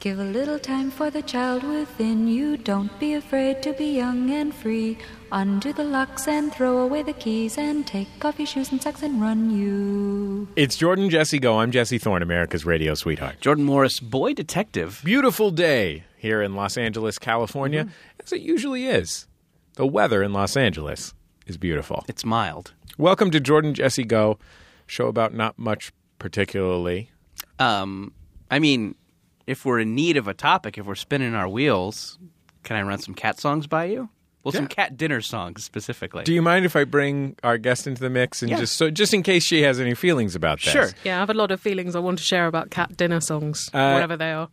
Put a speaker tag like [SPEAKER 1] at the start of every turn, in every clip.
[SPEAKER 1] Give a little time for the child within you. Don't be afraid to be young and free. Undo the locks and throw away the keys and take off your shoes and socks and run you.
[SPEAKER 2] It's Jordan Jesse Go. I'm Jesse Thorne, America's radio sweetheart.
[SPEAKER 3] Jordan Morris, boy detective.
[SPEAKER 2] Beautiful day here in Los Angeles, California,
[SPEAKER 3] Mm-hmm.
[SPEAKER 2] as it usually is. The weather in Los Angeles is beautiful.
[SPEAKER 3] It's mild.
[SPEAKER 2] Welcome to Jordan Jesse Go, show about not much particularly.
[SPEAKER 3] Um, I mean, if we're in need of a topic, if we're spinning our wheels, can I run some cat songs by you? Well, some
[SPEAKER 2] Yeah.
[SPEAKER 3] cat dinner songs specifically.
[SPEAKER 2] Do you mind if I bring our guest into the mix and
[SPEAKER 3] Yeah.
[SPEAKER 2] just so just in case she has any feelings about this?
[SPEAKER 3] sure.
[SPEAKER 4] Yeah, I have a lot of feelings I want to share about cat dinner songs, whatever they are.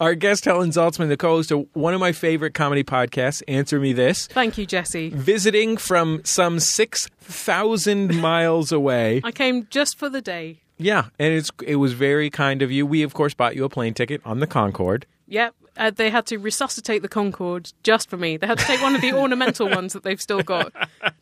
[SPEAKER 2] Our guest Helen Zaltzman, the co-host of one of my favorite comedy podcasts, Answer Me This,
[SPEAKER 4] Thank you, Jesse.
[SPEAKER 2] visiting from some 6,000 miles away.
[SPEAKER 4] I came just for the day.
[SPEAKER 2] Yeah, and it's it was very kind of you. We of course bought you a plane ticket on the Concorde.
[SPEAKER 4] Yep. Uh, they had to resuscitate the Concorde just for me. They had to take one of the ornamental ones that they've still got,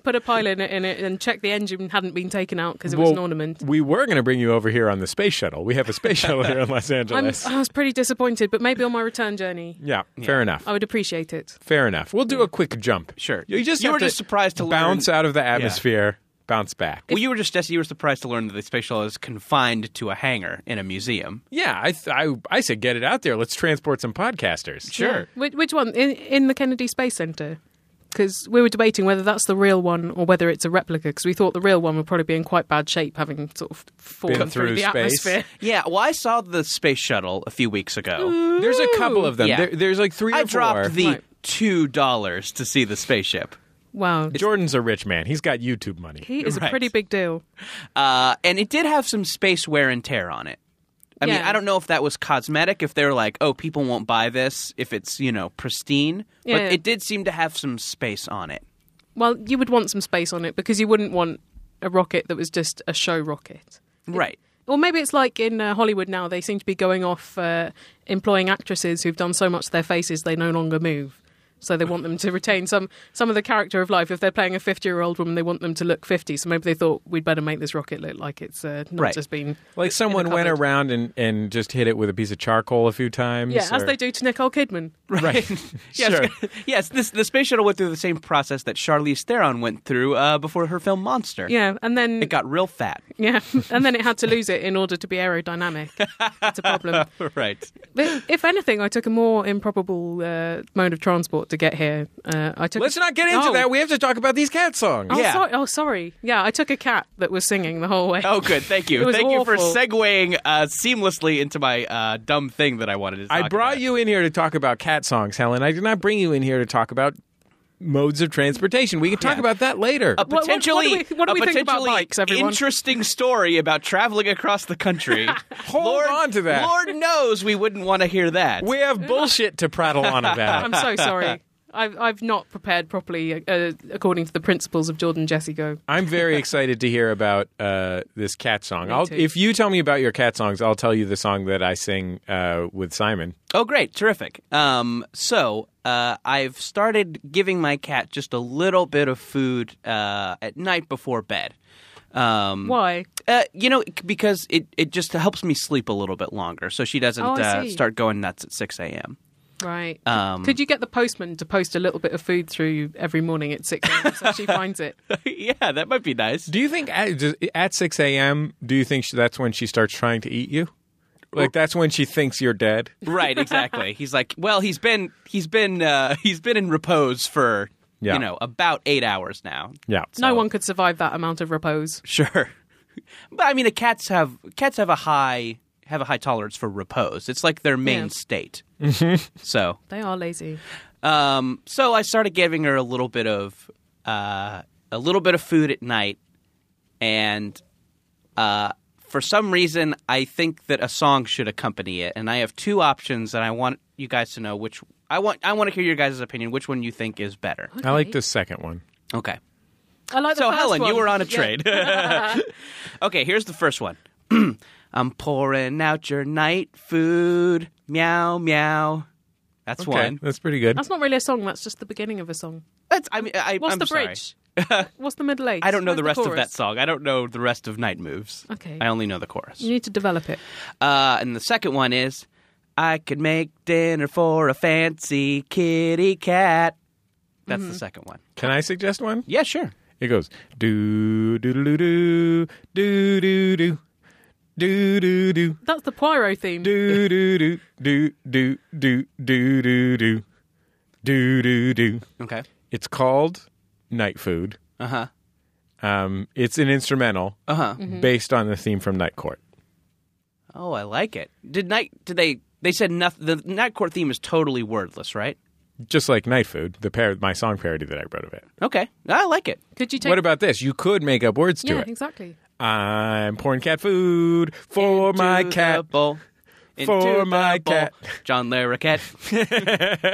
[SPEAKER 4] put a pilot in it, and check the engine hadn't been taken out because it was an ornament.
[SPEAKER 2] We were going to bring you over here on the space shuttle. We have a space shuttle here in Los
[SPEAKER 4] I'm,
[SPEAKER 2] Angeles.
[SPEAKER 4] I was pretty disappointed, but maybe on my return journey,
[SPEAKER 2] yeah, fair enough.
[SPEAKER 4] I would appreciate it.
[SPEAKER 2] Fair enough. We'll do a quick jump.
[SPEAKER 3] Sure.
[SPEAKER 2] You just
[SPEAKER 3] You
[SPEAKER 2] have
[SPEAKER 3] were just surprised to
[SPEAKER 2] bounce
[SPEAKER 3] learn-
[SPEAKER 2] out of the atmosphere, bounce back.
[SPEAKER 3] Well, you were just Jesse. You were surprised to learn that the space shuttle is confined to a hangar in a museum.
[SPEAKER 2] yeah, I, th- I I said get it out there. Let's transport some podcasters.
[SPEAKER 4] Yeah. Which, which one? In, in the Kennedy Space Center? Because we were debating whether that's the real one or whether it's a replica, because we thought the real one would probably be in quite bad shape, having sort of fallen
[SPEAKER 2] Been through
[SPEAKER 4] the
[SPEAKER 2] space.
[SPEAKER 4] atmosphere.
[SPEAKER 3] Yeah. Well, I saw the space shuttle a few weeks ago.
[SPEAKER 2] There's a couple of them.
[SPEAKER 3] Yeah.
[SPEAKER 2] There, there's like three or
[SPEAKER 3] I
[SPEAKER 2] four.
[SPEAKER 3] dropped the
[SPEAKER 4] Right.
[SPEAKER 3] two dollars to see the spaceship,
[SPEAKER 4] Wow.
[SPEAKER 2] Jordan's a rich man. He's got YouTube money.
[SPEAKER 4] He is
[SPEAKER 3] Right.
[SPEAKER 4] a pretty big deal.
[SPEAKER 3] uh, and it did have some space wear and tear on it. I mean,
[SPEAKER 4] Yeah.
[SPEAKER 3] I don't know if that was cosmetic. If they're like, "Oh, people won't buy this if it's you know pristine,"
[SPEAKER 4] Yeah.
[SPEAKER 3] but it did seem to have some space on it.
[SPEAKER 4] Well, you would want some space on it because you wouldn't want a rocket that was just a show rocket.
[SPEAKER 3] Right.
[SPEAKER 4] Or maybe it's like in uh, Hollywood now, they seem to be going off uh, employing actresses who've done so much to their faces they no longer move. So they want them to retain some, some of the character of life. If they're playing a 50 year old woman, they want them to look 50. So maybe they thought we'd better make this rocket look like it's uh, not
[SPEAKER 3] Right.
[SPEAKER 4] just been.
[SPEAKER 2] Like someone went
[SPEAKER 4] cupboard.
[SPEAKER 2] around and, and just hit it with a piece of charcoal a few times.
[SPEAKER 4] Yeah, as
[SPEAKER 2] or-
[SPEAKER 4] they do to Nicole Kidman.
[SPEAKER 3] Right. yes.
[SPEAKER 2] Sure.
[SPEAKER 3] yes. This, the space shuttle went through the same process that Charlize Theron went through uh, before her film Monster.
[SPEAKER 4] Yeah, and then
[SPEAKER 3] It got real fat.
[SPEAKER 4] yeah, and then it had to lose it in order to be aerodynamic. It's a problem.
[SPEAKER 3] Right.
[SPEAKER 4] But if anything, I took a more improbable uh, mode of transport to get here. Uh, I took.
[SPEAKER 2] Let's not get into
[SPEAKER 4] Oh.
[SPEAKER 2] that. We have to talk about these cat songs.
[SPEAKER 4] Oh,
[SPEAKER 3] Yeah.
[SPEAKER 4] sorry. oh, sorry. Yeah, I took a cat that was singing the whole way.
[SPEAKER 3] Oh, good. Thank you.
[SPEAKER 4] It was
[SPEAKER 3] Thank you for
[SPEAKER 4] awful.
[SPEAKER 3] segueing uh, seamlessly into my uh, dumb thing that I wanted to.
[SPEAKER 2] I
[SPEAKER 3] talk
[SPEAKER 2] brought
[SPEAKER 3] about.
[SPEAKER 2] you in here to talk about cat songs, Helen. I did not bring you in here to talk about modes of transportation. We can talk
[SPEAKER 3] Yeah.
[SPEAKER 2] about that later.
[SPEAKER 3] a
[SPEAKER 4] What- what- what do
[SPEAKER 3] potentially
[SPEAKER 4] we- what do
[SPEAKER 3] a
[SPEAKER 4] we think about
[SPEAKER 3] potentially
[SPEAKER 4] bikes, everyone?
[SPEAKER 3] interesting story about traveling across the country.
[SPEAKER 2] Hold
[SPEAKER 3] Lord,
[SPEAKER 2] on to that.
[SPEAKER 3] Lord knows we wouldn't want to hear that.
[SPEAKER 2] we have bullshit to prattle on about.
[SPEAKER 4] I'm so sorry. I've I've not prepared properly uh, according to the principles of Jordan Jessico.
[SPEAKER 2] I'm very excited to hear about uh, this cat song. I'll,
[SPEAKER 4] too.
[SPEAKER 2] if you tell me about your cat songs, I'll tell you the song that I sing uh, with Simon.
[SPEAKER 3] Oh, great. Terrific. Um, so uh, I've started giving my cat just a little bit of food uh, at night before bed. Um,
[SPEAKER 4] Why?
[SPEAKER 3] Uh, you know, because it, it just helps me sleep a little bit longer, so she doesn't
[SPEAKER 4] Oh, I
[SPEAKER 3] uh,
[SPEAKER 4] see.
[SPEAKER 3] start going nuts at 6 a.m.
[SPEAKER 4] Right.
[SPEAKER 3] Um,
[SPEAKER 4] Could you get the postman to post a little bit of food through every morning at six a.m. so she finds it?
[SPEAKER 3] yeah, that might be nice.
[SPEAKER 2] Do you think at, does- at 6 a.m., do you think she, that's when she starts trying to eat you? Like, that's when she thinks you're dead?
[SPEAKER 3] right, exactly. He's like, well, he's been he's been uh, he's been in repose for
[SPEAKER 2] Yeah.
[SPEAKER 3] you know about eight hours now.
[SPEAKER 2] Yeah.
[SPEAKER 4] No one could survive that amount of repose.
[SPEAKER 3] Sure, but I mean, the cats have cats have a high have a high tolerance for repose. It's like their main
[SPEAKER 4] Yeah.
[SPEAKER 3] state.
[SPEAKER 2] Mm-hmm.
[SPEAKER 3] So
[SPEAKER 4] They are lazy.
[SPEAKER 3] Um, so I started giving her a little bit of uh, a little bit of food at night, and uh, for some reason, I think that a song should accompany it. And I have two options, and I want you guys to know which I want. I want to hear your guys' opinion. Which one you think is better?
[SPEAKER 2] I like the second one.
[SPEAKER 3] Okay.
[SPEAKER 4] I like the
[SPEAKER 3] So
[SPEAKER 4] first
[SPEAKER 3] Helen, you
[SPEAKER 4] one.
[SPEAKER 3] were on a
[SPEAKER 4] Yeah.
[SPEAKER 3] trade. okay, here's the first one. I'm pouring out your night food. Meow meow. That's
[SPEAKER 2] Okay,
[SPEAKER 3] one.
[SPEAKER 2] that's pretty good.
[SPEAKER 4] That's not really a song. That's just the beginning of a song.
[SPEAKER 3] That's I mean I,
[SPEAKER 4] What's
[SPEAKER 3] I'm
[SPEAKER 4] the
[SPEAKER 3] sorry.
[SPEAKER 4] bridge? What's the middle eight?
[SPEAKER 3] I don't know
[SPEAKER 4] Where's
[SPEAKER 3] the rest of
[SPEAKER 4] chorus?
[SPEAKER 3] that song. I don't know the rest of Night Moves.
[SPEAKER 4] Okay.
[SPEAKER 3] I only know the chorus.
[SPEAKER 4] You need to develop it.
[SPEAKER 3] Uh, and the second one is I could make dinner for a fancy kitty cat. That's
[SPEAKER 4] Mm-hmm.
[SPEAKER 3] the second one.
[SPEAKER 2] Can I suggest one?
[SPEAKER 3] Yeah, sure.
[SPEAKER 2] It goes do do do do do do do do do do
[SPEAKER 4] That's the Poirot theme.
[SPEAKER 2] do do do do do do do do do do do do.
[SPEAKER 3] Okay.
[SPEAKER 2] It's called Night Food.
[SPEAKER 3] Uh huh.
[SPEAKER 2] Um, it's an instrumental
[SPEAKER 3] Uh huh.
[SPEAKER 2] based on the theme from Night Court.
[SPEAKER 3] Oh, I like it. Did night? Did they? They said nothing. The night court theme is totally wordless, right?
[SPEAKER 2] Just like Night Food, the par- my song parody that I wrote of it.
[SPEAKER 3] Okay, I like it.
[SPEAKER 4] Could you take?
[SPEAKER 2] What about this? You could make up words to
[SPEAKER 4] yeah,
[SPEAKER 2] it.
[SPEAKER 4] exactly.
[SPEAKER 2] I'm pouring cat food for
[SPEAKER 3] Into
[SPEAKER 2] my
[SPEAKER 3] the
[SPEAKER 2] cat.
[SPEAKER 3] bowl.
[SPEAKER 2] For
[SPEAKER 3] the
[SPEAKER 2] my
[SPEAKER 3] bowl.
[SPEAKER 2] cat.
[SPEAKER 3] John Larroquette.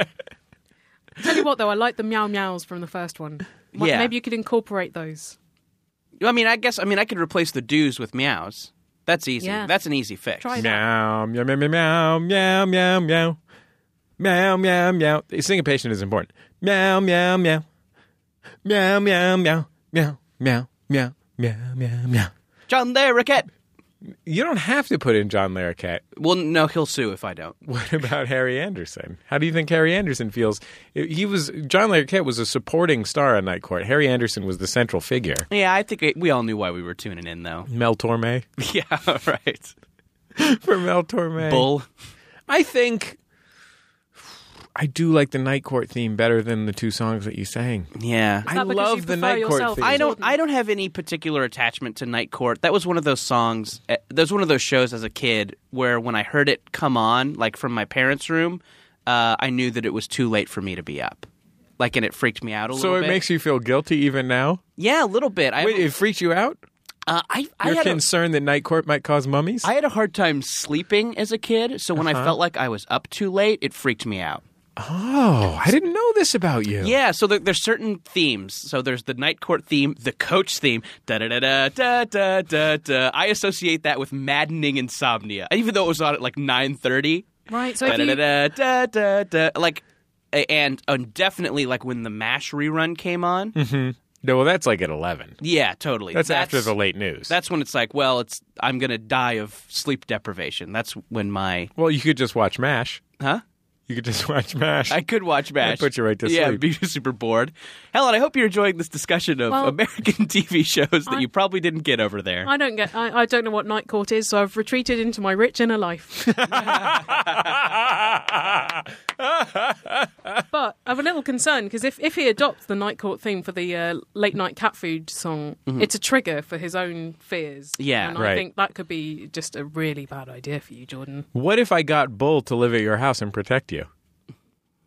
[SPEAKER 4] Tell you what, though, I like the meow meows from the first one. Might-
[SPEAKER 3] Yeah.
[SPEAKER 4] Maybe you could incorporate those.
[SPEAKER 3] I mean, I guess. I mean, I could replace the doos with meows. That's easy.
[SPEAKER 4] Yeah.
[SPEAKER 3] That's an easy fix.
[SPEAKER 4] Try that.
[SPEAKER 2] Meow, meow, meow, meow, meow, meow, meow. Meow, meow, meow. Syncopation is important. Meow, meow, meow. Meow, meow, meow. Meow, meow, meow, meow, meow, meow.
[SPEAKER 3] John Larroquette.
[SPEAKER 2] You don't have to put in John Larroquette.
[SPEAKER 3] Well, no, he'll sue if I don't.
[SPEAKER 2] What about Harry Anderson? How do you think Harry Anderson feels? He was John Larroquette was a supporting star on Night Court. Harry Anderson was the central figure.
[SPEAKER 3] Yeah, I think it, we all knew why we were tuning in, though.
[SPEAKER 2] Mel Torme
[SPEAKER 3] yeah, right.
[SPEAKER 2] for Mel Torme.
[SPEAKER 3] Bull.
[SPEAKER 2] I think I do like the Night Court theme better than the two songs that you sang.
[SPEAKER 3] Yeah.
[SPEAKER 2] I
[SPEAKER 4] that because
[SPEAKER 2] love
[SPEAKER 4] you
[SPEAKER 2] the
[SPEAKER 4] prefer
[SPEAKER 2] Night Court
[SPEAKER 4] yourself?
[SPEAKER 2] theme.
[SPEAKER 3] I don't.
[SPEAKER 4] Jordan.
[SPEAKER 3] I don't have any particular attachment to Night Court. That was one of those songs. uh, That was one of those shows as a kid where when I heard it come on, like from my parents' room, uh, I knew that it was too late for me to be up. Like, and it freaked me out a little
[SPEAKER 2] So it
[SPEAKER 3] bit.
[SPEAKER 2] makes you feel guilty even now.
[SPEAKER 3] yeah, a little bit. I,
[SPEAKER 2] Wait, it freaked you out.
[SPEAKER 3] uh, I, I,
[SPEAKER 2] You're
[SPEAKER 3] had a,
[SPEAKER 2] concerned that Night Court might cause mummies.
[SPEAKER 3] I had a hard time sleeping as a kid, so when
[SPEAKER 2] Uh-huh.
[SPEAKER 3] I felt like I was up too late, it freaked me out.
[SPEAKER 2] oh, I didn't know this about you.
[SPEAKER 3] Yeah, so there, there's certain themes. So there's the night court theme, the coach theme. Da da da da da da da. da. I associate that with maddening insomnia, even though it was on at like nine thirty.
[SPEAKER 4] Right. So
[SPEAKER 3] Da
[SPEAKER 4] if
[SPEAKER 3] da
[SPEAKER 4] you,
[SPEAKER 3] da da da da. Like, a- and and definitely like when the Mash rerun came on.
[SPEAKER 2] No, well, that's like at eleven.
[SPEAKER 3] Yeah, totally.
[SPEAKER 2] Mm-hmm. That's, after the late news.
[SPEAKER 3] That's when it's like, well, it's I'm gonna die of sleep deprivation. That's when my
[SPEAKER 2] well, you could just watch Mash.
[SPEAKER 3] huh.
[SPEAKER 2] You could just watch Mash.
[SPEAKER 3] I could watch Mash.
[SPEAKER 2] put you right to
[SPEAKER 3] yeah,
[SPEAKER 2] sleep.
[SPEAKER 3] be super bored. Helen, I hope you're enjoying this discussion of
[SPEAKER 4] Well,
[SPEAKER 3] American TV shows that
[SPEAKER 4] I-
[SPEAKER 3] you probably didn't get over there.
[SPEAKER 4] I don't get. I, I don't know what night court is, so I've retreated into my rich inner life. But I'm a little concerned because if, if he adopts the night court theme for the uh, late night cat food song, it's a trigger for his own fears.
[SPEAKER 3] Mm-hmm. Yeah.
[SPEAKER 4] and
[SPEAKER 2] Right.
[SPEAKER 4] I think that could be just a really bad idea for you, Jordan.
[SPEAKER 2] What if I got Bull to live at your house and protect you?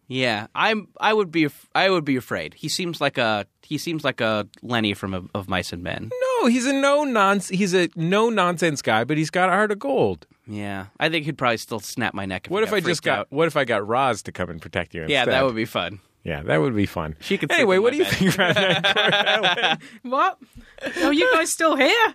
[SPEAKER 3] yeah, I'm. I would be. af- I would be afraid. He seems like a. He seems like a Lenny from of, of Mice and Men.
[SPEAKER 2] No, he's a no nonsense. He's a no nonsense guy, but he's got a heart of gold.
[SPEAKER 3] Yeah, I think he'd probably still snap my neck. If
[SPEAKER 2] What
[SPEAKER 3] I
[SPEAKER 2] if I just
[SPEAKER 3] freaked
[SPEAKER 2] got?
[SPEAKER 3] out.
[SPEAKER 2] What if I got Roz to come and protect you? Instead?
[SPEAKER 3] Yeah, that would be fun.
[SPEAKER 2] Yeah, that would be fun.
[SPEAKER 3] She could sleep
[SPEAKER 2] Anyway,
[SPEAKER 3] in
[SPEAKER 2] what
[SPEAKER 3] my
[SPEAKER 2] do you
[SPEAKER 3] bed.
[SPEAKER 2] think about that?
[SPEAKER 4] What? Are you guys still here?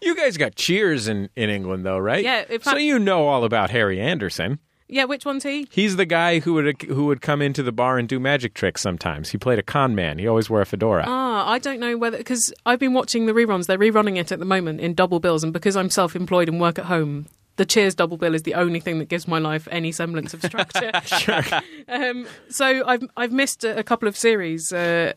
[SPEAKER 2] You guys got Cheers in in England, though, right?
[SPEAKER 4] Yeah, in
[SPEAKER 2] so
[SPEAKER 4] fact-
[SPEAKER 2] you know all about Harry Anderson.
[SPEAKER 4] Yeah, which one's he?
[SPEAKER 2] He's the guy who would who would come into the bar and do magic tricks. Sometimes he played a con man. He always wore a fedora.
[SPEAKER 4] Ah, I don't know whether because I've been watching the reruns. They're rerunning it at the moment in double bills, and because I'm self-employed and work at home, the Cheers double bill is the only thing that gives my life any semblance of structure. um, so I've I've missed a, a couple of series uh,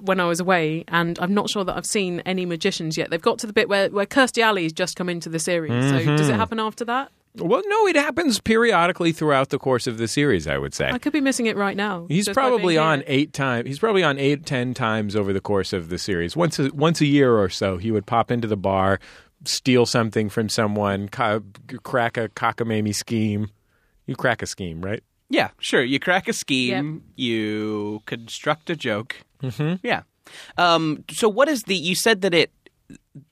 [SPEAKER 4] when I was away, and I'm not sure that I've seen any magicians yet. They've got to the bit where where Kirsty Alley's just come into the series. So
[SPEAKER 2] Mm-hmm.
[SPEAKER 4] does it happen after that?
[SPEAKER 2] well, no, it happens periodically throughout the course of the series. I would say.
[SPEAKER 4] I could be missing it right now.
[SPEAKER 2] He's
[SPEAKER 4] just by being
[SPEAKER 2] probably on
[SPEAKER 4] here.
[SPEAKER 2] eight times. He's probably on eight, ten times over the course of the series. Once a, once a year or so, he would pop into the bar, steal something from someone, ca- crack a cockamamie scheme. You crack a scheme, right?
[SPEAKER 3] Yeah, sure. You crack a scheme. You construct a joke. Mm-hmm. Yeah. Um, so what is the? You said that it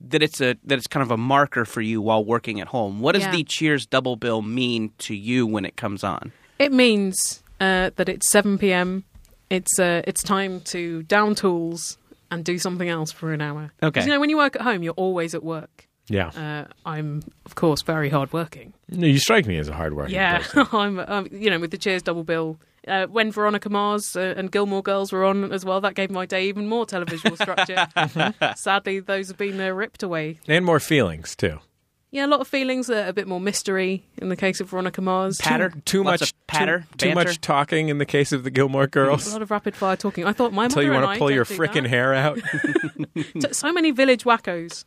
[SPEAKER 3] that it's a that it's kind of a marker for you while working at home. What does
[SPEAKER 4] Yeah.
[SPEAKER 3] the Cheers double bill mean to you when it comes on?
[SPEAKER 4] It means uh, that it's 7 p.m. It's uh, it's time to down tools and do something else for an hour. 'Cause,
[SPEAKER 3] Okay.
[SPEAKER 4] You know, when you work at home, you're always at work.
[SPEAKER 2] Yeah.
[SPEAKER 4] Uh, I'm, of course, very hard working.
[SPEAKER 2] No, you strike me as a hard worker.
[SPEAKER 4] Yeah, I'm, um, you know, with the Cheers double bill. Uh, when Veronica Mars uh, and Gilmore Girls were on as well, that gave my day even more
[SPEAKER 2] Mm-hmm.
[SPEAKER 4] televisual structure. Sadly, those have been uh, ripped away.
[SPEAKER 2] And more feelings, too.
[SPEAKER 4] Yeah, a lot of feelings, a, a bit more mystery in the case of Veronica Mars.
[SPEAKER 3] Patter.
[SPEAKER 2] Too, too
[SPEAKER 3] Lots
[SPEAKER 2] much
[SPEAKER 3] of patter,
[SPEAKER 2] Too, too
[SPEAKER 3] banter.
[SPEAKER 2] much talking in the case of the Gilmore
[SPEAKER 4] A
[SPEAKER 2] Girls.
[SPEAKER 4] lot of rapid fire talking. I thought my
[SPEAKER 2] Until
[SPEAKER 4] mother
[SPEAKER 2] you
[SPEAKER 4] want
[SPEAKER 2] want to pull your frickin' hair out.
[SPEAKER 4] So, so many village wackos.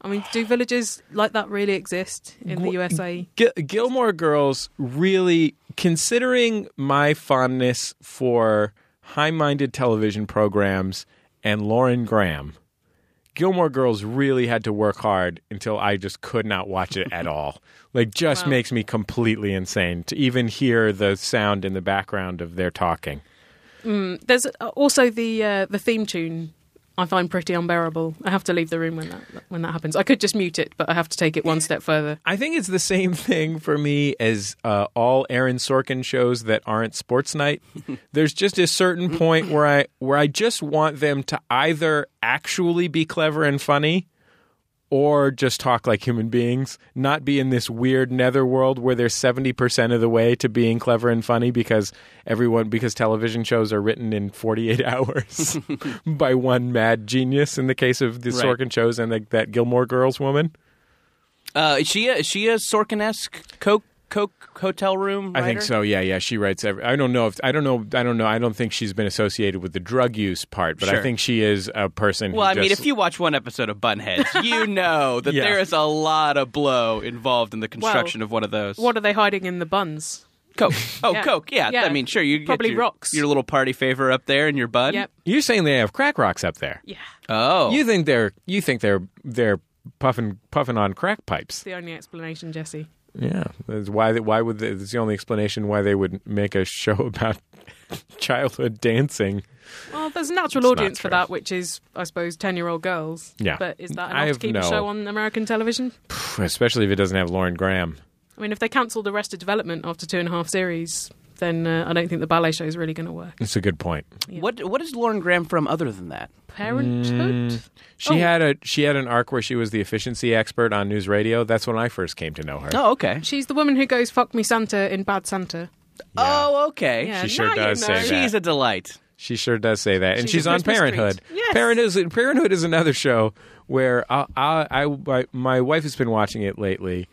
[SPEAKER 4] I mean, do villages like that really exist in the USA?
[SPEAKER 2] Gil- Gilmore Girls really, considering my fondness for high minded television programs and Lauren Graham, Gilmore Girls really had to work hard until I just could not watch it at all. Like, just makes me completely insane to even hear the sound in the background of their talking.
[SPEAKER 4] There's uh, also the uh, the theme tune. I find pretty unbearable. I have to leave the room when that when that happens. I could just mute it, but I have to take it one step further.
[SPEAKER 2] I think it's the same thing for me as uh, all Aaron Sorkin shows that aren't sports night. There's just a certain point where I where I just want them to either actually be clever and funny or just talk like human beings, not be in this weird netherworld where they're 70% of the way to being clever and funny because everyone because television shows are written in 48 hours by one mad genius in the case of the
[SPEAKER 3] Right.
[SPEAKER 2] Sorkin shows and the, that Gilmore Girls woman.
[SPEAKER 3] Uh, is she a, is she a Sorkin-esque Coke Coke hotel room?
[SPEAKER 2] I think
[SPEAKER 3] writer?
[SPEAKER 2] so. Yeah, yeah. She writes. Every, I don't know if I don't know. I don't know. I don't think she's been associated with the drug use part, but I
[SPEAKER 3] Sure.
[SPEAKER 2] think she is a person.
[SPEAKER 3] Well,
[SPEAKER 2] who
[SPEAKER 3] I mean,
[SPEAKER 2] just-
[SPEAKER 3] if you watch one episode of Bunheads, you know that
[SPEAKER 2] Yeah.
[SPEAKER 3] there is a lot of blow involved in the construction of one of those.
[SPEAKER 4] What are they hiding in the buns?
[SPEAKER 3] Coke? Oh,
[SPEAKER 4] Yeah.
[SPEAKER 3] Coke. Yeah.
[SPEAKER 4] Yeah.
[SPEAKER 3] I mean, sure. You
[SPEAKER 4] Probably
[SPEAKER 3] get your,
[SPEAKER 4] rocks.
[SPEAKER 3] Your little party favor up there in your bun.
[SPEAKER 4] Yep.
[SPEAKER 2] you're saying they have crack rocks up there,
[SPEAKER 4] Yeah.
[SPEAKER 3] Oh.
[SPEAKER 2] you think they're you think they're they're puffing puffing on crack pipes.
[SPEAKER 4] It's the only explanation, Jesse.
[SPEAKER 2] Yeah, that's why they- why would they, that's the only explanation why they would make a show about childhood dancing.
[SPEAKER 4] Well, there's a natural
[SPEAKER 2] It's not
[SPEAKER 4] audience for
[SPEAKER 2] true.
[SPEAKER 4] that, which is, I suppose, ten-year-old girls.
[SPEAKER 2] Yeah.
[SPEAKER 4] But is that
[SPEAKER 2] I
[SPEAKER 4] enough to
[SPEAKER 2] have
[SPEAKER 4] keep
[SPEAKER 2] no-
[SPEAKER 4] a show on American television?
[SPEAKER 2] Especially if it doesn't have Lauren Graham.
[SPEAKER 4] I mean, if they cancelled Arrested Development after two and a half series, then uh, I don't think the ballet show is really going to work.
[SPEAKER 2] That's a good point.
[SPEAKER 3] What What is Lauren Graham from other than that?
[SPEAKER 4] Parenthood.
[SPEAKER 2] She
[SPEAKER 4] Oh.
[SPEAKER 2] had a she had an arc where she was the efficiency expert on news radio. That's when I first came to know her.
[SPEAKER 3] Oh, okay.
[SPEAKER 4] She's the woman who goes "fuck me, Santa" in Bad Santa.
[SPEAKER 3] Oh, okay.
[SPEAKER 4] Yeah,
[SPEAKER 2] She sure
[SPEAKER 4] now you
[SPEAKER 2] does say
[SPEAKER 4] know.
[SPEAKER 2] that.
[SPEAKER 3] She's a delight.
[SPEAKER 2] She sure does say that, and
[SPEAKER 4] She's
[SPEAKER 2] she's,
[SPEAKER 4] a
[SPEAKER 2] on
[SPEAKER 4] Christmas treat.
[SPEAKER 2] Parenthood.
[SPEAKER 4] Yes.
[SPEAKER 2] Parenthood, is, Parenthood is another show where I, I, I, my- my wife has been watching it lately.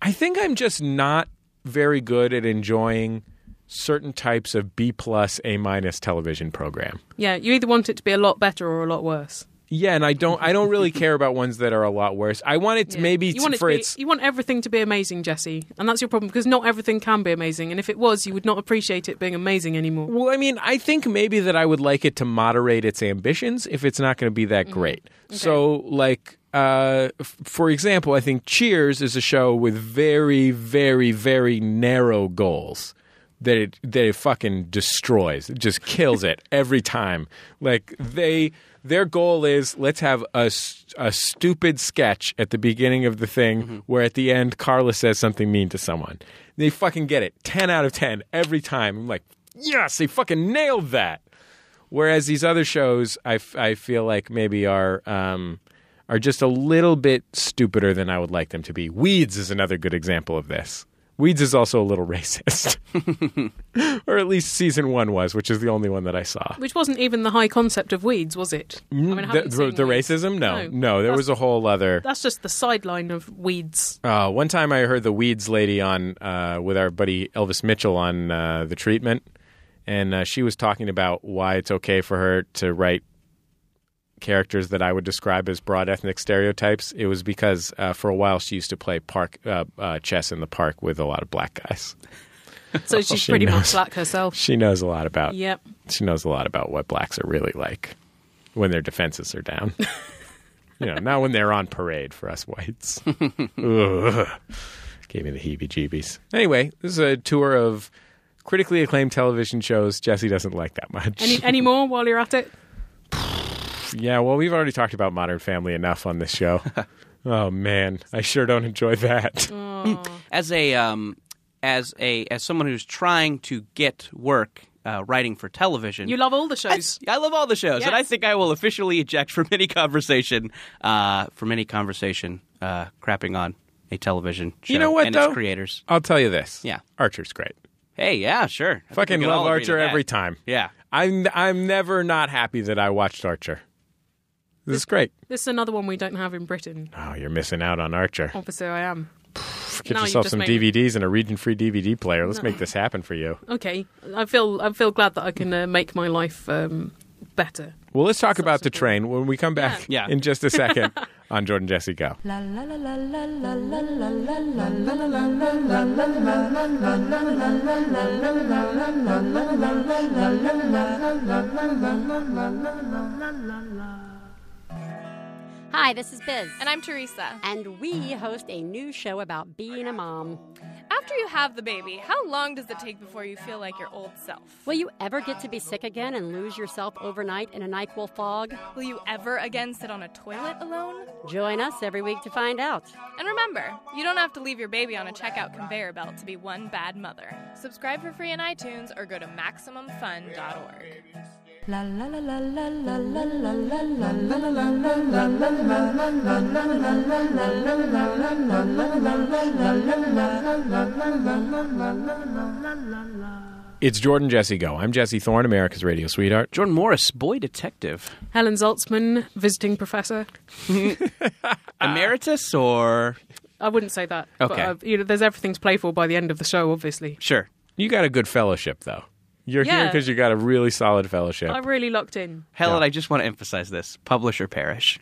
[SPEAKER 2] I think I'm just not very good at enjoying certain types of B plus A minus television program.
[SPEAKER 4] Yeah, you either want it to be a lot better or a lot worse.
[SPEAKER 2] Yeah, and I don't, I don't really care about ones that are a lot worse. I want it to
[SPEAKER 4] Yeah.
[SPEAKER 2] maybe
[SPEAKER 4] you want it
[SPEAKER 2] for
[SPEAKER 4] to be,
[SPEAKER 2] its
[SPEAKER 4] you want everything to be amazing, Jesse, and that's your problem because not everything can be amazing. And if it was, you would not appreciate it being amazing anymore.
[SPEAKER 2] Well, I mean, I think maybe that I would like it to moderate its ambitions if it's not going to be that great. So, like, uh, f- for example, I think Cheers is a show with very, very, very narrow goals that it that it fucking destroys. It just kills it every time. Like they. Their goal is let's have a, s- a stupid sketch at the beginning of the thing where at the end Carla says something mean to someone. They fucking get it. 10 out of 10 every time. I'm like, yes, they fucking nailed that. Whereas these other shows, I, f- I feel like maybe are um, are just a little bit stupider than I would like them to be. Weeds is another good example of this. Weeds is also a little racist, or at least season one was, which is the only one that I saw.
[SPEAKER 4] Which wasn't even the high concept of weeds, was it? I mean, I
[SPEAKER 2] Mm, the
[SPEAKER 4] haven't
[SPEAKER 2] the,
[SPEAKER 4] seen
[SPEAKER 2] the
[SPEAKER 4] Weeds.
[SPEAKER 2] racism? No,
[SPEAKER 4] No.
[SPEAKER 2] no. there was a whole other.
[SPEAKER 4] That's just the sideline of weeds.
[SPEAKER 2] Uh, one time I heard the Weeds lady on uh, with our buddy Elvis Mitchell on uh, the treatment, and uh, she was talking about why it's okay for her to write characters that I would describe as broad ethnic stereotypes. It was because uh, for a while she used to play park uh, uh, chess in the park with a lot of black guys.
[SPEAKER 4] So she's
[SPEAKER 2] Oh, She
[SPEAKER 4] pretty much
[SPEAKER 2] knows.
[SPEAKER 4] slack herself.
[SPEAKER 2] She knows a lot about
[SPEAKER 4] Yep.
[SPEAKER 2] she knows a lot about what blacks are really like when their defenses are down. you know, not when they're on parade for us whites. Ugh. Gave me the heebie-jeebies. Anyway, this is a tour of critically acclaimed television shows Jesse doesn't like that much.
[SPEAKER 4] Any, any more while you're at it?
[SPEAKER 2] yeah, well, we've already talked about Modern Family enough on this show. oh man, I sure don't enjoy that.
[SPEAKER 3] As a um, as a as someone who's trying to get work uh, writing for television,
[SPEAKER 4] You love all the shows.
[SPEAKER 3] I love all the shows, and I
[SPEAKER 4] Yes.
[SPEAKER 3] think I will officially eject from any conversation, uh, from any conversation, uh, crapping on a television show
[SPEAKER 2] You know what
[SPEAKER 3] and
[SPEAKER 2] though?
[SPEAKER 3] its creators.
[SPEAKER 2] I'll tell you this.
[SPEAKER 3] Yeah.
[SPEAKER 2] Archer's great.
[SPEAKER 3] Hey, yeah, sure. I think
[SPEAKER 2] Fucking
[SPEAKER 3] we can all
[SPEAKER 2] love
[SPEAKER 3] agree to
[SPEAKER 2] Archer
[SPEAKER 3] that.
[SPEAKER 2] every time.
[SPEAKER 3] Yeah,
[SPEAKER 2] I'm I'm never not happy that I watched Archer. This is great.
[SPEAKER 4] This is another one we don't have in Britain.
[SPEAKER 2] Oh, you're missing out on Archer.
[SPEAKER 4] Obviously, I am.
[SPEAKER 2] Get
[SPEAKER 4] now you've
[SPEAKER 2] yourself
[SPEAKER 4] Oh, just
[SPEAKER 2] some
[SPEAKER 4] made-
[SPEAKER 2] DVDs and a region-free DVD player. Let's make this happen for you.
[SPEAKER 4] Okay, I feel I feel glad that I can uh, make my life um, better.
[SPEAKER 2] Well, let's talk about the train when we come back
[SPEAKER 3] Yeah. Yeah.
[SPEAKER 2] in just a second on Jordan Jesse Go.
[SPEAKER 1] La la la la la la la la la la.
[SPEAKER 5] Hi, this is Biz.
[SPEAKER 6] And I'm Teresa.
[SPEAKER 5] And we host a new show about being a mom.
[SPEAKER 6] After you have the baby, how long does it take before you feel like your old self?
[SPEAKER 5] Will you ever get to be sick again and lose yourself overnight in a NyQuil fog?
[SPEAKER 6] Will you ever again sit on a toilet alone?
[SPEAKER 5] Join us every week to find out.
[SPEAKER 6] And remember, you don't have to leave your baby on a checkout conveyor belt to be one bad mother. Subscribe for free on iTunes or go to MaximumFun.org.
[SPEAKER 1] La la la la la la la la la la la.
[SPEAKER 2] It's Jordan Jesse Go. I'm Jesse Thorne, America's radio sweetheart.
[SPEAKER 3] Jordan Morris, boy detective,
[SPEAKER 4] Helen Zaltzman, visiting professor.
[SPEAKER 3] emeritus or
[SPEAKER 4] I wouldn't say that. But
[SPEAKER 3] Okay.
[SPEAKER 4] uh, you know, there's everything to play for by the end of the show. Obviously,
[SPEAKER 3] sure.
[SPEAKER 2] You got a good fellowship, though. You're here
[SPEAKER 4] Yeah.
[SPEAKER 2] because you got a really solid fellowship.
[SPEAKER 4] I'm really locked in.
[SPEAKER 3] Helen, I just want to emphasize this: publish or perish.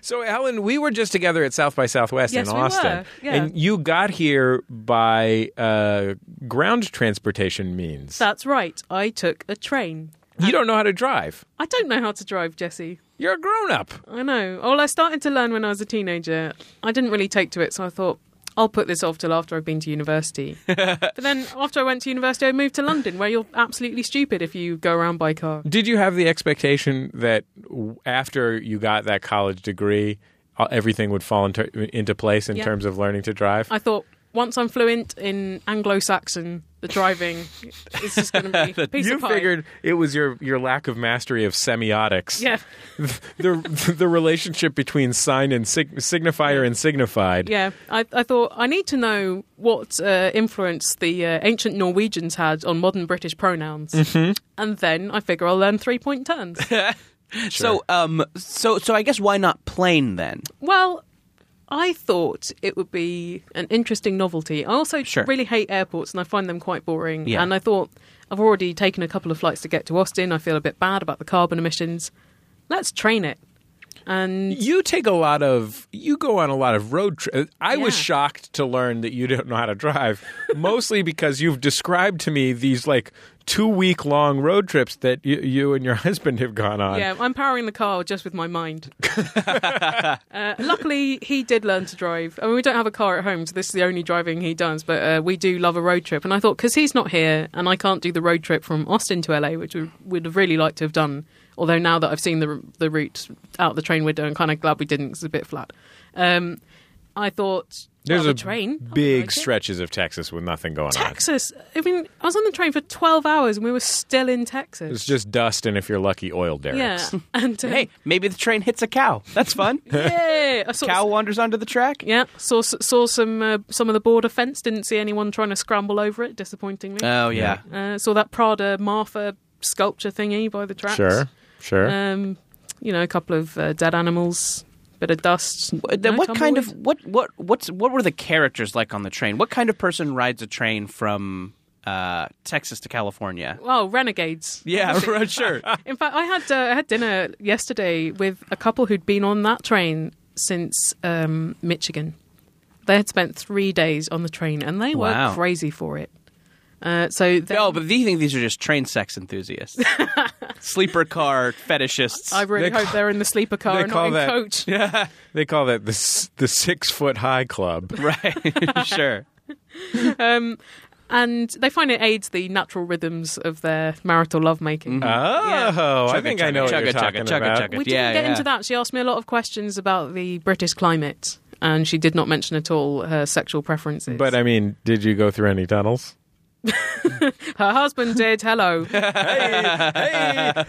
[SPEAKER 2] So, Helen, we were just together at South by Southwest
[SPEAKER 4] Yes,
[SPEAKER 2] in
[SPEAKER 4] we
[SPEAKER 2] Austin,
[SPEAKER 4] were. Yeah.
[SPEAKER 2] and you got here by uh, ground transportation means.
[SPEAKER 4] That's right. I took a train.
[SPEAKER 2] you don't know how to drive.
[SPEAKER 4] I don't know how to drive, Jesse.
[SPEAKER 2] You're a grown up.
[SPEAKER 4] I know. Well, I started to learn when I was a teenager. I didn't really take to it, so I thought I'll put this off till after I've been to university. but then after I went to university, I moved to London, where you're absolutely stupid if you go around by car.
[SPEAKER 2] Did you have the expectation that w- after you got that college degree, uh, everything would fall into, into place in
[SPEAKER 4] Yeah.
[SPEAKER 2] terms of learning to drive?
[SPEAKER 4] I thought once I'm fluent in Anglo-Saxon, the driving is just going to be a piece
[SPEAKER 2] you
[SPEAKER 4] of pie.
[SPEAKER 2] figured it was your, your lack of mastery of semiotics.
[SPEAKER 4] yeah,
[SPEAKER 2] the the relationship between sign and sig- signifier and signified.
[SPEAKER 4] yeah. I, I thought I need to know what uh, influence the uh, ancient Norwegians had on modern British pronouns,
[SPEAKER 2] Mm-hmm.
[SPEAKER 4] and then I figure I'll learn three-point turns.
[SPEAKER 3] So, um, so, so I guess why not plain then?
[SPEAKER 4] Well, I thought it would be an interesting novelty. I also
[SPEAKER 3] Sure.
[SPEAKER 4] really hate airports and I find them quite boring.
[SPEAKER 3] Yeah.
[SPEAKER 4] And I thought I've already taken a couple of flights to get to Austin. I feel a bit bad about the carbon emissions. Let's train it. And
[SPEAKER 2] You take a lot of you go on a lot of road trips. I was
[SPEAKER 4] Yeah.
[SPEAKER 2] shocked to learn that you don't know how to drive, mostly because you've described to me these like two week long road trips that you, you and your husband have gone on.
[SPEAKER 4] yeah, I'm powering the car just with my mind. uh, luckily, he did learn to drive. I mean, we don't have a car at home, so this is the only driving he does, but uh, we do love a road trip. And I thought, because he's not here and I can't do the road trip from Austin to LA, which we would have really liked to have done, although now that I've seen the, the route out the train window, I'm kind of glad we didn't 'cause it's a bit flat. Um, I thought,
[SPEAKER 2] There's
[SPEAKER 4] well,
[SPEAKER 2] a
[SPEAKER 4] the train. I'll
[SPEAKER 2] big
[SPEAKER 4] ride it.
[SPEAKER 2] stretches of Texas with nothing going on.
[SPEAKER 4] Texas. I mean, I was on the train for 12 hours and we were still in Texas.
[SPEAKER 2] It's just dust and if you're lucky, oil
[SPEAKER 4] yeah,
[SPEAKER 2] derricks.
[SPEAKER 4] and uh,
[SPEAKER 3] Hey, maybe the train hits a cow. That's fun.
[SPEAKER 4] yeah, I saw
[SPEAKER 3] cow wanders onto the track.
[SPEAKER 4] Yeah, saw saw some uh, some of the border fence. Didn't see anyone trying to scramble over it. Disappointingly,
[SPEAKER 3] Oh yeah.
[SPEAKER 4] uh, saw that Prada Martha sculpture thingy by the tracks.
[SPEAKER 2] Sure, sure.
[SPEAKER 4] Um, you know, a couple of uh, dead animals, bit of dust.
[SPEAKER 3] Uh, Then
[SPEAKER 4] No
[SPEAKER 3] what kind of
[SPEAKER 4] tumbleweed.
[SPEAKER 3] what what what's what were the characters like on the train? What kind of person rides a train from uh, Texas to California?
[SPEAKER 4] Oh, renegades.
[SPEAKER 3] Yeah, right, sure.
[SPEAKER 4] In fact, I had uh, I had dinner yesterday with a couple who'd been on that train since um, Michigan. They had spent three days on the train, and they
[SPEAKER 3] Wow.
[SPEAKER 4] were crazy for it. Uh, so, they-
[SPEAKER 3] No, but do you think these are just train sex enthusiasts, sleeper car fetishists?
[SPEAKER 4] I really
[SPEAKER 2] They
[SPEAKER 4] hope they're in the sleeper car
[SPEAKER 2] they
[SPEAKER 4] and
[SPEAKER 2] call
[SPEAKER 4] not in
[SPEAKER 2] that-
[SPEAKER 4] coach.
[SPEAKER 2] they call that the s- the six foot high club.
[SPEAKER 3] right, sure.
[SPEAKER 4] and they find it aids the natural rhythms of their marital lovemaking.
[SPEAKER 2] Oh, I
[SPEAKER 3] Chugga,
[SPEAKER 2] think I
[SPEAKER 3] chugga,
[SPEAKER 2] know what
[SPEAKER 3] chugga,
[SPEAKER 2] you're
[SPEAKER 3] chugga,
[SPEAKER 2] talking
[SPEAKER 3] chugga,
[SPEAKER 2] about.
[SPEAKER 3] chugga.
[SPEAKER 4] We didn't
[SPEAKER 3] Ah, Yeah,
[SPEAKER 4] get
[SPEAKER 3] yeah.
[SPEAKER 4] into that. She asked me a lot of questions about the British climate, and she did not mention at all her sexual preferences.
[SPEAKER 3] uh,
[SPEAKER 2] But I mean, did you go through any tunnels?
[SPEAKER 4] her husband did. Hello.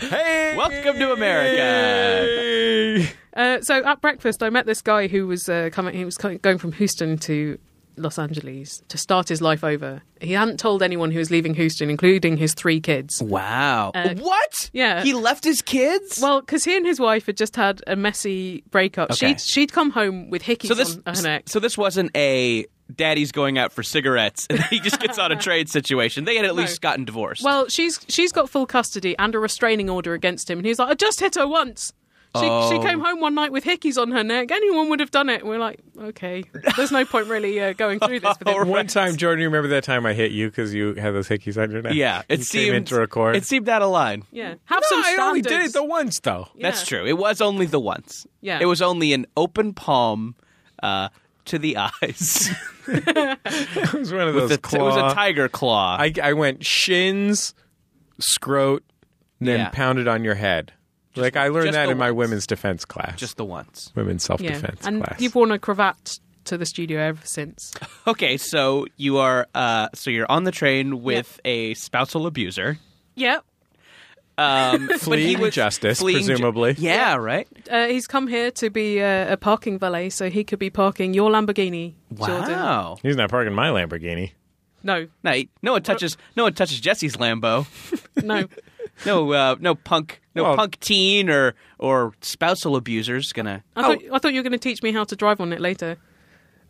[SPEAKER 3] Welcome to America.
[SPEAKER 4] Uh, so at breakfast, I met this guy who was uh, coming. He was co- going from Houston to Los Angeles to start his life over. He hadn't told anyone he was leaving Houston, including his three kids.
[SPEAKER 3] Wow.
[SPEAKER 4] Uh,
[SPEAKER 3] what?
[SPEAKER 4] yeah.
[SPEAKER 3] He left his kids?
[SPEAKER 4] Well, because he and his wife had just had a messy breakup.
[SPEAKER 3] Okay.
[SPEAKER 4] She'd, she'd come home with hickeys
[SPEAKER 3] so this
[SPEAKER 4] on her neck.
[SPEAKER 3] so this wasn't a daddy's going out for cigarettes and he just gets on a trade situation. They had at least gotten divorced.
[SPEAKER 4] Well, she's she's got full custody and a restraining order against him, and he's like, I just hit her once. She, she came home one night with hickeys on her neck. Anyone would have done it. And we're like, okay, there's no point really uh, going through this with him.
[SPEAKER 2] One time, Jordan, you remember that time I hit you because you had those hickeys on your neck?
[SPEAKER 3] yeah, it
[SPEAKER 2] you
[SPEAKER 3] seemed
[SPEAKER 2] came into record.
[SPEAKER 3] It seemed out of line.
[SPEAKER 4] Yeah, have
[SPEAKER 2] no,
[SPEAKER 4] some
[SPEAKER 2] I
[SPEAKER 4] standards.
[SPEAKER 2] only did it the once though.
[SPEAKER 3] That's
[SPEAKER 4] Yeah.
[SPEAKER 3] true. It was only the once.
[SPEAKER 4] Yeah.
[SPEAKER 3] It was only an open palm uh, to the eyes.
[SPEAKER 2] It was one of
[SPEAKER 3] With
[SPEAKER 2] those
[SPEAKER 3] a t- it was
[SPEAKER 2] claw-
[SPEAKER 3] a tiger claw.
[SPEAKER 2] I, I went shins, scrote, and then
[SPEAKER 3] Yeah.
[SPEAKER 2] pounded on your head. like I
[SPEAKER 3] just
[SPEAKER 2] learned that
[SPEAKER 3] the
[SPEAKER 2] in my
[SPEAKER 3] once.
[SPEAKER 2] women's defense class,
[SPEAKER 3] just the once.
[SPEAKER 2] women's self
[SPEAKER 4] yeah,
[SPEAKER 2] defense
[SPEAKER 4] and
[SPEAKER 2] class.
[SPEAKER 4] you've worn a cravat to the studio ever since.
[SPEAKER 3] Okay, so you are uh, so you're on the train with a spousal abuser.
[SPEAKER 4] yep.
[SPEAKER 3] Um, but he
[SPEAKER 2] Fleeing
[SPEAKER 3] was-
[SPEAKER 2] justice,
[SPEAKER 3] fleeing ju-
[SPEAKER 2] presumably.
[SPEAKER 3] yeah, right.
[SPEAKER 4] Uh, he's come here to be uh, a parking valet, so he could be parking your Lamborghini. Jordan.
[SPEAKER 3] Wow.
[SPEAKER 2] He's not parking my Lamborghini.
[SPEAKER 4] No,
[SPEAKER 3] No, he- no one touches. No one touches Jesse's Lambo.
[SPEAKER 4] no.
[SPEAKER 3] No, uh, no punk, no
[SPEAKER 2] Well-
[SPEAKER 3] punk teen or or spousal abusers gonna.
[SPEAKER 4] I thought I thought you were going to teach me how to drive on it later.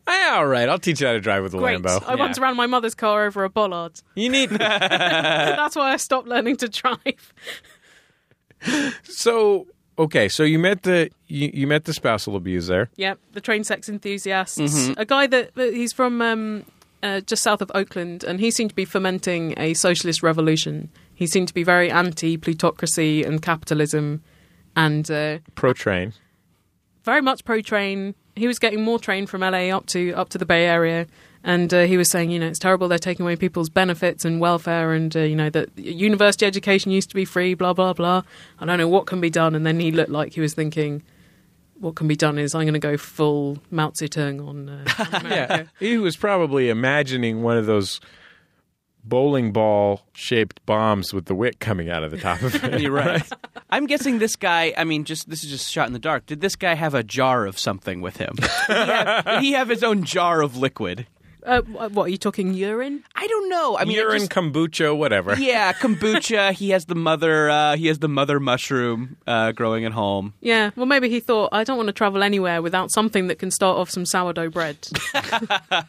[SPEAKER 2] Eh, all right, I'll teach you how to drive with a
[SPEAKER 4] Great.
[SPEAKER 2] Lambo.
[SPEAKER 4] I once
[SPEAKER 3] Yeah.
[SPEAKER 4] ran my mother's car over a bollard.
[SPEAKER 2] You need
[SPEAKER 4] So that's why I stopped learning to drive.
[SPEAKER 2] so okay. So you met the you, you met the spousal abuser.
[SPEAKER 4] yep, the train sex enthusiasts. A guy that, that he's from um, uh, just south of Oakland, and he seemed to be fomenting a socialist revolution. He seemed to be very anti plutocracy and capitalism, and uh,
[SPEAKER 2] Pro train.
[SPEAKER 4] very much pro train. He was getting more train from LA up to up to the Bay Area, and uh, he was saying, you know, it's terrible they're taking away people's benefits and welfare, and uh, you know that university education used to be free, blah blah blah. I don't know what can be done, and then he looked like he was thinking, what can be done is I'm going to go full Mao Zedong on. Uh, on America.
[SPEAKER 2] He was probably imagining one of those bowling ball shaped bombs with the wick coming out of the top of it.
[SPEAKER 3] You're right. I'm guessing this guy. I mean, just this is just shot in the dark. Did this guy have a jar of something with him? Did he have, did he have his own jar of liquid?
[SPEAKER 4] uh, wh- what are you talking urine?
[SPEAKER 3] I don't know. I mean, I
[SPEAKER 2] Urine,
[SPEAKER 3] just-
[SPEAKER 2] kombucha, whatever.
[SPEAKER 3] yeah, kombucha. He has the mother. Uh, he has the mother mushroom uh, growing at home.
[SPEAKER 4] Yeah, well, maybe he thought I don't want to travel anywhere without something that can start off some sourdough bread.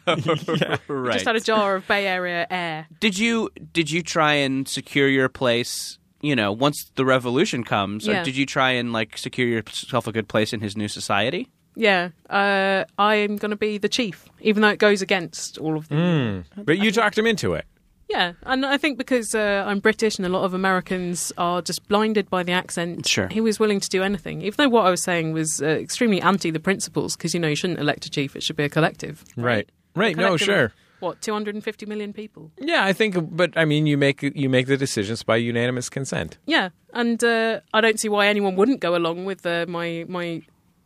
[SPEAKER 3] Right.
[SPEAKER 4] Just had a jar of Bay Area air.
[SPEAKER 3] did you did you try and secure your place? You know, once the revolution comes,
[SPEAKER 4] Yeah.
[SPEAKER 3] or did you try and like secure yourself a good place in his new society?
[SPEAKER 4] Yeah, uh, I am going to be the chief, even though it goes against all of them.
[SPEAKER 2] Mm. But you talked him into it.
[SPEAKER 4] Yeah, and I think because uh, I'm British and a lot of Americans are just blinded by the accent,
[SPEAKER 3] Sure.
[SPEAKER 4] he was willing to do anything, even though what I was saying was uh, extremely anti the principles, because you know you shouldn't elect a chief; it should be a collective.
[SPEAKER 2] Right. Right. No,
[SPEAKER 4] Collective of,
[SPEAKER 2] sure.
[SPEAKER 4] What 250 million people?
[SPEAKER 2] Yeah, I think. But I mean, you make you make the decisions by unanimous consent.
[SPEAKER 4] Yeah, and uh, I don't see why anyone wouldn't go along with uh, my my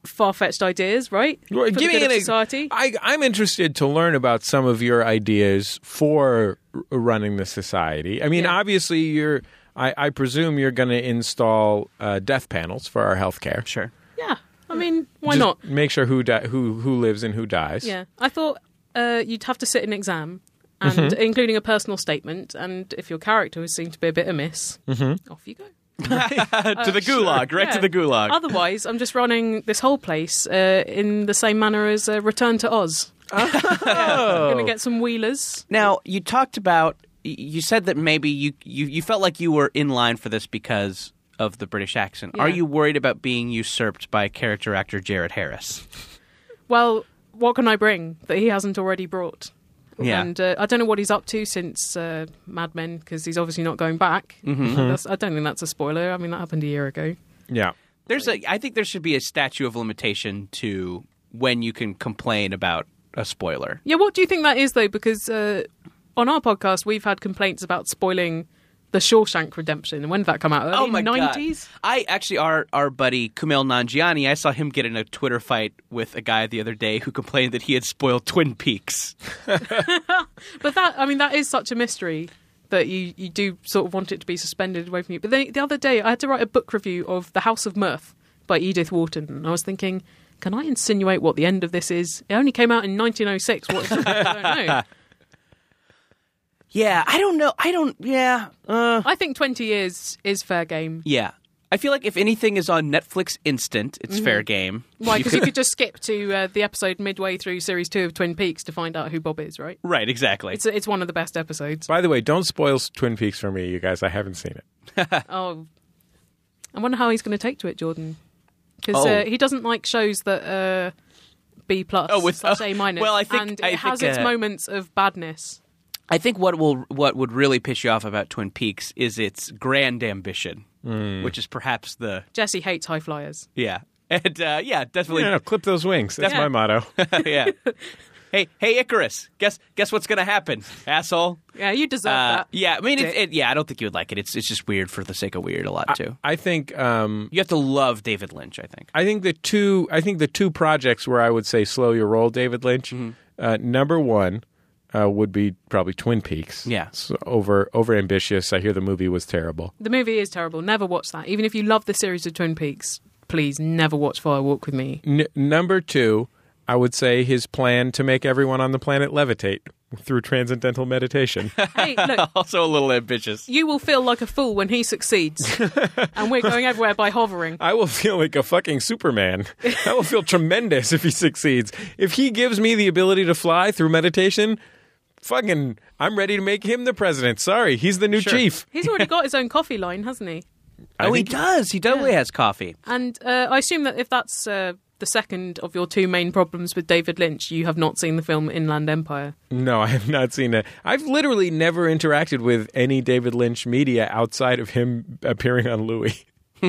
[SPEAKER 4] far fetched ideas, right? For the good of
[SPEAKER 2] ex-
[SPEAKER 4] society.
[SPEAKER 2] I, I'm interested to learn about some of your ideas for r- running the society. I mean,
[SPEAKER 4] Yeah.
[SPEAKER 2] obviously, you're. I, I presume you're going to install uh, death panels for our healthcare.
[SPEAKER 3] Sure.
[SPEAKER 4] yeah, I mean, why
[SPEAKER 2] Just
[SPEAKER 4] not?
[SPEAKER 2] Make sure who di- who who lives and who dies.
[SPEAKER 4] Yeah, I thought uh, you'd have to sit an exam, and
[SPEAKER 3] Mm-hmm.
[SPEAKER 4] including a personal statement, and if your character was seen to be a bit amiss, off you go.
[SPEAKER 3] to the gulag, right Mm-hmm. Ah, to
[SPEAKER 4] Uh, Yeah.
[SPEAKER 3] the gulag.
[SPEAKER 4] Otherwise, I'm just running this whole place uh, in the same manner as uh, Return to Oz.
[SPEAKER 3] Oh.
[SPEAKER 4] I'm going to get some wheelers.
[SPEAKER 3] Now you talked about y- you said that maybe you, you you felt like you were in line for this because of the British accent. Are
[SPEAKER 4] Yeah.
[SPEAKER 3] you worried about being usurped by character actor Jared Harris?
[SPEAKER 4] Well, what can I bring that he hasn't already brought?
[SPEAKER 3] Yeah.
[SPEAKER 4] And uh, I don't know what he's up to since uh, Mad Men because he's obviously not going back.
[SPEAKER 3] Mm-hmm.
[SPEAKER 4] That's, I don't think that's a spoiler. I mean, that happened a year ago.
[SPEAKER 2] Yeah.
[SPEAKER 3] There's a I think there should be a statute of limitation to when you can complain about a spoiler.
[SPEAKER 4] Yeah, what do you think that is though? Because uh, on our podcast, we've had complaints about spoiling the Shawshank Redemption. And when did that come out? Early
[SPEAKER 3] Oh my
[SPEAKER 4] 90s?
[SPEAKER 3] god! I actually our our buddy Kumail Nanjiani. I saw him get in a Twitter fight with a guy the other day who complained that he had spoiled Twin Peaks.
[SPEAKER 4] But that, I mean, that is such a mystery that you, you do sort of want it to be suspended away from you. But then the other day, I had to write a book review of The House of Mirth by Edith Wharton. And I was thinking, Can I insinuate what the end of this is? It only came out in 1906. What? I don't know.
[SPEAKER 3] Yeah, I don't know. I don't. Yeah, uh,
[SPEAKER 4] I think 20 years is fair game.
[SPEAKER 3] yeah. I feel like if anything is on Netflix Instant, it's fair game.
[SPEAKER 4] Why? Because you could just skip to uh, the episode midway through series two of Twin Peaks to find out who Bob is, right?
[SPEAKER 3] Right, exactly.
[SPEAKER 4] It's it's one of the best episodes.
[SPEAKER 2] By the way, don't spoil Twin Peaks for me, you guys. I haven't seen it.
[SPEAKER 4] Oh, I wonder how he's going to take to it, Jordan, because
[SPEAKER 3] Oh.
[SPEAKER 4] uh, he doesn't like shows that uh, B plus
[SPEAKER 3] Oh, with-
[SPEAKER 4] slash
[SPEAKER 3] oh,
[SPEAKER 4] A minus.
[SPEAKER 3] well, I think-
[SPEAKER 4] and it
[SPEAKER 3] I
[SPEAKER 4] has
[SPEAKER 3] think,
[SPEAKER 4] its
[SPEAKER 3] uh,
[SPEAKER 4] moments of badness.
[SPEAKER 3] I think what will what would really piss you off about Twin Peaks is its grand ambition, which is perhaps the
[SPEAKER 4] Jesse hates high flyers.
[SPEAKER 3] yeah and uh, yeah definitely
[SPEAKER 2] No, no, clip those wings. That's my
[SPEAKER 4] Yeah.
[SPEAKER 2] motto.
[SPEAKER 3] yeah. Hey, hey, Icarus! Guess guess what's gonna happen, asshole?
[SPEAKER 4] Yeah, you deserve
[SPEAKER 3] Uh,
[SPEAKER 4] that.
[SPEAKER 3] yeah, I mean, it,
[SPEAKER 4] Dick.
[SPEAKER 3] it, yeah, I don't think you would like it. It's it's just weird for the sake of weird a lot too.
[SPEAKER 2] I think um,
[SPEAKER 3] You have to love David Lynch, I think.
[SPEAKER 2] I think the two I think the two projects where I would say slow your roll, David Lynch. Uh, number one uh, would be probably Twin Peaks.
[SPEAKER 3] Yeah.
[SPEAKER 2] It's over over ambitious. I hear the movie was terrible.
[SPEAKER 4] The movie is terrible. Never watch that. Even if you love the series of Twin Peaks, please never watch Fire Walk with Me.
[SPEAKER 2] N- number two, I would say his plan to make everyone on the planet levitate through transcendental meditation.
[SPEAKER 4] Hey, look,
[SPEAKER 3] Also a little ambitious.
[SPEAKER 4] you will feel like a fool when he succeeds, and we're going everywhere by hovering.
[SPEAKER 2] I will feel like a fucking Superman. I will feel tremendous if he succeeds. If he gives me the ability to fly through meditation, fucking, I'm ready to make him the president. Sorry, he's the new chief.
[SPEAKER 4] He's already got his own coffee line, hasn't he?
[SPEAKER 3] oh, he does. He totally has coffee.
[SPEAKER 4] And uh, I assume that if that's uh, the second of your two main problems with David Lynch, you have not seen the film Inland Empire.
[SPEAKER 2] No, I have not seen that. I've literally never interacted with any David Lynch media outside of him appearing on Louis.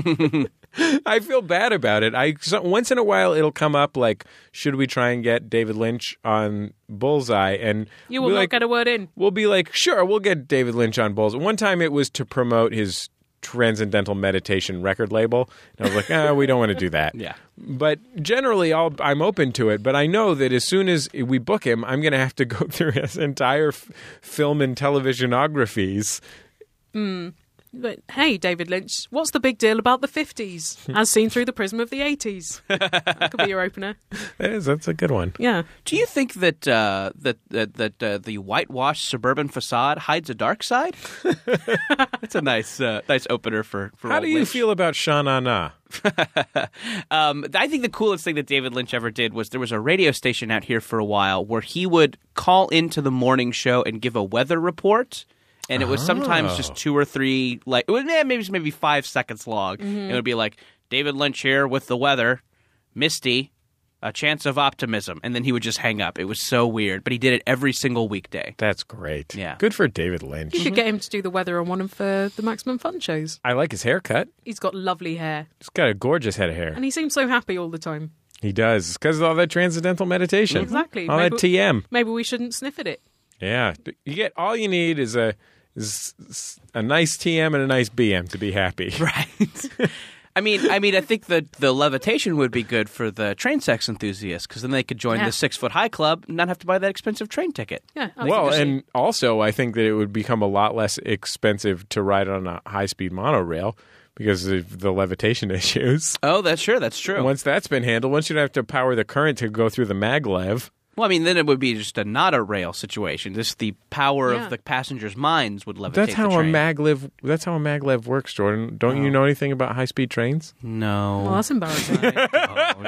[SPEAKER 2] I feel bad about it. I so, once in a while it'll come up like, should we try and get David Lynch on Bullseye? And
[SPEAKER 4] You will
[SPEAKER 2] we
[SPEAKER 4] not
[SPEAKER 2] like,
[SPEAKER 4] get a word in.
[SPEAKER 2] we'll be like, sure, we'll get David Lynch on Bullseye. One time it was to promote his Transcendental Meditation record label, and I was like, ah, we don't want to do that.
[SPEAKER 3] Yeah.
[SPEAKER 2] But generally, I'll, I'm open to it. But I know that as soon as we book him, I'm going to have to go through his entire f- film and televisionographies.
[SPEAKER 4] But hey, David Lynch, what's the big deal about the 50s as seen through the prism of the 80s? That could be your opener.
[SPEAKER 2] That is, that's a good one.
[SPEAKER 4] Yeah.
[SPEAKER 3] Do you think that uh, that that, that uh, the whitewashed suburban facade hides a dark side? That's a nice uh, nice opener for. for
[SPEAKER 2] How
[SPEAKER 3] old
[SPEAKER 2] do you
[SPEAKER 3] Lynch.
[SPEAKER 2] feel about Sha Na Na?
[SPEAKER 3] Um, I think the coolest thing that David Lynch ever did was there was a radio station out here for a while where he would call into the morning show and give a weather report. And it was sometimes just two or three, like well, eh, maybe maybe five seconds long. And it would be like David Lynch here with the weather, misty, a chance of optimism, and then he would just hang up. It was so weird, but he did it every single weekday.
[SPEAKER 2] That's great.
[SPEAKER 3] Yeah.
[SPEAKER 2] Good for David Lynch.
[SPEAKER 4] You should get him to do the weather on one of uh, the Maximum Fun shows.
[SPEAKER 2] I like his haircut.
[SPEAKER 4] He's got lovely hair
[SPEAKER 2] He's got a gorgeous head of hair.
[SPEAKER 4] and he seems so happy all the time.
[SPEAKER 2] He does. It's because of all that transcendental meditation.
[SPEAKER 4] Exactly.
[SPEAKER 2] All that
[SPEAKER 4] Maybe-
[SPEAKER 2] TM.
[SPEAKER 4] Maybe we shouldn't sniff at it.
[SPEAKER 2] Yeah. You get all you need is a is s- a nice TM and a nice BM to be happy.
[SPEAKER 3] Right. I mean, I mean, I think the the levitation would be good for the train sex enthusiasts because then they could join
[SPEAKER 4] Yeah.
[SPEAKER 3] the six foot high club and not have to buy that expensive train ticket.
[SPEAKER 4] Yeah. I
[SPEAKER 2] Well,
[SPEAKER 4] think we should.
[SPEAKER 2] and also I think that it would become a lot less expensive to ride on a high speed monorail because of the levitation issues.
[SPEAKER 3] Oh, that's sure, that's true.
[SPEAKER 2] Once that's been handled, once you don't have to power the current to go through the maglev.
[SPEAKER 3] well, I mean, then it would be just a not a rail situation. Just the power
[SPEAKER 4] Yeah.
[SPEAKER 3] of the passengers' minds would levitate.
[SPEAKER 2] That's
[SPEAKER 3] the
[SPEAKER 2] how a
[SPEAKER 3] train.
[SPEAKER 2] maglev. That's how a maglev works, Jordan. Don't you know anything about high speed trains?
[SPEAKER 3] No.
[SPEAKER 4] Well, that's embarrassing.
[SPEAKER 3] Don't.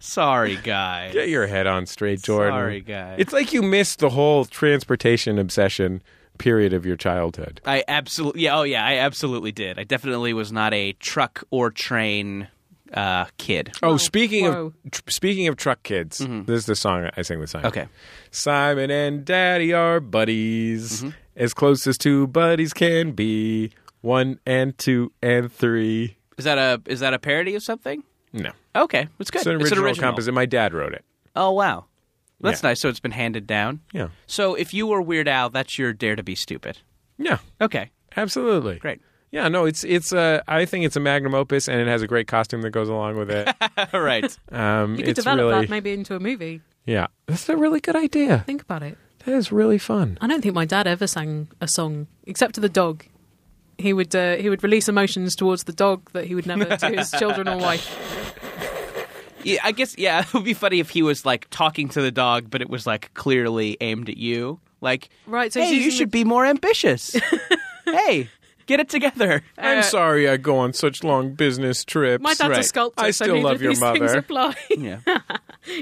[SPEAKER 3] Sorry, guy.
[SPEAKER 2] Get your head on straight, Jordan.
[SPEAKER 3] Sorry, guy.
[SPEAKER 2] It's like you missed the whole transportation obsession period of your childhood.
[SPEAKER 3] I absolutely, yeah, oh yeah, I absolutely did. I definitely was not a truck or train uh, kid.
[SPEAKER 2] Oh, speaking
[SPEAKER 4] whoa.
[SPEAKER 2] of tr- speaking of truck kids, this is the song I sing. The song,
[SPEAKER 3] Okay.
[SPEAKER 2] Simon and Daddy are buddies, as close as two buddies can be. One and two and three.
[SPEAKER 3] Is that a is that a parody of something?
[SPEAKER 2] No,
[SPEAKER 3] Okay, it's good.
[SPEAKER 2] it's an original, composition. My dad wrote it.
[SPEAKER 3] Oh wow, that's
[SPEAKER 2] Yeah.
[SPEAKER 3] nice. So it's been handed down.
[SPEAKER 2] Yeah,
[SPEAKER 3] So if you were Weird Al, that's your Dare to Be Stupid.
[SPEAKER 2] yeah,
[SPEAKER 3] Okay,
[SPEAKER 2] absolutely.
[SPEAKER 3] great.
[SPEAKER 2] Yeah, no, it's it's. Uh, I think it's a magnum opus, and it has a great costume that goes along with it.
[SPEAKER 3] All right.
[SPEAKER 2] Um,
[SPEAKER 4] You could
[SPEAKER 2] it's
[SPEAKER 4] develop
[SPEAKER 2] really,
[SPEAKER 4] that maybe into a movie.
[SPEAKER 2] yeah, that's a really good idea.
[SPEAKER 4] Think about it.
[SPEAKER 2] That is really fun.
[SPEAKER 4] I don't think my dad ever sang a song except to the dog. He would uh, he would release emotions towards the dog that he would never to his children or wife.
[SPEAKER 3] Yeah, I guess yeah, it would be funny if he was like talking to the dog, but it was like clearly aimed at you. Like,
[SPEAKER 4] Right, so he's
[SPEAKER 3] hey, you
[SPEAKER 4] using
[SPEAKER 3] should be more ambitious. hey, get it together.
[SPEAKER 2] I'm sorry I go on such long business trips.
[SPEAKER 4] My dad's a sculptor,
[SPEAKER 2] I
[SPEAKER 4] so
[SPEAKER 2] still
[SPEAKER 4] neither
[SPEAKER 2] love
[SPEAKER 4] of
[SPEAKER 2] your
[SPEAKER 4] these things
[SPEAKER 2] mother.
[SPEAKER 4] apply.
[SPEAKER 3] Yeah.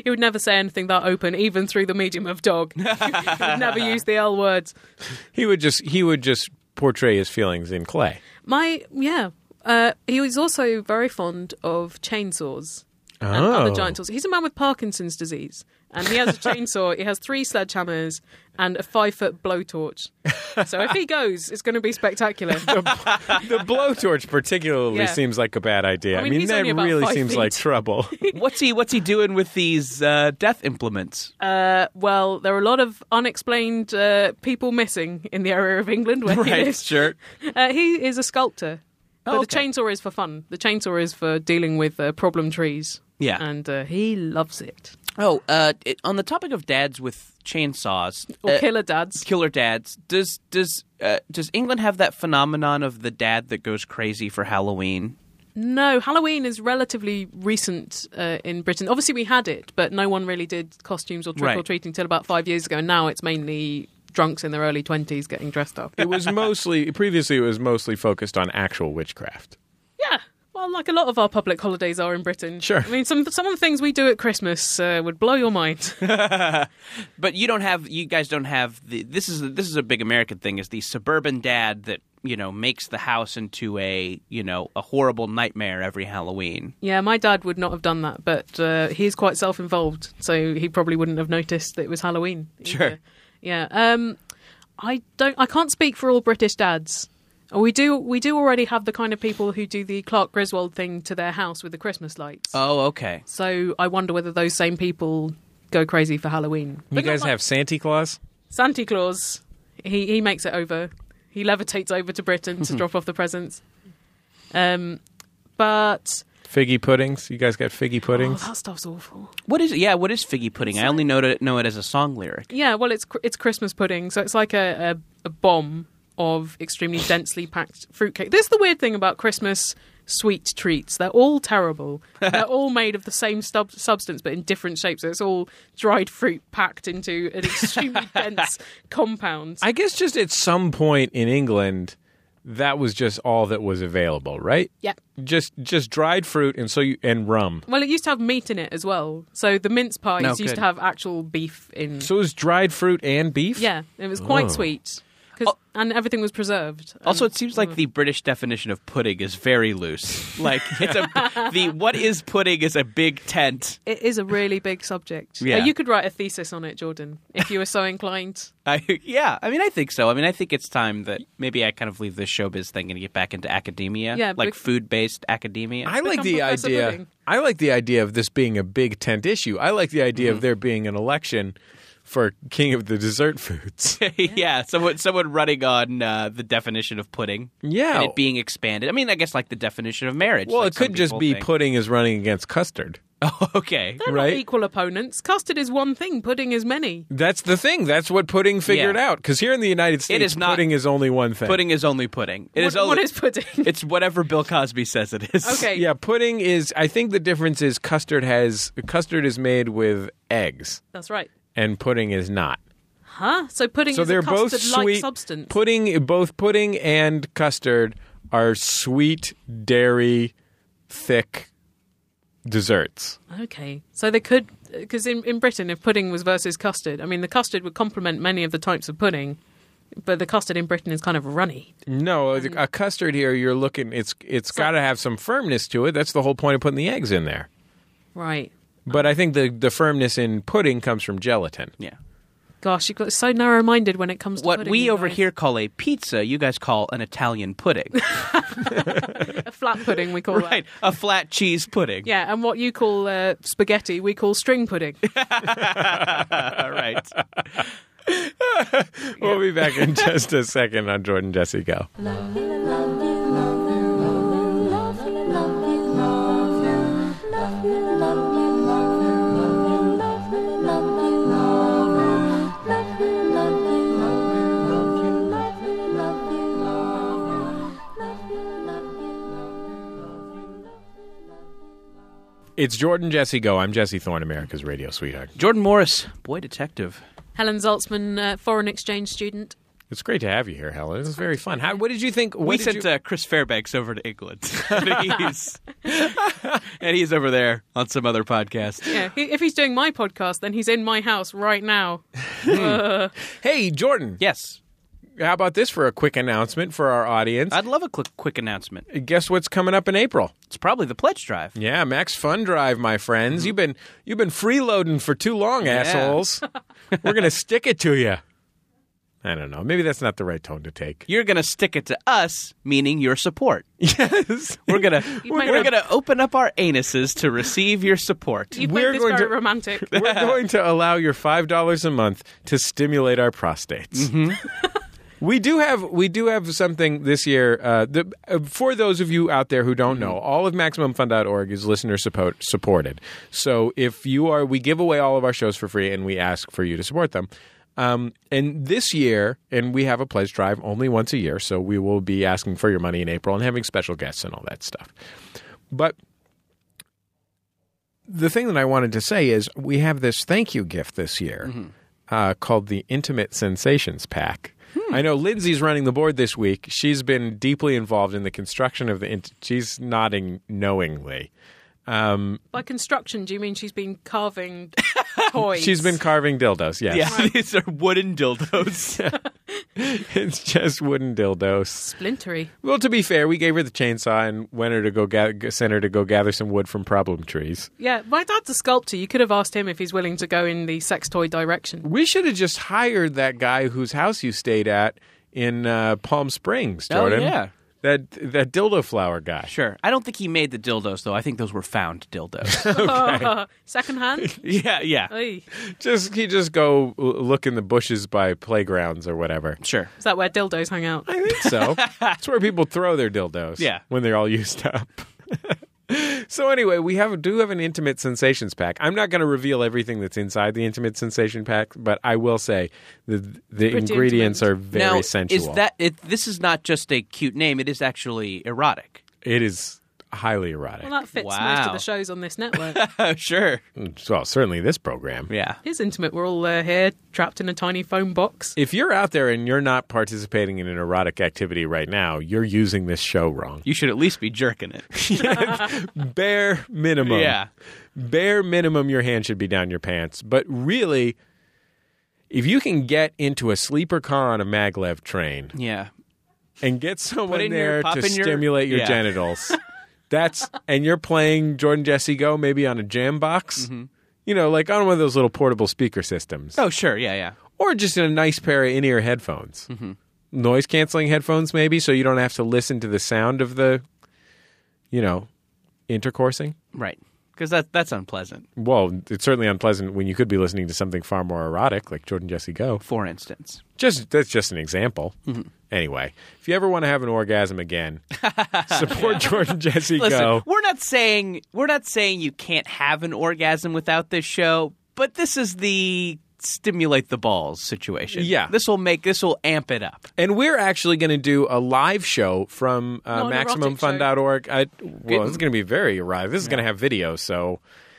[SPEAKER 4] he would never say anything that open, even through the medium of dog. he would never use the L words.
[SPEAKER 2] He would just he would just portray his feelings in clay.
[SPEAKER 4] My yeah. Uh, he was also very fond of chainsaws and other
[SPEAKER 3] Oh.
[SPEAKER 4] giant tools. He's a man with Parkinson's disease, and he has a chainsaw. He has three sledgehammers and a five-foot blowtorch. So if he goes, it's going to be spectacular.
[SPEAKER 2] The blowtorch particularly
[SPEAKER 4] Yeah.
[SPEAKER 2] seems like a bad idea. I
[SPEAKER 4] mean,
[SPEAKER 2] mean,
[SPEAKER 4] he's
[SPEAKER 2] that
[SPEAKER 4] only about
[SPEAKER 2] really
[SPEAKER 4] five
[SPEAKER 2] seems
[SPEAKER 4] feet.
[SPEAKER 2] like trouble.
[SPEAKER 3] what's he What's he doing with these uh, death implements?
[SPEAKER 4] Uh, well, there are a lot of unexplained uh, people missing in the area of England where he
[SPEAKER 3] right,
[SPEAKER 4] lives.
[SPEAKER 3] sure.
[SPEAKER 4] Uh, he is a sculptor. But
[SPEAKER 3] Oh,
[SPEAKER 4] the
[SPEAKER 3] okay.
[SPEAKER 4] chainsaw is for fun. The chainsaw is for dealing with uh, problem trees.
[SPEAKER 3] Yeah.
[SPEAKER 4] And uh, he loves it.
[SPEAKER 3] Oh, uh, it, on the topic of dads with chainsaws,
[SPEAKER 4] Or
[SPEAKER 3] uh,
[SPEAKER 4] killer dads.
[SPEAKER 3] killer dads. Does does uh, does England have that phenomenon of the dad that goes crazy for Halloween?
[SPEAKER 4] No, Halloween is relatively recent uh, in Britain. Obviously, we had it, but no one really did costumes or trick
[SPEAKER 3] Right.
[SPEAKER 4] or treating till about five years ago. And now it's mainly drunks in their early 20s getting dressed up.
[SPEAKER 2] it was mostly previously it was mostly focused on actual witchcraft.
[SPEAKER 4] Yeah. Well, like a lot of our public holidays are in Britain.
[SPEAKER 2] Sure.
[SPEAKER 4] I mean, some some of the things we do at Christmas uh, would blow your mind.
[SPEAKER 3] But you don't have you guys don't have the this is this is a big American thing is the suburban dad that you know makes the house into a you know a horrible nightmare every Halloween.
[SPEAKER 4] yeah, my dad would not have done that, but uh, he's quite self-involved, so he probably wouldn't have noticed that it was Halloween. uh,
[SPEAKER 3] Sure.
[SPEAKER 4] Yeah. Um, I don't. I can't speak for all British dads. We do. We do already have the kind of people who do the Clark Griswold thing to their house with the Christmas lights.
[SPEAKER 2] Uh.
[SPEAKER 3] Oh, okay.
[SPEAKER 4] so I wonder whether those same people go crazy for Halloween.
[SPEAKER 2] You guys have Santa Claus?
[SPEAKER 4] Santa Claus, he, he makes it over. He levitates over to Britain to drop off the presents. Um, but
[SPEAKER 2] Figgy puddings? You guys got figgy
[SPEAKER 4] oh,
[SPEAKER 2] puddings?
[SPEAKER 4] that stuff's awful.
[SPEAKER 3] What is yeah? What is figgy pudding? I only know it know it as a song lyric.
[SPEAKER 4] Yeah, well, it's cr- it's Christmas pudding, so it's like a, a, a bomb of extremely densely packed fruitcake. This is the weird thing about Christmas sweet treats. They're all terrible. They're all made of the same stub- substance, but in different shapes. So it's all dried fruit packed into an extremely dense compound.
[SPEAKER 2] I guess just at some point in England, that was just all that was available, right?
[SPEAKER 4] yeah.
[SPEAKER 2] Just just dried fruit and so you and rum.
[SPEAKER 4] Well, it used to have meat in it as well. So the mince pies
[SPEAKER 3] No,
[SPEAKER 4] used
[SPEAKER 3] good.
[SPEAKER 4] to have actual beef in.
[SPEAKER 2] So it was dried fruit and beef.
[SPEAKER 4] yeah, it was quite
[SPEAKER 2] Oh.
[SPEAKER 4] sweet. 'Cause- and everything was preserved.
[SPEAKER 3] Also,
[SPEAKER 4] And-
[SPEAKER 3] it seems like the British definition of pudding is very loose. Like it's a the what is pudding is a big tent.
[SPEAKER 4] it is a really big subject.
[SPEAKER 3] Yeah.
[SPEAKER 4] Uh, you could write a thesis on it, Jordan, if you were so inclined.
[SPEAKER 3] I, yeah, I mean, I think so. I mean, I think it's time that maybe I kind of leave this showbiz thing and get back into academia,
[SPEAKER 4] Yeah,
[SPEAKER 3] like
[SPEAKER 4] bec-
[SPEAKER 3] food-based academia.
[SPEAKER 2] I like
[SPEAKER 4] become
[SPEAKER 2] the
[SPEAKER 4] Professor
[SPEAKER 2] idea.
[SPEAKER 4] Pudding.
[SPEAKER 2] I like the idea of this being a big tent issue. I like the idea of there being an election for king of the dessert foods.
[SPEAKER 3] yeah, someone someone running on uh, the definition of pudding,
[SPEAKER 2] Yeah.
[SPEAKER 3] and it being expanded. I mean, I guess like the definition of marriage.
[SPEAKER 2] well,
[SPEAKER 3] like
[SPEAKER 2] it
[SPEAKER 3] some
[SPEAKER 2] could just
[SPEAKER 3] people
[SPEAKER 2] be
[SPEAKER 3] think.
[SPEAKER 2] pudding is running against custard.
[SPEAKER 3] Oh, okay,
[SPEAKER 4] They're
[SPEAKER 2] Right.
[SPEAKER 4] not equal opponents. Custard is one thing, pudding is many.
[SPEAKER 2] That's the thing. That's what pudding figured
[SPEAKER 3] Yeah.
[SPEAKER 2] out. Because here in the United States,
[SPEAKER 3] is not-
[SPEAKER 2] pudding is only one thing.
[SPEAKER 3] pudding is only pudding. It
[SPEAKER 4] What-
[SPEAKER 3] is only
[SPEAKER 4] what is pudding?
[SPEAKER 3] It's whatever Bill Cosby says it is.
[SPEAKER 4] Okay.
[SPEAKER 2] Yeah, pudding is. I think the difference is custard has custard is made with eggs,
[SPEAKER 4] That's right.
[SPEAKER 2] and pudding is not.
[SPEAKER 4] Huh? So pudding
[SPEAKER 2] So
[SPEAKER 4] is
[SPEAKER 2] they're
[SPEAKER 4] a
[SPEAKER 2] both
[SPEAKER 4] custard-like
[SPEAKER 2] sweet.
[SPEAKER 4] substance.
[SPEAKER 2] Pudding, both pudding and custard are sweet dairy, thick desserts.
[SPEAKER 4] okay. So they could, because in, in Britain, if pudding was versus custard, I mean, the custard would complement many of the types of pudding, but the custard in Britain is kind of runny.
[SPEAKER 2] No, a a custard here. You're looking. It's it's got to have some firmness to it. That's the whole point of putting the eggs in there.
[SPEAKER 4] Right.
[SPEAKER 2] But I think the the firmness in pudding comes from gelatin.
[SPEAKER 3] Yeah.
[SPEAKER 4] Gosh, you've got so narrow minded when it comes to
[SPEAKER 3] What
[SPEAKER 4] pudding,
[SPEAKER 3] we
[SPEAKER 4] you
[SPEAKER 3] over
[SPEAKER 4] guys.
[SPEAKER 3] here call a pizza, you guys call an Italian pudding.
[SPEAKER 4] A flat pudding, we call
[SPEAKER 3] right. A
[SPEAKER 4] that.
[SPEAKER 3] flat cheese pudding.
[SPEAKER 4] Yeah, and what you call uh, spaghetti, we call string pudding.
[SPEAKER 3] All right.
[SPEAKER 2] We'll be back in just a second on Jordan Jesse Go. It's Jordan Jesse Go. I'm Jesse Thorne, America's radio sweetheart.
[SPEAKER 3] Jordan Morris, boy detective.
[SPEAKER 4] Helen Zaltzman, uh, foreign exchange student.
[SPEAKER 2] It's great to have you here, Helen. This is very fun. How, what did you think? What
[SPEAKER 3] we
[SPEAKER 2] did
[SPEAKER 3] sent
[SPEAKER 2] you,
[SPEAKER 3] uh, Chris Fairbanks over to England, and, he's, and he's over there on some other podcast.
[SPEAKER 4] Yeah, he, if he's doing my podcast, then he's in my house right now.
[SPEAKER 2] hey, Jordan.
[SPEAKER 3] Yes,
[SPEAKER 2] How about this for a quick announcement for our audience?
[SPEAKER 3] I'd love a quick, quick announcement.
[SPEAKER 2] Guess what's coming up in April?
[SPEAKER 3] It's probably the pledge drive.
[SPEAKER 2] Yeah, Max Fun Drive, my friends. You've been you've been freeloading for too long, assholes. We're gonna stick it to you. I don't know. Maybe that's not the right tone to take.
[SPEAKER 3] You're gonna stick it to us, meaning your support.
[SPEAKER 2] Yes,
[SPEAKER 3] We're gonna we're
[SPEAKER 4] might
[SPEAKER 3] gonna,
[SPEAKER 4] want-
[SPEAKER 3] open up our anuses to receive your support.
[SPEAKER 4] You'd
[SPEAKER 2] We're
[SPEAKER 4] make this
[SPEAKER 2] going
[SPEAKER 4] very
[SPEAKER 2] to-
[SPEAKER 4] romantic.
[SPEAKER 2] we're going to allow your five dollars a month to stimulate our prostates. we do have we do have something this year. Uh, the, uh, for those of you out there who don't know, all of MaximumFun.org is listener support, supported. So if you are, we give away all of our shows for free, and we ask for you to support them. Um, and this year, and we have a pledge drive only once a year, so we will be asking for your money in April and having special guests and all that stuff. But the thing that I wanted to say is we have this thank you gift this year
[SPEAKER 3] Mm-hmm.
[SPEAKER 2] uh, called the Intimate Sensations Pack.
[SPEAKER 3] Hmm.
[SPEAKER 2] I know Lindsay's running the board this week. She's been deeply involved in the construction of the. Int- she's nodding knowingly.
[SPEAKER 4] By construction, do you mean she's been carving toys?
[SPEAKER 2] She's been carving dildos. Yes,
[SPEAKER 3] Yeah, these are wooden dildos.
[SPEAKER 2] it's just wooden dildos.
[SPEAKER 4] splintery.
[SPEAKER 2] Well, to be fair, we gave her the chainsaw and went her to go ga- sent her to go gather some wood from problem trees.
[SPEAKER 4] Yeah, my dad's a sculptor. You could have asked him if he's willing to go in the sex toy direction.
[SPEAKER 2] We should have just hired that guy whose house you stayed at in uh, Palm Springs,
[SPEAKER 3] Oh,
[SPEAKER 2] Jordan.
[SPEAKER 3] yeah.
[SPEAKER 2] That that dildo flower guy.
[SPEAKER 3] sure. I don't think he made the dildos though. I think those were found dildos.
[SPEAKER 4] Second hand?
[SPEAKER 3] yeah, yeah.
[SPEAKER 4] Oy.
[SPEAKER 2] Just he just go l- look in the bushes by playgrounds or whatever.
[SPEAKER 3] Sure.
[SPEAKER 4] Is that where dildos hang out?
[SPEAKER 2] I think so. it's where people throw their dildos.
[SPEAKER 3] Yeah.
[SPEAKER 2] when they're all used up. so anyway, we have do have an intimate sensations pack. I'm not going to reveal everything that's inside the intimate sensation pack, but I will say the the ingredients
[SPEAKER 4] intimate.
[SPEAKER 2] are very
[SPEAKER 3] now,
[SPEAKER 2] sensual.
[SPEAKER 3] is that it, this is not just a cute name? It is actually erotic.
[SPEAKER 2] it is highly erotic.
[SPEAKER 4] Well, that fits most
[SPEAKER 3] Wow.
[SPEAKER 4] of the shows on this network.
[SPEAKER 3] sure.
[SPEAKER 2] well, certainly this program.
[SPEAKER 3] Yeah.
[SPEAKER 4] Here's intimate. We're all uh, here, trapped in a tiny foam box.
[SPEAKER 2] If you're out there and you're not participating in an erotic activity right now, you're using this show wrong.
[SPEAKER 3] You should at least be jerking it.
[SPEAKER 2] Bare minimum.
[SPEAKER 3] yeah.
[SPEAKER 2] bare minimum your hand should be down your pants but really if you can get into a sleeper car on a maglev train
[SPEAKER 3] Yeah.
[SPEAKER 2] and get someone
[SPEAKER 3] in your-
[SPEAKER 2] there
[SPEAKER 3] pop
[SPEAKER 2] to
[SPEAKER 3] in your-
[SPEAKER 2] stimulate your
[SPEAKER 3] yeah.
[SPEAKER 2] genitals that's and you're playing jordan jesse go maybe on a jam box you know like on one of those little portable speaker systems
[SPEAKER 3] Mm-hmm. Oh, sure. Yeah, yeah.
[SPEAKER 2] or just in a nice pair of in-ear headphones
[SPEAKER 3] Mm-hmm.
[SPEAKER 2] noise canceling headphones maybe so you don't have to listen to the sound of the you know intercoursing
[SPEAKER 3] Right. Because that that's unpleasant.
[SPEAKER 2] Well, it's certainly unpleasant when you could be listening to something far more erotic, like Jordan Jesse Go.
[SPEAKER 3] For instance.
[SPEAKER 2] Just that's just an example. Anyway, if you ever want to have an orgasm again, support Jordan Jesse
[SPEAKER 3] Listen,
[SPEAKER 2] Go.
[SPEAKER 3] we're not saying we're not saying you can't have an orgasm without this show, but this is the stimulate the balls situation.
[SPEAKER 2] Yeah.
[SPEAKER 3] This will make this will amp it up.
[SPEAKER 2] And we're actually going to do a live show from uh,
[SPEAKER 4] Not an erotic
[SPEAKER 2] MaximumFun.org. I, well, it's going to be very erotic. This is going to have video, so.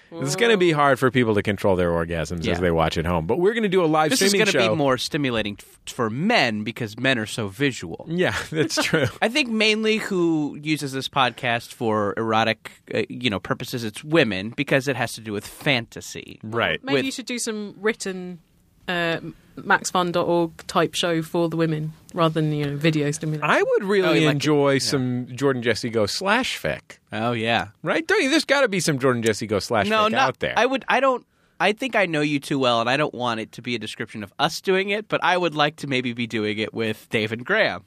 [SPEAKER 2] It's going to be hard for people to control their orgasms
[SPEAKER 3] Yeah.
[SPEAKER 2] as they watch at home, but we're going to do a live
[SPEAKER 3] This is
[SPEAKER 2] streaming
[SPEAKER 3] going to
[SPEAKER 2] show.
[SPEAKER 3] be more stimulating f- for men because men are so visual.
[SPEAKER 2] yeah, that's true.
[SPEAKER 3] I think mainly who uses this podcast for erotic, uh, you know, purposes it's women because it has to do with fantasy.
[SPEAKER 2] right.
[SPEAKER 4] Maybe
[SPEAKER 3] with-
[SPEAKER 4] you should do some written uh, maxfun.org type show for the women rather than you know video stimulation.
[SPEAKER 2] I would really
[SPEAKER 3] you like it.
[SPEAKER 2] enjoy some Jordan Jesse Go slash fic.
[SPEAKER 3] Oh yeah.
[SPEAKER 2] right? Don't you? There's got to be some Jordan Jesse Go slash
[SPEAKER 3] No,
[SPEAKER 2] fic
[SPEAKER 3] not
[SPEAKER 2] out there.
[SPEAKER 3] I would I don't I think I know you too well and I don't want it to be a description of us doing it, but I would like to maybe be doing it with Dave and Graham.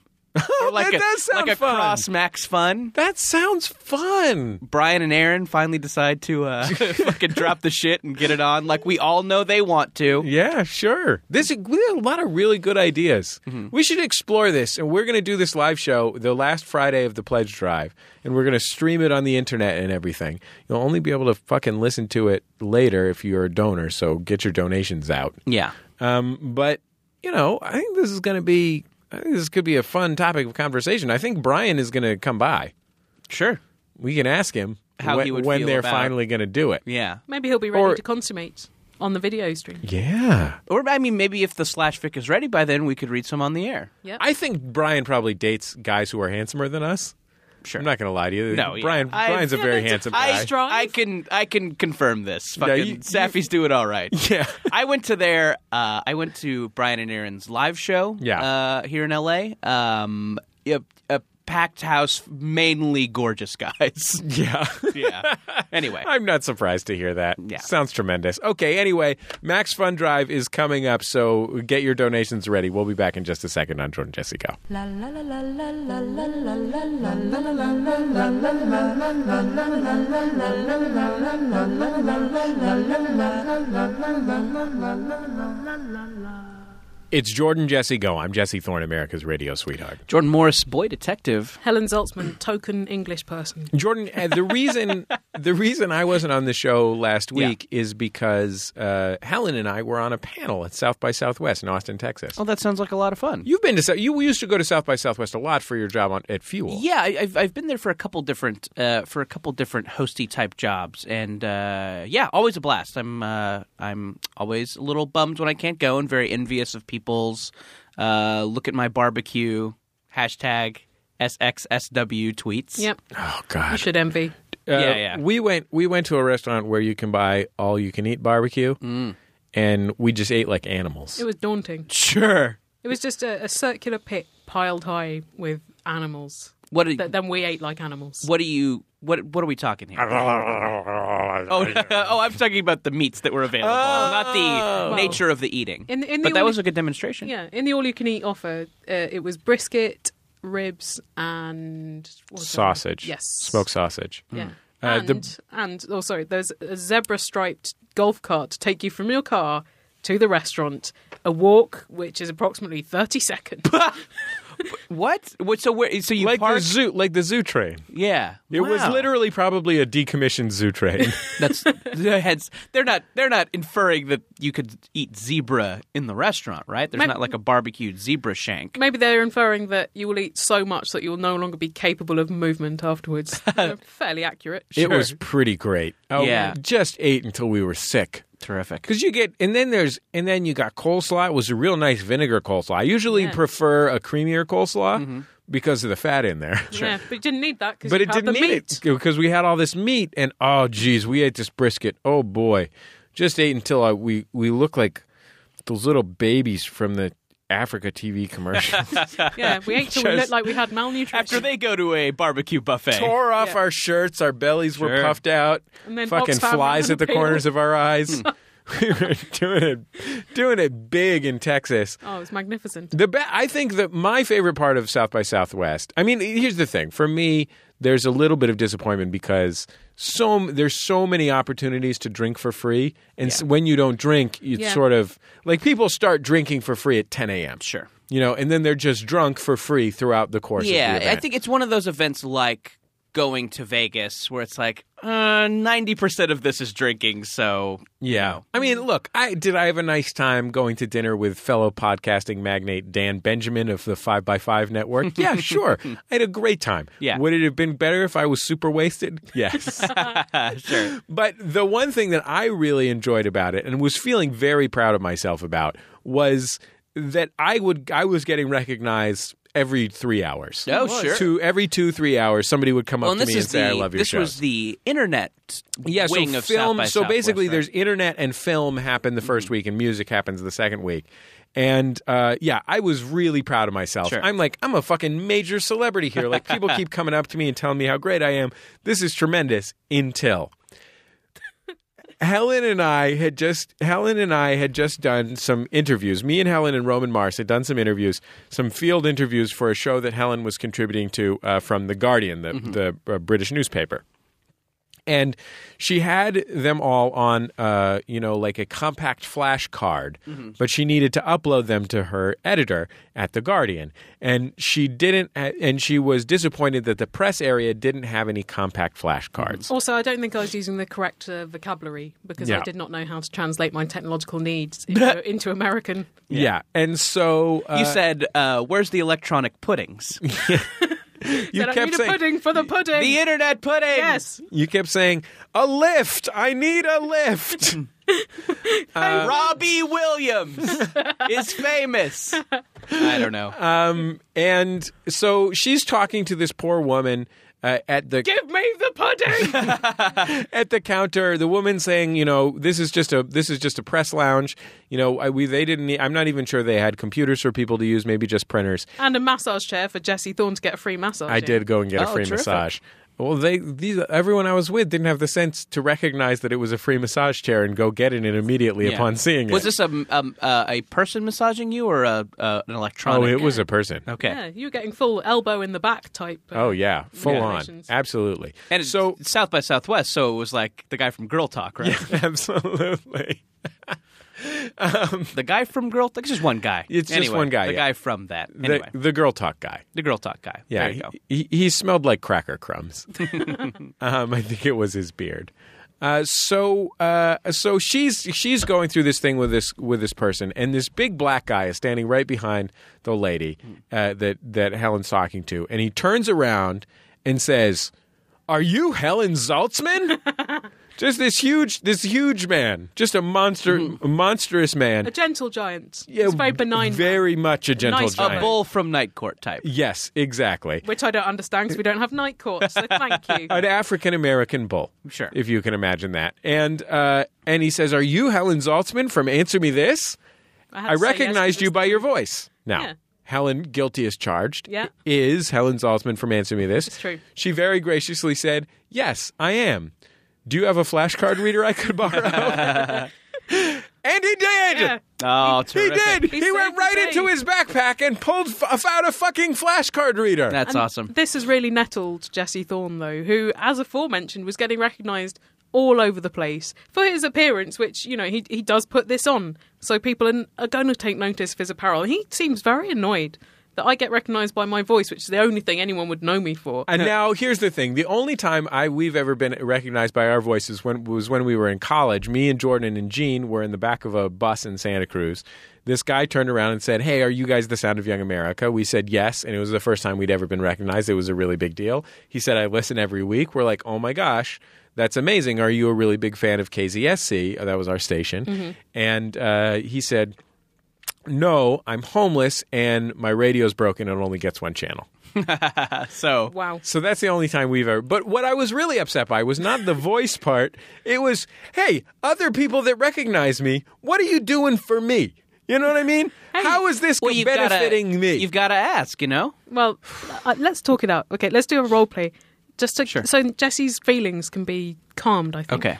[SPEAKER 3] Or like
[SPEAKER 2] that
[SPEAKER 3] a,
[SPEAKER 2] does sound
[SPEAKER 3] like a
[SPEAKER 2] fun.
[SPEAKER 3] cross max fun.
[SPEAKER 2] that sounds fun.
[SPEAKER 3] Brian and Aaron finally decide to uh, fucking drop the shit and get it on like we all know they want to.
[SPEAKER 2] Yeah, sure. This we have a lot of really good ideas.
[SPEAKER 3] Mm-hmm.
[SPEAKER 2] We should explore this, and we're going to do this live show the last Friday of the pledge drive, and we're going to stream it on the internet and everything. You'll only be able to fucking listen to it later if you're a donor, so get your donations out.
[SPEAKER 3] Yeah.
[SPEAKER 2] Um, but you know, I think this is going to be. I think this could be a fun topic of conversation. I think Brian is going to come by.
[SPEAKER 3] Sure.
[SPEAKER 2] We can ask him.
[SPEAKER 3] how
[SPEAKER 2] when,
[SPEAKER 3] he would
[SPEAKER 2] when
[SPEAKER 3] feel
[SPEAKER 2] they're
[SPEAKER 3] about-
[SPEAKER 2] finally going to do it.
[SPEAKER 3] Yeah,
[SPEAKER 4] Maybe he'll be ready
[SPEAKER 2] Or-
[SPEAKER 4] to consummate on the video stream.
[SPEAKER 2] Yeah.
[SPEAKER 3] or I mean, maybe if the slash fic is ready by then, we could read some on the air.
[SPEAKER 2] I think Brian probably dates guys who are handsomer than us.
[SPEAKER 3] Sure.
[SPEAKER 2] I'm not going to lie to you.
[SPEAKER 3] No, yeah.
[SPEAKER 2] Brian.
[SPEAKER 3] I-
[SPEAKER 2] Brian's a
[SPEAKER 3] Yeah,
[SPEAKER 2] very
[SPEAKER 4] that's-
[SPEAKER 2] handsome
[SPEAKER 4] I
[SPEAKER 2] guy.
[SPEAKER 3] I,
[SPEAKER 4] Nice drive.
[SPEAKER 3] I can I can confirm this.
[SPEAKER 2] Yeah,
[SPEAKER 3] Fucking
[SPEAKER 2] you-
[SPEAKER 3] Safi's doing all right.
[SPEAKER 2] yeah.
[SPEAKER 3] I went to their uh, I went to Brian and Aaron's live show
[SPEAKER 2] Yeah.
[SPEAKER 3] uh, here in LA. Um a, a packed house mainly gorgeous guys.
[SPEAKER 2] Yeah.
[SPEAKER 3] yeah. Anyway.
[SPEAKER 2] I'm not surprised to hear that.
[SPEAKER 3] Yeah.
[SPEAKER 2] Sounds tremendous. Okay, anyway, Max Fun Drive is coming up, so get your donations ready. We'll be back in just a second on Jordan Jesse Go.
[SPEAKER 1] La la la la la la la la la la.
[SPEAKER 2] It's Jordan Jesse Go. I'm Jesse Thorne, America's radio sweetheart.
[SPEAKER 3] Jordan Morris, boy detective.
[SPEAKER 4] Helen Zaltzman, token English person.
[SPEAKER 2] Jordan, uh, the reason the reason I wasn't on the show last week is because uh, Helen and I were on a panel at South by Southwest in Austin, Texas.
[SPEAKER 3] Oh, that sounds like a lot of fun.
[SPEAKER 2] You've been to South, you used to go to South by Southwest a lot for your job on, at Fuel.
[SPEAKER 3] yeah, I, I've I've been there for a couple different uh, for a couple different hosty type jobs, and uh, yeah, always a blast. I'm uh, I'm always a little bummed when I can't go, and very envious of people's uh, look at my barbecue hashtag SXSW tweets.
[SPEAKER 4] Yep,
[SPEAKER 2] Oh
[SPEAKER 4] you
[SPEAKER 2] God.
[SPEAKER 4] should envy.
[SPEAKER 2] Uh,
[SPEAKER 3] Yeah, yeah.
[SPEAKER 2] We went we went to a restaurant where you can buy all you can eat barbecue, and we just ate like animals.
[SPEAKER 4] It was daunting.
[SPEAKER 3] Sure.
[SPEAKER 4] It was just a, a circular pit piled high with animals.
[SPEAKER 3] What do,
[SPEAKER 4] That then we ate like animals.
[SPEAKER 3] what do you what what are we talking here? oh, oh, I'm talking about the meats that were available, not the nature of the eating.
[SPEAKER 4] Oh. In- in the
[SPEAKER 3] but that
[SPEAKER 4] only-
[SPEAKER 3] was a good demonstration.
[SPEAKER 4] Yeah, in the all-you-can-eat offer, uh, it was brisket, ribs, and what was the other?
[SPEAKER 2] Sausage.
[SPEAKER 4] Yes,
[SPEAKER 2] Smoked sausage.
[SPEAKER 4] Yeah.
[SPEAKER 2] Uh,
[SPEAKER 4] and,
[SPEAKER 2] the-
[SPEAKER 4] and oh, sorry, there's a zebra striped golf cart to take you from your car to the restaurant, a walk which is approximately 30 seconds.
[SPEAKER 3] What? what? So where? So you
[SPEAKER 2] Like
[SPEAKER 3] parked?
[SPEAKER 2] the zoo, like the zoo train.
[SPEAKER 3] Yeah.
[SPEAKER 2] It was
[SPEAKER 3] Wow.
[SPEAKER 2] literally probably a decommissioned zoo train.
[SPEAKER 3] That's their heads. They're not. They're not inferring that you could eat zebra in the restaurant, right? There's
[SPEAKER 4] Maybe-
[SPEAKER 3] not like a barbecued zebra shank.
[SPEAKER 4] Maybe they're inferring that you will eat so much that you will no longer be capable of movement afterwards. Uh, Fairly accurate.
[SPEAKER 2] It was pretty great. Oh,
[SPEAKER 3] Yeah.
[SPEAKER 2] we just ate until we were sick.
[SPEAKER 3] Terrific.
[SPEAKER 2] Because you get, and then there's, and then you got coleslaw. It was a real nice vinegar coleslaw. I usually prefer a creamier coleslaw because of the fat in there.
[SPEAKER 4] Yeah, but you didn't need that because
[SPEAKER 2] But
[SPEAKER 4] you
[SPEAKER 2] it
[SPEAKER 4] had
[SPEAKER 2] didn't
[SPEAKER 4] the
[SPEAKER 2] need it
[SPEAKER 4] meat.
[SPEAKER 2] because we had all this meat, and oh, geez, we ate this brisket. Oh boy, just ate until I, we we look like those little babies from the Africa TV commercial.
[SPEAKER 4] Yeah, we ate till we
[SPEAKER 2] Just-
[SPEAKER 4] looked like we had malnutrition.
[SPEAKER 3] After they go to a barbecue buffet,
[SPEAKER 2] Tore off our shirts, our bellies were
[SPEAKER 3] Sure.
[SPEAKER 2] puffed out,
[SPEAKER 4] And then
[SPEAKER 2] fucking
[SPEAKER 4] Oxfam
[SPEAKER 2] flies
[SPEAKER 4] and
[SPEAKER 2] at the
[SPEAKER 4] Peel.
[SPEAKER 2] corners of our eyes. we were doing it, doing it big in Texas.
[SPEAKER 4] Oh, it was magnificent.
[SPEAKER 2] The ba- I think that my favorite part of South by Southwest. I mean, here's the thing. For me, there's a little bit of disappointment because so m- there's so many opportunities to drink for free, and s- when you don't drink, it's
[SPEAKER 4] Yeah.
[SPEAKER 2] sort of like people start drinking for free at 10 a.m.
[SPEAKER 3] Sure.
[SPEAKER 2] you know, and then they're just drunk for free throughout the course. of the
[SPEAKER 3] Yeah, I
[SPEAKER 2] event.
[SPEAKER 3] think it's one of those events like going to Vegas where it's like uh, ninety percent of this is drinking. So
[SPEAKER 2] Yeah. I
[SPEAKER 3] Mm.
[SPEAKER 2] mean, look, I did I have a nice time going to dinner with fellow podcasting magnate Dan Benjamin of the 5x5 network? Yeah, sure. I had a great time.
[SPEAKER 3] Yeah.
[SPEAKER 2] Would it have been better if I was super wasted? Yes.
[SPEAKER 3] sure.
[SPEAKER 2] But the one thing that I really enjoyed about it and was feeling very proud of myself about was that I would I was getting recognized every 3 hours.
[SPEAKER 3] Oh, sure.
[SPEAKER 2] To every 2 3 hours somebody would come up
[SPEAKER 3] Well, and
[SPEAKER 2] to
[SPEAKER 3] this
[SPEAKER 2] me and
[SPEAKER 3] is
[SPEAKER 2] say
[SPEAKER 3] the
[SPEAKER 2] I love your
[SPEAKER 3] this
[SPEAKER 2] shows
[SPEAKER 3] was the internet
[SPEAKER 2] yeah,
[SPEAKER 3] wing
[SPEAKER 2] so
[SPEAKER 3] of
[SPEAKER 2] film.
[SPEAKER 3] South by
[SPEAKER 2] so
[SPEAKER 3] Southwest,
[SPEAKER 2] basically,
[SPEAKER 3] right? Mm-hmm.
[SPEAKER 2] there's internet and film happen the 1st week, and music happens the second week. And uh, yeah, I was really proud of myself.
[SPEAKER 3] Sure.
[SPEAKER 2] I'm like, I'm a fucking major celebrity here. Like people keep coming up to me and telling me how great I am. This is tremendous. Until Helen and I had just Helen and I had just done some interviews. Me and Helen and Roman Mars had done some interviews, some field interviews for a show that Helen was contributing to uh, from the Guardian, the,
[SPEAKER 3] Mm-hmm.
[SPEAKER 2] the uh, British newspaper and she had them all on uh, you know like a compact flash card
[SPEAKER 4] Mm-hmm.
[SPEAKER 2] but she needed to upload them to her editor at the guardian and she didn't and she was disappointed that the press area didn't have any compact flash cards
[SPEAKER 4] Also, I don't think I was using the correct uh, vocabulary because
[SPEAKER 2] Yeah.
[SPEAKER 4] I did not know how to translate my technological needs into, into American.
[SPEAKER 2] yeah. and so uh,
[SPEAKER 3] you said, uh, "Where's the electronic puddings?"
[SPEAKER 2] You
[SPEAKER 4] Said, I
[SPEAKER 2] kept
[SPEAKER 4] need
[SPEAKER 2] saying
[SPEAKER 4] a pudding for the pudding.
[SPEAKER 3] The internet pudding.
[SPEAKER 4] yes.
[SPEAKER 2] you kept saying a lift. I need a lift. Uh,
[SPEAKER 3] Robbie Williams is famous. I don't know.
[SPEAKER 2] um, and so she's talking to this poor woman uh, at the
[SPEAKER 4] Give me the pudding.
[SPEAKER 2] at the counter, the woman saying, you know, this is just a this is just a press lounge. You know, I, we they didn't. Need, I'm not even sure they had computers for people to use. Maybe just printers.
[SPEAKER 4] and a massage chair for Jesse Thorne to get a free massage.
[SPEAKER 2] I
[SPEAKER 4] in.
[SPEAKER 2] did go and get a
[SPEAKER 3] Oh,
[SPEAKER 2] free
[SPEAKER 3] terrific.
[SPEAKER 2] massage. Well, they these everyone I was with didn't have the sense to recognize that it was a free massage chair and go get in it immediately
[SPEAKER 3] Yeah.
[SPEAKER 2] upon seeing it.
[SPEAKER 3] Was this a um, uh, a person massaging you or a uh, an electronic?
[SPEAKER 2] oh, it was a person.
[SPEAKER 3] okay.
[SPEAKER 4] Yeah, you were getting full elbow in the back type. uh,
[SPEAKER 2] Oh yeah, full on,
[SPEAKER 4] Relations.
[SPEAKER 2] absolutely.
[SPEAKER 3] And so
[SPEAKER 2] so
[SPEAKER 3] South by Southwest, so it was like the guy from Girl Talk, right?
[SPEAKER 2] absolutely.
[SPEAKER 3] The guy from Girl Talk. It's just one guy.
[SPEAKER 2] It's just
[SPEAKER 3] Anyway,
[SPEAKER 2] one guy,
[SPEAKER 3] The
[SPEAKER 2] yeah.
[SPEAKER 3] guy from that. Anyway,
[SPEAKER 2] The,
[SPEAKER 3] the,
[SPEAKER 2] the girl talk guy.
[SPEAKER 3] Girl Talk guy.
[SPEAKER 2] Yeah,
[SPEAKER 3] There you go.
[SPEAKER 2] He, he, he smelled like cracker crumbs. um, I think it was his beard. Uh, so uh, so she's she's going through this thing with this with this person, and this big black guy is standing right behind the lady uh, that that Helen's talking to, and he turns around and says, "Are you Helen Zaltzman?" just this huge this huge man, just a monster, monstrous man.
[SPEAKER 4] A gentle giant. it's very benign.
[SPEAKER 2] very much a gentle
[SPEAKER 4] Nice
[SPEAKER 2] giant.
[SPEAKER 3] A bull from Night Court type.
[SPEAKER 2] Yes, exactly.
[SPEAKER 4] Which I don't understand because we don't have night courts. So thank you.
[SPEAKER 2] an African American bull.
[SPEAKER 3] Sure.
[SPEAKER 2] If you can imagine that. And uh, and he says, Are you Helen Zaltzman from Answer Me This? I
[SPEAKER 4] had to say Uh, yes
[SPEAKER 2] recognized
[SPEAKER 4] because-
[SPEAKER 2] you by your voice. Now,
[SPEAKER 4] Yeah.
[SPEAKER 2] Helen, guilty as charged,
[SPEAKER 4] Yeah.
[SPEAKER 2] is Helen Zaltzman from Answer Me This.
[SPEAKER 4] It's true.
[SPEAKER 2] She very graciously said, Yes, I am. Do you have a flashcard reader I could borrow? and he did!
[SPEAKER 4] Yeah.
[SPEAKER 3] Oh,
[SPEAKER 2] He
[SPEAKER 3] terrific.
[SPEAKER 2] did! He,
[SPEAKER 4] He
[SPEAKER 2] went
[SPEAKER 4] saved
[SPEAKER 2] right
[SPEAKER 4] the
[SPEAKER 2] into
[SPEAKER 4] day.
[SPEAKER 2] his backpack and pulled f- out a fucking flashcard reader.
[SPEAKER 3] That's
[SPEAKER 4] And
[SPEAKER 3] awesome.
[SPEAKER 4] This has really nettled Jesse Thorne, though, who, as aforementioned, was getting recognised all over the place for his appearance, which, you know, he, he does put this on. So people are, are going to take notice of his apparel. He seems very annoyed that I get recognised by my voice, which is the only thing anyone would know me for.
[SPEAKER 2] And now here's the thing: the only time I we've ever been recognized by our voices when was when we were in college. Me and Jordan and Gene were in the back of a bus in Santa Cruz. This guy turned around and said, "Hey, are you guys the Sound of Young America?" We said yes, and it was the first time we'd ever been recognized. It was a really big deal. He said, "I listen every week." We're like, "Oh my gosh." That's amazing. Are you a really big fan of KZSC? Uh, That was our station. And uh, he said, No, I'm homeless and my radio's broken and only gets one channel.
[SPEAKER 3] So
[SPEAKER 4] wow.
[SPEAKER 2] So that's the only time we've ever. But what I was really upset by was not the voice part. It was, hey, other people that recognize me, what are you doing for me? You know what I mean? How is this
[SPEAKER 3] well, you've
[SPEAKER 2] benefiting
[SPEAKER 3] gotta,
[SPEAKER 2] me?
[SPEAKER 3] You've got to ask, you know.
[SPEAKER 4] Well, uh, let's talk it out. Okay, let's do a role play. Just to, so Jesse's feelings can be calmed, I think.
[SPEAKER 3] Okay.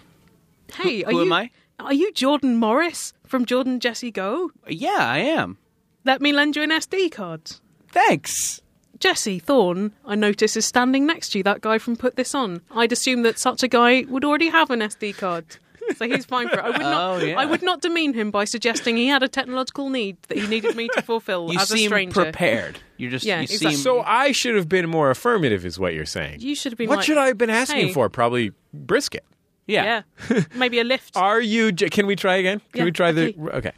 [SPEAKER 4] Hey, are
[SPEAKER 3] who
[SPEAKER 4] you,
[SPEAKER 3] am I?
[SPEAKER 4] Are you Jordan Morris from Jordan Jesse Go?
[SPEAKER 3] Yeah, I am.
[SPEAKER 4] Let me lend you an SD card.
[SPEAKER 3] Thanks.
[SPEAKER 4] Jesse Thorne, I notice, is standing next to you, that guy from Put This On. I'd assume that such a guy would already have an SD card. So he's fine for it. I would not
[SPEAKER 3] Oh, yeah.
[SPEAKER 4] I would not demean him by suggesting he had a technological need that he needed me to fulfill
[SPEAKER 3] You
[SPEAKER 4] as a
[SPEAKER 3] seem
[SPEAKER 4] stranger.
[SPEAKER 3] prepared. You're just.
[SPEAKER 4] Yeah,
[SPEAKER 3] you
[SPEAKER 4] exactly.
[SPEAKER 3] seem
[SPEAKER 2] so I should have been more affirmative, is what you're saying.
[SPEAKER 4] You should have been
[SPEAKER 2] what
[SPEAKER 4] like,
[SPEAKER 2] should I have been asking
[SPEAKER 4] "Hey."
[SPEAKER 2] for? Probably brisket.
[SPEAKER 4] Yeah. Maybe a lift. Uh,
[SPEAKER 2] Are you? j- Can we try again? Can
[SPEAKER 4] Yeah,
[SPEAKER 2] we try the?
[SPEAKER 4] okay.
[SPEAKER 2] Okay.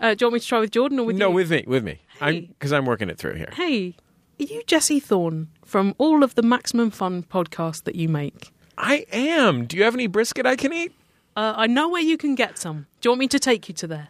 [SPEAKER 4] Uh, do you want me to try with Jordan or with
[SPEAKER 2] no,
[SPEAKER 4] you?
[SPEAKER 2] with me, with me. I'm
[SPEAKER 4] Hey.
[SPEAKER 2] because I'm working it through here.
[SPEAKER 4] Hey, are you Jesse Thorne from all of the Maximum Fun podcasts that you make?
[SPEAKER 2] I am. Do you have any brisket I can eat?
[SPEAKER 4] Uh, I know where you can get some. Do you want me to take you to there?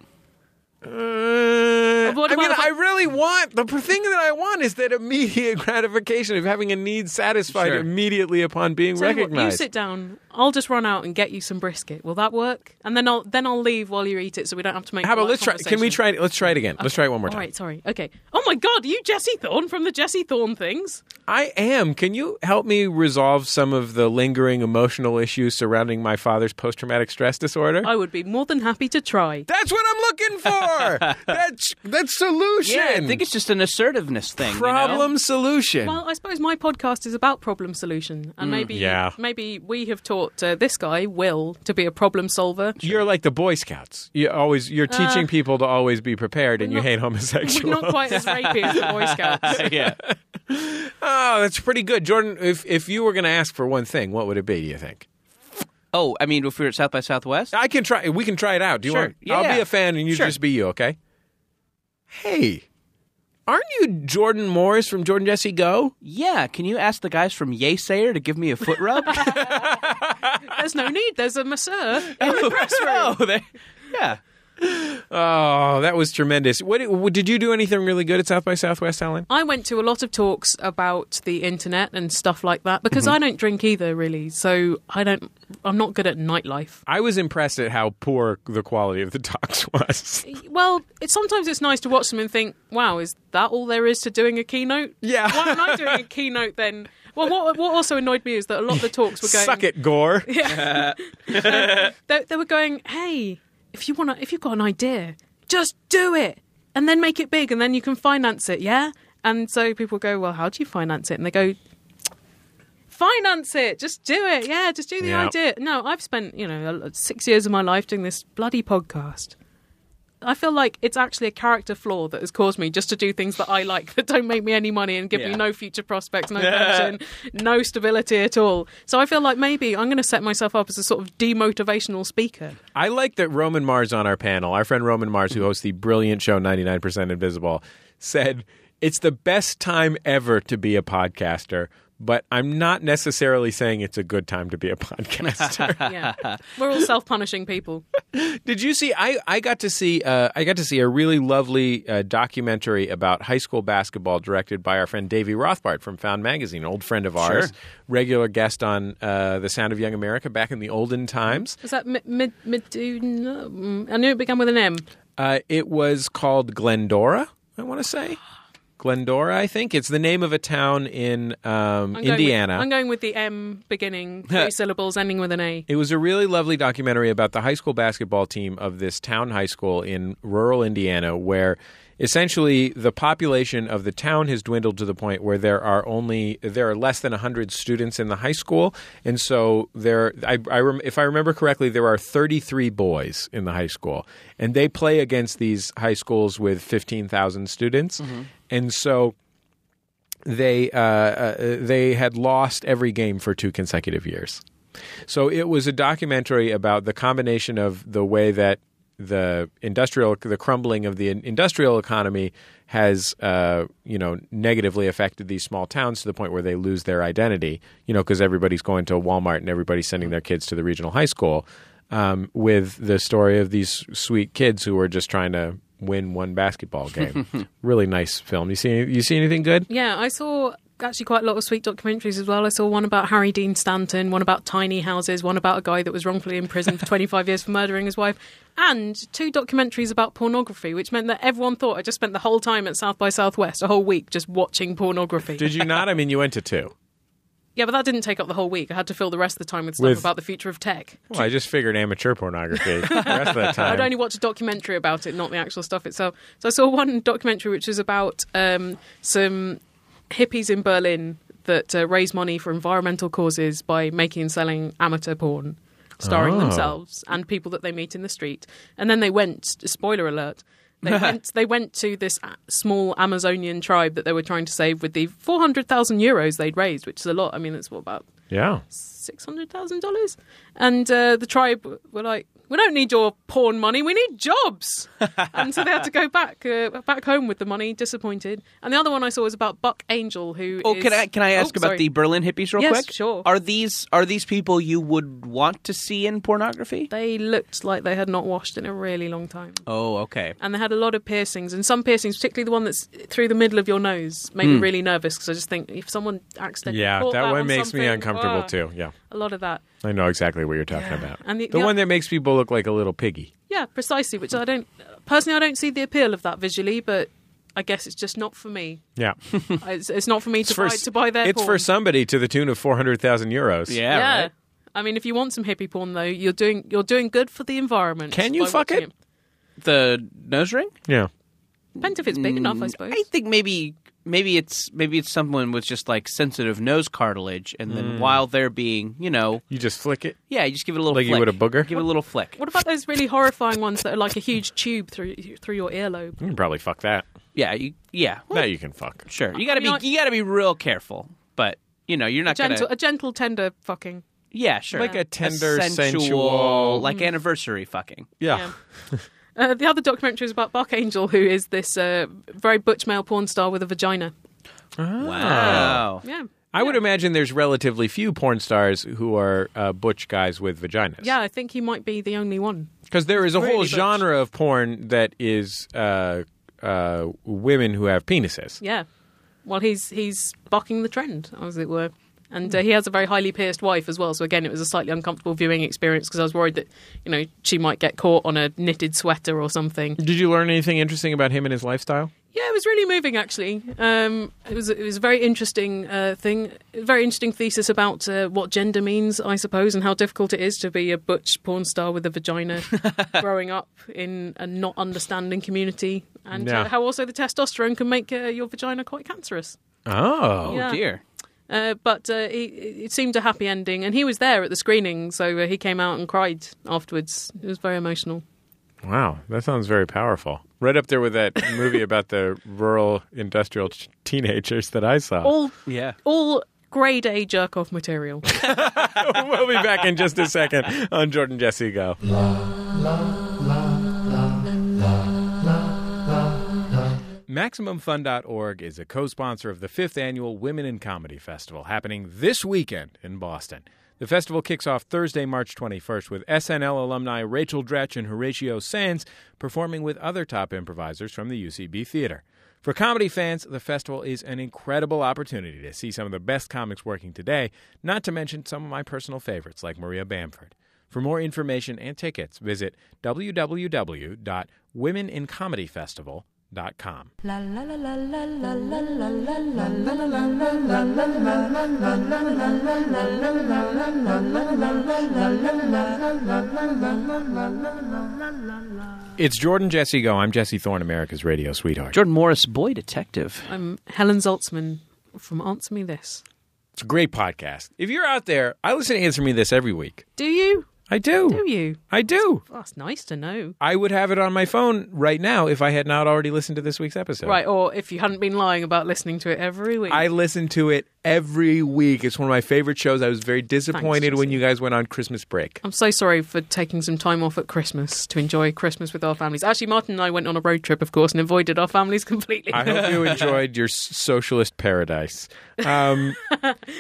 [SPEAKER 2] Uh,
[SPEAKER 4] What
[SPEAKER 2] I mean,
[SPEAKER 4] about if
[SPEAKER 2] I,
[SPEAKER 4] I-
[SPEAKER 2] really want the p- thing that I want is that immediate gratification of having a need satisfied
[SPEAKER 3] Sure.
[SPEAKER 2] immediately upon being
[SPEAKER 4] Tell you what,
[SPEAKER 2] recognized.
[SPEAKER 4] you sit down. I'll just run out and get you some brisket. Will that work? And then I'll then I'll leave while you eat it, so we don't have to make.
[SPEAKER 2] How
[SPEAKER 4] a
[SPEAKER 2] about
[SPEAKER 4] lot of
[SPEAKER 2] let's try? Can we
[SPEAKER 4] conversation.
[SPEAKER 2] try it? Let's try it again. Let's try it one more
[SPEAKER 4] All
[SPEAKER 2] time.
[SPEAKER 4] right, sorry. Okay. Oh my God, are you Jesse Thorne from the Jesse Thorne things?
[SPEAKER 2] I am. Can you help me resolve some of the lingering emotional issues surrounding my father's post-traumatic stress disorder?
[SPEAKER 4] I would be more than happy to try.
[SPEAKER 2] that's what I'm looking for. that's that solution.
[SPEAKER 3] Yeah, I think it's just an assertiveness thing. you know?
[SPEAKER 2] problem solution.
[SPEAKER 4] Well, I suppose my podcast is about problem solution, and maybe
[SPEAKER 2] Mm, yeah.
[SPEAKER 4] maybe we have taught uh, this guy Will to be a problem solver.
[SPEAKER 2] you're like the Boy Scouts. You always you're teaching people to always be prepared, and you
[SPEAKER 4] not-
[SPEAKER 2] hate
[SPEAKER 4] We're
[SPEAKER 2] homosexuals.
[SPEAKER 4] Uh, not quite as rapey as the Boy Scouts.
[SPEAKER 3] Uh, yeah.
[SPEAKER 2] Oh, that's pretty good, Jordan. If if you were going to ask for one thing, what would it be? Do you think?
[SPEAKER 3] Oh, I mean, if we were at South by Southwest,
[SPEAKER 2] I can try. We can try it out. Do you
[SPEAKER 3] Sure.
[SPEAKER 2] want? I'll
[SPEAKER 3] Yeah.
[SPEAKER 2] be a fan, and you
[SPEAKER 3] Sure.
[SPEAKER 2] just be you. Okay. Hey, aren't you Jordan Morris from Jordan Jesse Go?
[SPEAKER 3] Yeah, can you ask the guys from Yaysayer to give me a foot rub?
[SPEAKER 4] There's no need. There's a masseur.
[SPEAKER 3] oh, they, yeah.
[SPEAKER 2] Oh, that was tremendous. What what- did you do anything really good at South by Southwest, Helen?
[SPEAKER 4] I went to a lot of talks about the internet and stuff like that because
[SPEAKER 2] Mm-hmm.
[SPEAKER 4] I don't drink either, really. So I don't. I'm not good at nightlife.
[SPEAKER 2] I was impressed at how poor the quality of the talks was.
[SPEAKER 4] Well, it's sometimes it's nice to watch them and think, "Wow, is that all there is to doing a keynote?"
[SPEAKER 2] Yeah.
[SPEAKER 4] Why am I doing a keynote then? Well, what, what also annoyed me is that a lot of the talks were going.
[SPEAKER 2] Suck it, Gore.
[SPEAKER 4] They, they were going, "Hey, if you want to, if you've got an idea, just do it, and then make it big, and then you can finance it, yeah." And so people go, "Well, how do you finance it?" And they go, "Finance it, just do it, yeah, just do the
[SPEAKER 2] Yeah.
[SPEAKER 4] idea." No, I've spent you know a- six years of my life doing this bloody podcast. I feel like it's actually a character flaw that has caused me just to do things that I like that don't make me any money and give
[SPEAKER 3] Yeah.
[SPEAKER 4] me no future prospects, no pension, no stability at all. So I feel like maybe I'm going to set myself up as a sort of demotivational speaker.
[SPEAKER 2] I like that Roman Mars on our panel, our friend Roman Mars, who hosts the brilliant show 99% Invisible, said, It's the best time ever to be a podcaster, but I'm not necessarily saying it's a good time to be a podcaster.
[SPEAKER 4] Yeah, we're all self-punishing people.
[SPEAKER 2] Did you see? I, I got to see uh, I got to see a really lovely uh, documentary about high school basketball directed by our friend Davey Rothbart from Found Magazine, old friend of ours,
[SPEAKER 3] Sure.
[SPEAKER 2] regular guest on uh, The Sound of Young America back in the olden times.
[SPEAKER 4] Is that mid mid? mid mm, I knew it began with an M.
[SPEAKER 2] Uh, it was called Glendora, I want to say. Glendora, I think. It's the name of a town in um,
[SPEAKER 4] I'm going with-
[SPEAKER 2] Indiana.
[SPEAKER 4] I'm going with the M beginning, three syllables, ending with an A.
[SPEAKER 2] It was a really lovely documentary about the high school basketball team of this town high school in rural Indiana, where essentially the population of the town has dwindled to the point where there are only there are less than hundred students in the high school, and so there. I, I rem, if I remember correctly, there are thirty three boys in the high school, and they play against these high schools with fifteen thousand students, and so they uh, uh, they had lost every game for two consecutive years. So it was a documentary about the combination of the way that the industrial the crumbling of the industrial economy has uh, you know negatively affected these small towns to the point where they lose their identity you know because everybody's going to Walmart and everybody's sending their kids to the regional high school um, with the story of these sweet kids who were just trying to win one basketball game really nice film you see you see anything good
[SPEAKER 4] Yeah, I saw actually quite a lot of sweet documentaries as well. I saw one about Harry Dean Stanton, one about tiny houses, one about a guy that was wrongfully imprisoned for 25 years for murdering his wife, and two documentaries about pornography, which meant that everyone thought I just spent the whole time at South by Southwest, a whole week just watching pornography.
[SPEAKER 2] Did you not? I mean, you went to two.
[SPEAKER 4] yeah, but that didn't take up the whole week. I had to fill the rest of the time with stuff
[SPEAKER 2] With-
[SPEAKER 4] about the future of tech.
[SPEAKER 2] Well, I just figured amateur pornography the rest of the
[SPEAKER 4] I'd
[SPEAKER 2] time.
[SPEAKER 4] only watch a documentary about it, not the actual stuff itself. So I saw one documentary which was about um, some hippies in Berlin that uh, raise money for environmental causes by making and selling amateur porn, starring
[SPEAKER 2] Oh.
[SPEAKER 4] themselves and people that they meet in the street. And then they went. Spoiler alert. They went. They went to this a- small Amazonian tribe that they were trying to save with the four hundred thousand euros they'd raised, which is a lot. I mean, it's what about
[SPEAKER 2] yeah.
[SPEAKER 4] six hundred thousand dollars, and uh, the tribe were like, "We don't need your porn money. We need jobs." and so they had to go back uh, back home with the money, disappointed. And the other one I saw was about Buck Angel, who.
[SPEAKER 3] Oh,
[SPEAKER 4] is-
[SPEAKER 3] can I can I
[SPEAKER 4] Oh,
[SPEAKER 3] ask about
[SPEAKER 4] sorry.
[SPEAKER 3] the Berlin hippies real
[SPEAKER 4] Yes,
[SPEAKER 3] quick?
[SPEAKER 4] sure.
[SPEAKER 3] Are these are these people you would want to see in pornography?
[SPEAKER 4] They looked like they had not washed in a really long time.
[SPEAKER 3] Oh, okay.
[SPEAKER 4] And they had a lot of piercings, and some piercings, particularly the one that's through the middle of your nose, made
[SPEAKER 3] Hmm.
[SPEAKER 4] me really nervous because I just think if someone accidentally
[SPEAKER 2] Yeah,
[SPEAKER 4] caught
[SPEAKER 2] that one
[SPEAKER 4] on
[SPEAKER 2] makes me
[SPEAKER 4] something,
[SPEAKER 2] uncomfortable
[SPEAKER 4] ah,
[SPEAKER 2] too. Yeah.
[SPEAKER 4] A lot of that,
[SPEAKER 2] I know exactly what you're talking about.
[SPEAKER 4] and the-
[SPEAKER 2] the
[SPEAKER 4] the-
[SPEAKER 2] one that makes people look like a little piggy.
[SPEAKER 4] yeah, precisely. Which I don't personally, I don't see the appeal of that visually, but I guess it's just not for me.
[SPEAKER 2] Yeah.
[SPEAKER 4] It's, it's not for me to, buy, to buy their
[SPEAKER 2] it's
[SPEAKER 4] porn.
[SPEAKER 2] for somebody to the tune of 400,000 euros.
[SPEAKER 3] Yeah.
[SPEAKER 4] Yeah.
[SPEAKER 3] Right?
[SPEAKER 4] I mean, if you want some hippie porn, though, you're doing you're doing good for the environment.
[SPEAKER 2] Can you
[SPEAKER 4] by
[SPEAKER 2] fuck
[SPEAKER 4] watching
[SPEAKER 2] it?
[SPEAKER 3] The nose ring?
[SPEAKER 2] Yeah.
[SPEAKER 4] Depends if it's big enough, I
[SPEAKER 2] Mm,
[SPEAKER 4] suppose.
[SPEAKER 3] Mm, I think maybe maybe it's maybe it's someone with just like sensitive nose cartilage, and then
[SPEAKER 2] Mm.
[SPEAKER 3] while they're being you know
[SPEAKER 2] You just flick it.
[SPEAKER 3] yeah, you just give it a little
[SPEAKER 2] Like you
[SPEAKER 3] flick.
[SPEAKER 2] would a booger?
[SPEAKER 3] Give it a little flick.
[SPEAKER 4] What about those really horrifying ones that are like a huge tube through through your earlobe?
[SPEAKER 2] You can probably fuck that.
[SPEAKER 3] Yeah, you, yeah,
[SPEAKER 2] Now you can fuck.
[SPEAKER 3] sure. You gotta
[SPEAKER 4] Uh, You know what?
[SPEAKER 3] be you gotta be real careful, but you know you're not
[SPEAKER 4] Gentle, uh,
[SPEAKER 3] gonna
[SPEAKER 4] a gentle, tender fucking.
[SPEAKER 3] yeah sure
[SPEAKER 2] Like a tender, sensual-
[SPEAKER 3] like anniversary fucking.
[SPEAKER 2] Yeah.
[SPEAKER 4] Uh, the other documentary is about Buck Angel, who is this uh, very butch male porn star with a vagina.
[SPEAKER 2] Ah.
[SPEAKER 3] Wow.
[SPEAKER 4] Yeah.
[SPEAKER 2] I would imagine there's relatively few porn stars who are uh, butch guys with vaginas.
[SPEAKER 4] Yeah, I think he might be the only one.
[SPEAKER 2] Because there is a
[SPEAKER 4] really
[SPEAKER 2] whole
[SPEAKER 4] butch.
[SPEAKER 2] genre of porn that is uh, uh, women who have penises.
[SPEAKER 4] Yeah. Well, he's he's bucking the trend, as it were. And uh, he has a very highly pierced wife as well. So again, it was a slightly uncomfortable viewing experience because I was worried that you know she might get caught on a knitted sweater or something.
[SPEAKER 2] Did you learn anything interesting about him and his lifestyle?
[SPEAKER 4] Yeah, it was really moving actually. Um, it was it was a very interesting uh, thing, a very interesting thesis about uh, what gender means, I suppose, and how difficult it is to be a butch porn star with a vagina, growing up in a not understanding community, and
[SPEAKER 2] Yeah.
[SPEAKER 4] uh, how also the testosterone can make uh, your vagina quite cancerous.
[SPEAKER 2] Oh.
[SPEAKER 4] Yeah.
[SPEAKER 3] Oh dear.
[SPEAKER 4] Uh, but uh, he, it seemed a happy ending, and he was there at the screening, so uh, he came out and cried afterwards. It was very emotional.
[SPEAKER 2] Wow. That sounds very powerful. Right up there with that movie about the rural industrial ch- teenagers that I saw.
[SPEAKER 4] All
[SPEAKER 3] Yeah.
[SPEAKER 4] all grade A jerk off material.
[SPEAKER 2] we'll be back in just a second on Jordan Jesse Go. MaximumFun.org is a co sponsor of the fifth annual Women in Comedy Festival happening this weekend in Boston. The festival kicks off Thursday, March 21st, with SNL alumni Rachel Dretch and Horatio Sands performing with other top improvisers from the UCB Theater. For comedy fans, the festival is an incredible opportunity to see some of the best comics working today, not to mention some of my personal favorites like Maria Bamford. For more information and tickets, visit www.womenincomedyfestival.com.
[SPEAKER 1] La la la la la la la la la la.
[SPEAKER 2] It's Jordan Jesse Go. I'm Jesse Thorne, America's radio sweetheart.
[SPEAKER 3] Jordan Morris, boy detective.
[SPEAKER 4] I'm Helen Zaltzman from Answer Me This.
[SPEAKER 2] It's a great podcast. If you're out there, I listen to Answer Me This every week.
[SPEAKER 4] Do you?
[SPEAKER 2] I do.
[SPEAKER 4] Do you?
[SPEAKER 2] I do.
[SPEAKER 4] Well, that's nice to know.
[SPEAKER 2] I would have it on my phone right now if I had not already listened to this week's episode.
[SPEAKER 4] Right, or if you hadn't been lying about listening to it every week.
[SPEAKER 2] I listen to it every week. It's one of my favorite shows. I was very disappointed when
[SPEAKER 4] Jesse.
[SPEAKER 2] you guys went on Christmas break.
[SPEAKER 4] I'm so sorry for taking some time off at Christmas to enjoy Christmas with our families. Actually, Martin and I went on a road trip, of course, and avoided our families completely.
[SPEAKER 2] I hope you enjoyed your s- socialist paradise. Um,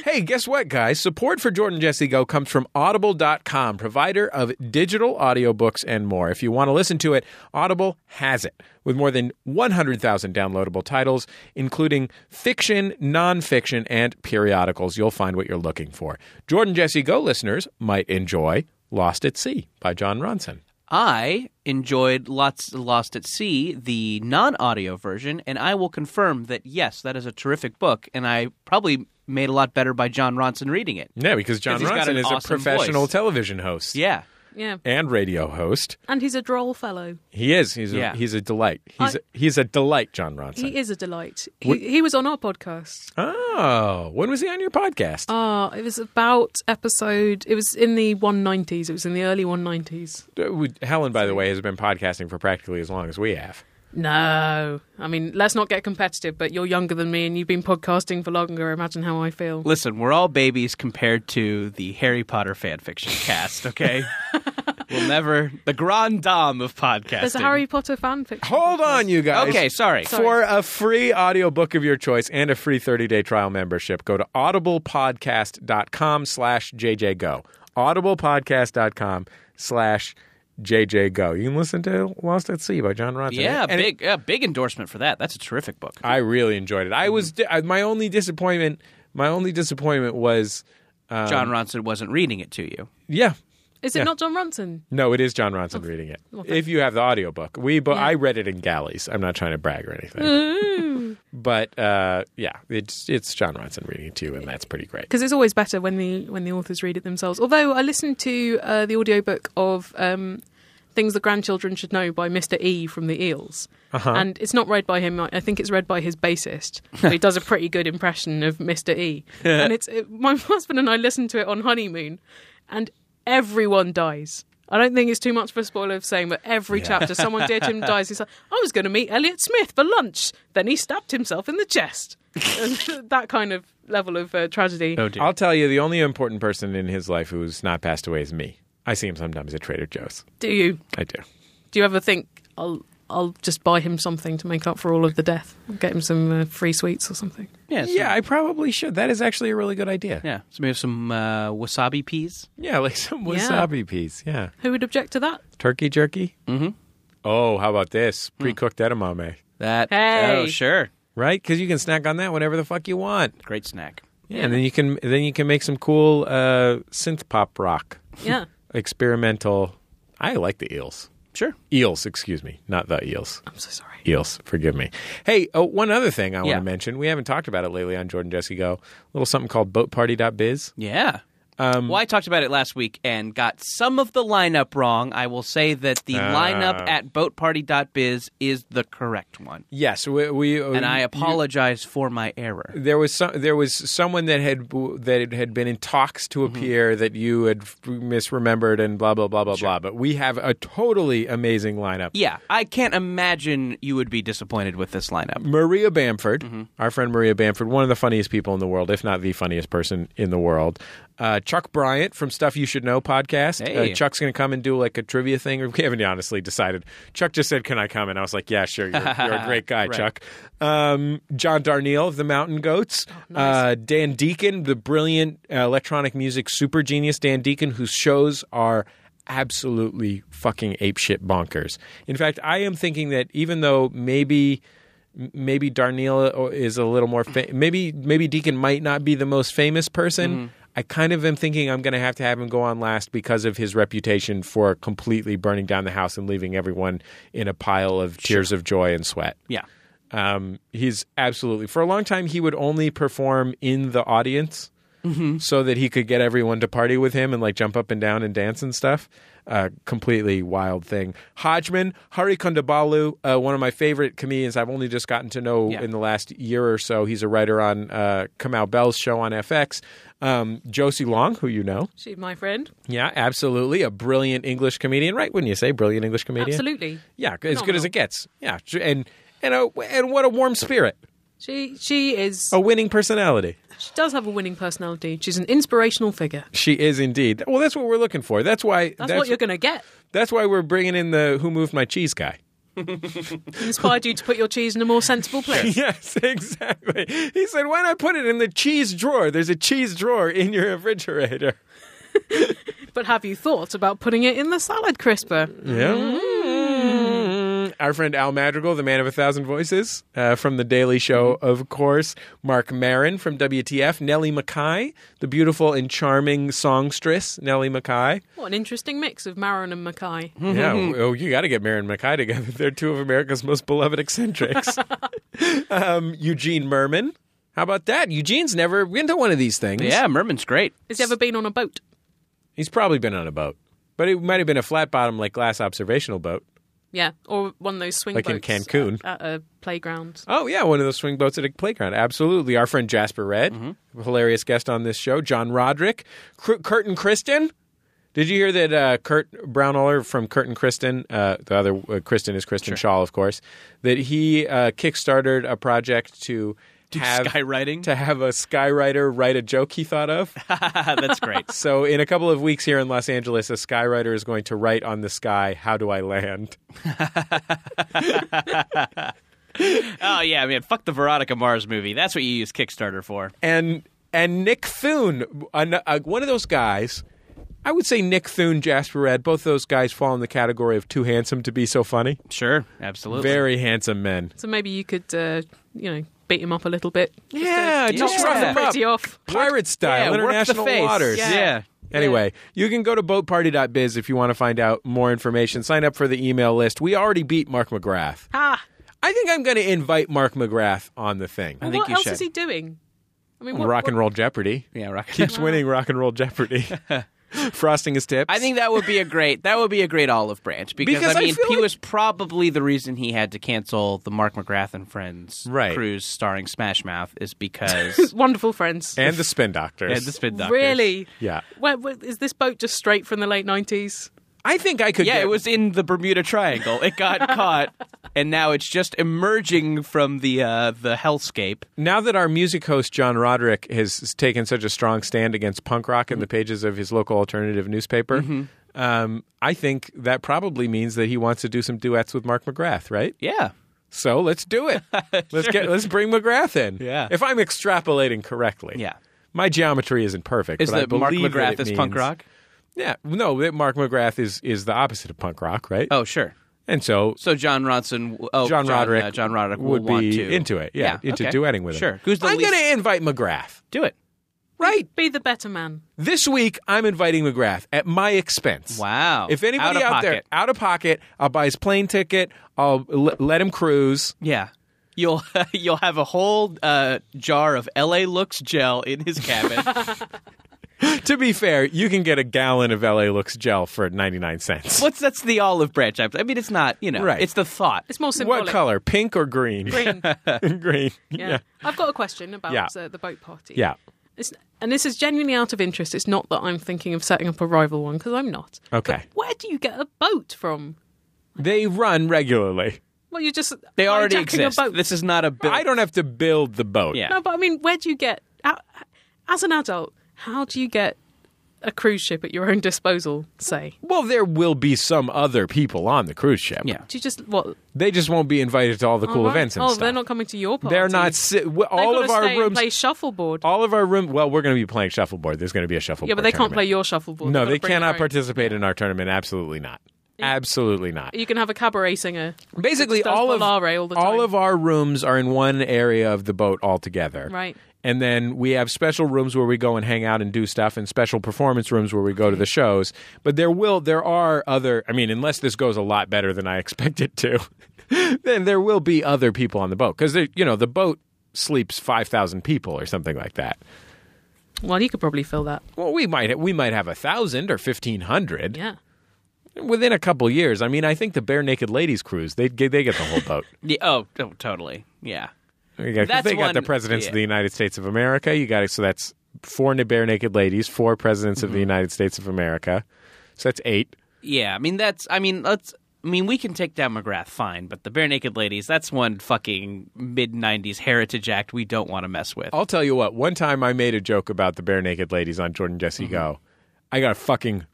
[SPEAKER 2] hey, guess what, guys? Support for Jordan Jesse Go comes from Audible.com, provider of digital audiobooks and more. If you want to listen to it, Audible has it with more than 100,000 downloadable titles, including fiction, nonfiction, and periodicals. You'll find what you're looking for. Jordan Jesse Go listeners might enjoy Lost at Sea by John Ronson.
[SPEAKER 3] I enjoyed lots Lost at Sea, the non-audio version, and I will confirm that yes, that is a terrific book, and I probably made a lot better by John Ronson reading it.
[SPEAKER 2] Yeah, because John
[SPEAKER 3] 'Cause he's got
[SPEAKER 2] Ronson
[SPEAKER 3] an
[SPEAKER 2] is a
[SPEAKER 3] awesome
[SPEAKER 2] professional
[SPEAKER 3] voice.
[SPEAKER 2] television host
[SPEAKER 3] Yeah,
[SPEAKER 4] yeah.
[SPEAKER 2] and radio host.
[SPEAKER 4] And he's a droll fellow.
[SPEAKER 2] He is. He's
[SPEAKER 3] Yeah.
[SPEAKER 2] a, he's a delight. He's
[SPEAKER 4] I-
[SPEAKER 2] a, he's a delight, John Ronson.
[SPEAKER 4] Uh, He is a delight. He, he was on our podcast.
[SPEAKER 2] oh, when was he on your podcast?
[SPEAKER 4] Ah, it was about episode. It was in the 190s. It was in the early 190s.
[SPEAKER 2] Uh, would- Helen, by the way, has been podcasting for practically as long as we have.
[SPEAKER 4] No, I mean, let's not get competitive. But you're younger than me, and you've been podcasting for longer. Imagine how I feel.
[SPEAKER 3] listen, we're all babies compared to the Harry Potter fan fiction cast. Okay, we'll never the grand dame of podcasting.
[SPEAKER 4] There's a Harry Potter fan fiction.
[SPEAKER 2] Hold on, you guys.
[SPEAKER 3] Okay, sorry.
[SPEAKER 2] For a free audiobook of your choice and a free 30-day trial membership, go to audiblepodcast.com slash jjgo. audiblepodcast.com slash jjgo. You can listen to Lost at Sea by John Ronson.
[SPEAKER 3] Yeah,
[SPEAKER 2] And it-
[SPEAKER 3] big, yeah, big endorsement for that. That's a terrific book.
[SPEAKER 2] I really enjoyed it. I was di- I- my only disappointment. My only disappointment was,
[SPEAKER 4] Um,
[SPEAKER 3] John Ronson wasn't reading it to you.
[SPEAKER 2] yeah,
[SPEAKER 4] Is it
[SPEAKER 2] Yeah.
[SPEAKER 4] not John Ronson?
[SPEAKER 2] no, it is John Ronson reading it. If you have the audiobook, we but I read it in galleys. I'm not trying to brag or anything, but uh, yeah, it's it's John Ronson reading it to you, and that's pretty great.
[SPEAKER 4] Because it's always better when the when the authors read it themselves. Although I listened to uh, the audiobook of um, Things the Grandchildren Should Know by Mr. E from the Eels, and it's not read by him. I I think it's read by his bassist. but he does a pretty good impression of Mr. E, and it's it, my husband and I listened to it on honeymoon, and everyone dies. I don't think it's too much of a spoiler of saying, but every chapter someone dear to him dies. He's like, I was going to meet Elliot Smith for lunch. Then he stabbed himself in the chest. And that kind of level of uh, tragedy.
[SPEAKER 2] I'll tell you, the only important person in his life who's not passed away is me. I see him sometimes at Trader Joe's.
[SPEAKER 4] Do you
[SPEAKER 2] I do.
[SPEAKER 4] do you ever think I'll I'll just buy him something to make up for all of the death. Get him some uh, free sweets or something.
[SPEAKER 3] Yeah, so-
[SPEAKER 2] Yeah, I probably should. That is actually a really good idea.
[SPEAKER 3] yeah. So maybe some uh, wasabi peas.
[SPEAKER 2] Yeah, like some
[SPEAKER 4] Yeah.
[SPEAKER 2] wasabi piece. Yeah.
[SPEAKER 4] Who would object to that?
[SPEAKER 2] Turkey jerky? Mm-hmm. Oh, how about this? Pre-cooked edamame.
[SPEAKER 3] That
[SPEAKER 4] Hey.
[SPEAKER 3] oh sure,
[SPEAKER 2] Right? Because you can snack on that whenever the fuck you want.
[SPEAKER 3] great snack.
[SPEAKER 2] Yeah, and then you can then you can make some cool uh, synth pop rock,
[SPEAKER 4] Yeah.
[SPEAKER 2] experimental. I like the eels.
[SPEAKER 3] Sure.
[SPEAKER 2] Eels, excuse me, not the eels.
[SPEAKER 4] I'm so sorry.
[SPEAKER 2] Eels, forgive me. Hey, oh, one other thing I want
[SPEAKER 3] Yeah.
[SPEAKER 2] to mention. We haven't talked about it lately on Jordan Jesse Go. A little something called boatparty.biz.
[SPEAKER 3] Yeah. well, I talked about it last week and got some of the lineup wrong. I will say that the lineup at boatparty.biz is the correct one.
[SPEAKER 2] Yes, we, we uh,
[SPEAKER 3] And I apologize for my error.
[SPEAKER 2] there was some, there was someone that had that had been in talks to appear that you had f- misremembered and blah blah blah blah blah. But we have a totally amazing lineup.
[SPEAKER 3] Yeah, I can't imagine you would be disappointed with this lineup.
[SPEAKER 2] Maria Bamford, our friend Maria Bamford, one of the funniest people in the world, if not the funniest person in the world. Uh, Chuck Bryant from Stuff You Should Know podcast.
[SPEAKER 3] Hey.
[SPEAKER 2] Uh, Chuck's going to come and do like a trivia thing. We haven't honestly decided. Chuck just said, "Can I come?" And I was like, "Yeah, sure. You're, you're a great guy, Chuck." Um, John Darnielle of the Mountain Goats. uh, Dan Deacon, the brilliant uh, electronic music super genius Dan Deacon, whose shows are absolutely fucking apeshit bonkers. In fact, I am thinking that even though maybe m- maybe Darnell o- is a little more fa- maybe maybe Deacon might not be the most famous person. I kind of am thinking I'm going to have to have him go on last because of his reputation for completely burning down the house and leaving everyone in a pile of tears of joy and sweat.
[SPEAKER 3] Yeah.
[SPEAKER 2] Um, he's absolutely for a long time he would only perform in the audience so that he could get everyone to party with him and like jump up and down and dance and stuff. Uh, completely wild thing. Hodgman, Hari Kondabalu, uh, one of my favorite comedians I've only just gotten to know
[SPEAKER 3] Yeah.
[SPEAKER 2] in the last year or so. He's a writer on uh, Kamau Bell's show on FX. Um, Josie Long, who you know.
[SPEAKER 4] She's my friend.
[SPEAKER 2] Yeah, absolutely. A brilliant English comedian, right? Wouldn't you say? Brilliant English comedian.
[SPEAKER 4] Absolutely.
[SPEAKER 2] Yeah, as good
[SPEAKER 4] Phenomenal.
[SPEAKER 2] as it gets. Yeah. And, and, a, and what a warm spirit.
[SPEAKER 4] She she is
[SPEAKER 2] A winning personality.
[SPEAKER 4] she does have a winning personality. She's an inspirational figure.
[SPEAKER 2] She is indeed. Well, that's what we're looking for. That's why.
[SPEAKER 4] That's, what you're going to get.
[SPEAKER 2] That's why we're bringing in the Who Moved My Cheese guy.
[SPEAKER 4] Inspired you to put your cheese in a more sensible place.
[SPEAKER 2] Yes, exactly. He said, "Why not put it in the cheese drawer? There's a cheese drawer in your refrigerator."
[SPEAKER 4] But have you thought about putting it in the salad crisper?
[SPEAKER 2] Yeah. Our friend Al Madrigal, the man of a thousand voices, uh, from The Daily Show, of course. Mark Marin from WTF. Nellie Mackay, the beautiful and charming songstress, Nellie Mackay.
[SPEAKER 4] What an interesting mix of Marin and Mackay.
[SPEAKER 2] Yeah, oh, you got to get Marin Mackay together. They're two of America's most beloved eccentrics. um, Eugene Merman. How about that? Eugene's never been to one of these things.
[SPEAKER 3] Yeah, Merman's great.
[SPEAKER 4] Has he ever been on a boat?
[SPEAKER 2] He's probably been on a boat, but it might have been a flat bottom, like glass observational boat.
[SPEAKER 4] Yeah, or one of those swing
[SPEAKER 2] Like in
[SPEAKER 4] boats
[SPEAKER 2] Cancun.
[SPEAKER 4] at, at a playground.
[SPEAKER 2] Oh, yeah, one of those swing boats at a playground. Absolutely. Our friend Jasper Red, hilarious guest on this show, John Roderick, Cr- Kurt and Kristen. Did you hear that uh, Kurt Brownoller from Kurt and Kristen, uh, the other uh, Kristen is Kristen Shaw, of course, that he uh, kickstarted a project to have
[SPEAKER 3] skywriting?
[SPEAKER 2] to have a skywriter write a joke he thought of.
[SPEAKER 3] That's great.
[SPEAKER 2] so in a couple of weeks here in Los Angeles, a skywriter is going to write on the sky, "How do I land?"
[SPEAKER 3] oh yeah, man, fuck the Veronica Mars movie. That's what you use Kickstarter for.
[SPEAKER 2] and and Nick Thune, an, uh, one of those guys. I would say Nick Thune, Jasper Ed, both those guys fall in the category of too handsome to be so funny.
[SPEAKER 3] Sure, absolutely.
[SPEAKER 2] Very handsome men.
[SPEAKER 4] So maybe you could, uh, you know, beat him up a little bit.
[SPEAKER 2] Yeah,
[SPEAKER 3] just
[SPEAKER 2] just
[SPEAKER 3] rough
[SPEAKER 2] rough
[SPEAKER 3] them
[SPEAKER 2] them up.
[SPEAKER 4] Pretty off.
[SPEAKER 2] Pirate style,
[SPEAKER 3] work the
[SPEAKER 2] international
[SPEAKER 3] face.
[SPEAKER 2] waters.
[SPEAKER 3] Yeah. Yeah.
[SPEAKER 2] Anyway, you can go to boatparty.biz if you want to find out more information. Sign up for the email list. We already beat Mark McGrath.
[SPEAKER 4] Ah,
[SPEAKER 2] I think I'm going to invite Mark McGrath on the thing.
[SPEAKER 3] I think
[SPEAKER 4] what
[SPEAKER 3] you
[SPEAKER 4] else
[SPEAKER 3] should.
[SPEAKER 4] is he doing? I mean,
[SPEAKER 2] Rock and
[SPEAKER 4] what-
[SPEAKER 2] Roll Jeopardy.
[SPEAKER 3] Yeah, rock.
[SPEAKER 2] Keeps winning Rock and Roll Jeopardy. Frosting his tips.
[SPEAKER 3] I think that would be a great that would be a great olive branch because,
[SPEAKER 2] Because
[SPEAKER 3] I
[SPEAKER 2] I
[SPEAKER 3] mean
[SPEAKER 2] feel
[SPEAKER 3] he
[SPEAKER 2] like-
[SPEAKER 3] was probably the reason he had to cancel the Mark McGrath and Friends
[SPEAKER 2] Right.
[SPEAKER 3] cruise starring Smash Mouth is because
[SPEAKER 4] Wonderful friends.
[SPEAKER 2] and the spin doctors.
[SPEAKER 3] and the spin doctor
[SPEAKER 4] Really?
[SPEAKER 2] Yeah.
[SPEAKER 4] Where, where, is this boat just straight from the late 90s?
[SPEAKER 2] I think I could.
[SPEAKER 3] Yeah,
[SPEAKER 2] get-
[SPEAKER 3] it was in the Bermuda Triangle. It got caught, and now it's just emerging from the uh, the hellscape.
[SPEAKER 2] Now that our music host John
[SPEAKER 3] Mm-hmm.
[SPEAKER 2] Roderick has taken such a strong stand against punk rock in the pages of his local alternative newspaper, Um, I think that probably means that he wants to do some duets with Mark McGrath, right?
[SPEAKER 3] Yeah.
[SPEAKER 2] So let's do it. let's get let's bring McGrath in.
[SPEAKER 3] Yeah.
[SPEAKER 2] If I'm extrapolating correctly.
[SPEAKER 3] Yeah.
[SPEAKER 2] My geometry isn't perfect.
[SPEAKER 3] Is
[SPEAKER 2] but I
[SPEAKER 3] that Mark
[SPEAKER 2] believe that
[SPEAKER 3] McGrath
[SPEAKER 2] it
[SPEAKER 3] is punk
[SPEAKER 2] means-
[SPEAKER 3] rock?
[SPEAKER 2] Yeah. No, that Mark McGrath is is the opposite of punk rock, right?
[SPEAKER 3] Oh, sure.
[SPEAKER 2] And so
[SPEAKER 3] So John Rodson, oh,
[SPEAKER 2] John Roderick,
[SPEAKER 3] uh, John Roderick will
[SPEAKER 2] would be
[SPEAKER 3] want to
[SPEAKER 2] into it. Yeah, into
[SPEAKER 3] okay.
[SPEAKER 2] duetting with him.
[SPEAKER 3] Sure. Who's the
[SPEAKER 2] I'm
[SPEAKER 3] least?
[SPEAKER 2] going to invite McGrath.
[SPEAKER 3] do it?
[SPEAKER 2] Right.
[SPEAKER 4] Be the better man.
[SPEAKER 2] This week I'm inviting McGrath at my expense.
[SPEAKER 3] Wow.
[SPEAKER 2] If anybody
[SPEAKER 3] Out of
[SPEAKER 2] out, there
[SPEAKER 3] pocket.
[SPEAKER 2] out of pocket, I'll buy his plane ticket, I'll l- let him cruise.
[SPEAKER 3] Yeah. You'll you'll have a whole uh, jar of LA Looks gel in his cabin.
[SPEAKER 2] to be fair, you can get a gallon of LA Looks gel for 99 cents.
[SPEAKER 3] What's that's the olive branch? I I mean, it's not you know,
[SPEAKER 2] Right.
[SPEAKER 3] it's the thought.
[SPEAKER 4] It's more symbolic.
[SPEAKER 2] What color? Pink or green?
[SPEAKER 4] Green.
[SPEAKER 2] green.
[SPEAKER 4] Yeah.
[SPEAKER 2] Yeah.
[SPEAKER 4] I've got a question about
[SPEAKER 2] Yeah.
[SPEAKER 4] uh, the boat party.
[SPEAKER 2] Yeah.
[SPEAKER 4] It's, and this is genuinely out of interest. It's not that I'm thinking of setting up a rival one because I'm not.
[SPEAKER 2] Okay.
[SPEAKER 4] But where do you get a boat from?
[SPEAKER 2] They run regularly.
[SPEAKER 4] Well, you just
[SPEAKER 3] They already
[SPEAKER 4] hijacking
[SPEAKER 3] exist.
[SPEAKER 4] A boat.
[SPEAKER 3] This is not a bill.
[SPEAKER 2] I don't have to build the boat.
[SPEAKER 3] Yeah.
[SPEAKER 4] No, but I mean, where do you get how- as an adult? How do you get a cruise ship at your own disposal? Say,
[SPEAKER 2] Well, there will be some other people on the cruise ship.
[SPEAKER 3] Yeah.
[SPEAKER 4] do you just what?
[SPEAKER 2] They just won't be invited to all the cool
[SPEAKER 4] Alright.
[SPEAKER 2] events and
[SPEAKER 4] oh,
[SPEAKER 2] stuff.
[SPEAKER 4] they're not coming to your party.
[SPEAKER 2] They're not si- w-
[SPEAKER 4] They've
[SPEAKER 2] all
[SPEAKER 4] gotta
[SPEAKER 2] of our
[SPEAKER 4] stay and
[SPEAKER 2] rooms Oh,
[SPEAKER 4] play shuffleboard.
[SPEAKER 2] all of our room well, we're going to be playing shuffleboard. There's going to be a shuffleboard.
[SPEAKER 4] yeah, but they can't play
[SPEAKER 2] tournament.
[SPEAKER 4] your shuffleboard.
[SPEAKER 2] No, they
[SPEAKER 4] They've gotta bring their
[SPEAKER 2] cannot
[SPEAKER 4] own.
[SPEAKER 2] participate in our tournament. Absolutely not. Absolutely not.
[SPEAKER 4] You can have a cabaret singer.
[SPEAKER 2] basically
[SPEAKER 4] It does
[SPEAKER 2] all of
[SPEAKER 4] Volare all the time.
[SPEAKER 2] of our rooms are in one area of the boat altogether.
[SPEAKER 4] Right.
[SPEAKER 2] And then we have special rooms where we go and hang out and do stuff and special performance rooms where we go to the shows. But there will there are other I mean unless this goes a lot better than I expect it to, then there will be other people on the boat cuz you know the boat sleeps 5,000 people or something like that.
[SPEAKER 4] Well, you could probably fill that.
[SPEAKER 2] Well, we might we might have a 1,000 or 1,500
[SPEAKER 4] Yeah.
[SPEAKER 2] within a couple years. I mean, I think the Bare Naked Ladies cruise, they they get the whole boat.
[SPEAKER 3] Yeah, oh, oh, totally. Yeah.
[SPEAKER 2] You got,
[SPEAKER 3] That's
[SPEAKER 2] they got
[SPEAKER 3] one-
[SPEAKER 2] the presidents
[SPEAKER 3] yeah.
[SPEAKER 2] of the United States of America. You got so that's four na- bare naked ladies, four presidents of the United States of America. So that's eight.
[SPEAKER 3] Yeah. I mean, that's. I mean, let's. I mean, we can take down McGrath, fine, but the Bare Naked Ladies, that's one fucking mid 90s Heritage Act we don't want to mess with.
[SPEAKER 2] I'll tell you what. One time I made a joke about the bare naked ladies on Jordan Jesse Go. I got a fucking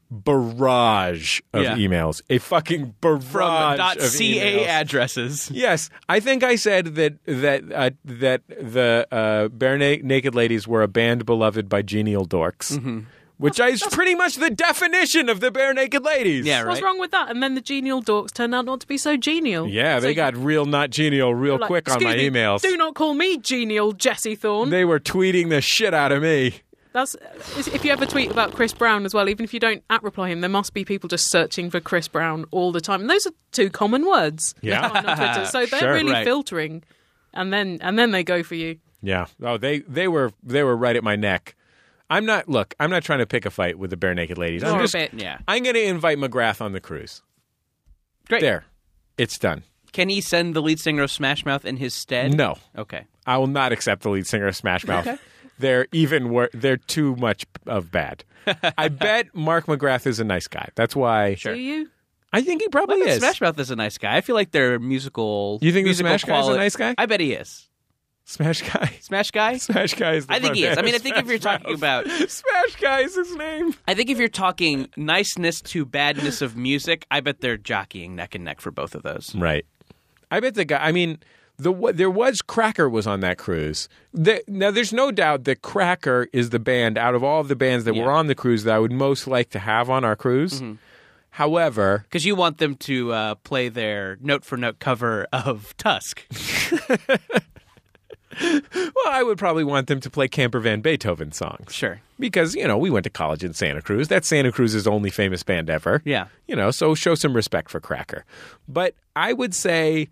[SPEAKER 2] barrage of
[SPEAKER 3] Yeah.
[SPEAKER 2] emails. A fucking barrage
[SPEAKER 3] From
[SPEAKER 2] of
[SPEAKER 3] .ca
[SPEAKER 2] emails.
[SPEAKER 3] addresses.
[SPEAKER 2] Yes, I think I said that that uh, that the uh, bare na- naked ladies were a band beloved by genial dorks, which is pretty much the definition of the bare naked ladies.
[SPEAKER 3] Yeah,
[SPEAKER 4] What's
[SPEAKER 3] right.
[SPEAKER 4] wrong with that? And then the genial dorks turned out not to be so genial.
[SPEAKER 2] Yeah,
[SPEAKER 4] So
[SPEAKER 2] they
[SPEAKER 4] you-
[SPEAKER 2] got real not genial real
[SPEAKER 4] like,
[SPEAKER 2] quick on
[SPEAKER 4] "Excuse
[SPEAKER 2] my
[SPEAKER 4] me,
[SPEAKER 2] emails.
[SPEAKER 4] Do not call me genial Jesse Thorne.
[SPEAKER 2] They were tweeting the shit out of me.
[SPEAKER 4] That's is- if you ever tweet about Chris Brown as well. Even if you don't at reply him, there must be people just searching for Chris Brown all the time. And those are two common words.
[SPEAKER 2] Yeah.
[SPEAKER 4] on Twitter. so they're
[SPEAKER 2] Sure,
[SPEAKER 4] really
[SPEAKER 3] right.
[SPEAKER 4] filtering, and then and then they go for you.
[SPEAKER 2] Yeah. Oh, they they were they were right at my neck. I'm not look, I'm not trying to pick a fight with the bare naked ladies. I'm
[SPEAKER 4] You're a
[SPEAKER 2] just
[SPEAKER 4] bit-
[SPEAKER 3] Yeah.
[SPEAKER 2] I'm going to invite McGrath on the cruise.
[SPEAKER 3] Great.
[SPEAKER 2] There. It's done.
[SPEAKER 3] Can he send the lead singer of Smash Mouth in his stead?
[SPEAKER 2] No.
[SPEAKER 3] Okay.
[SPEAKER 2] I will not accept the lead singer of Smash Mouth. They're even wor- they're too much of bad. I bet Mark McGrath is a nice guy. That's why
[SPEAKER 4] Do you?
[SPEAKER 2] I think he
[SPEAKER 3] Well,
[SPEAKER 2] probably
[SPEAKER 3] I think
[SPEAKER 2] is.
[SPEAKER 3] Smash Mouth is a nice guy. I feel like their musical.
[SPEAKER 2] You think the
[SPEAKER 3] musical
[SPEAKER 2] Smash guy's a
[SPEAKER 3] quali-
[SPEAKER 2] nice guy?
[SPEAKER 3] I bet he is.
[SPEAKER 2] Smash guy.
[SPEAKER 3] Smash guy.
[SPEAKER 2] Smash guy is the
[SPEAKER 3] I think
[SPEAKER 2] front
[SPEAKER 3] he is. I
[SPEAKER 2] man
[SPEAKER 3] mean, I
[SPEAKER 2] of
[SPEAKER 3] think if you're
[SPEAKER 2] Smash
[SPEAKER 3] talking
[SPEAKER 2] Mouth.
[SPEAKER 3] about-
[SPEAKER 2] Smash guy is his name.
[SPEAKER 3] I think if you're talking niceness to badness of music, I bet they're jockeying neck and neck for both of those.
[SPEAKER 2] Right. I bet the guy. I mean, the wa- there was Cracker was on that cruise. The, now, there's no doubt that Cracker is the band out of all the bands that
[SPEAKER 3] Yeah.
[SPEAKER 2] were on the cruise that I would most like to have on our cruise. However,
[SPEAKER 3] Because you want them to uh, play their note for note cover of Tusk.
[SPEAKER 2] well, I would probably want them to play Camper Van Beethoven songs.
[SPEAKER 3] Sure.
[SPEAKER 2] Because, you know, we went to college in Santa Cruz. That's Santa Cruz's only famous band ever.
[SPEAKER 3] Yeah.
[SPEAKER 2] You know, so show some respect for Cracker. But I would say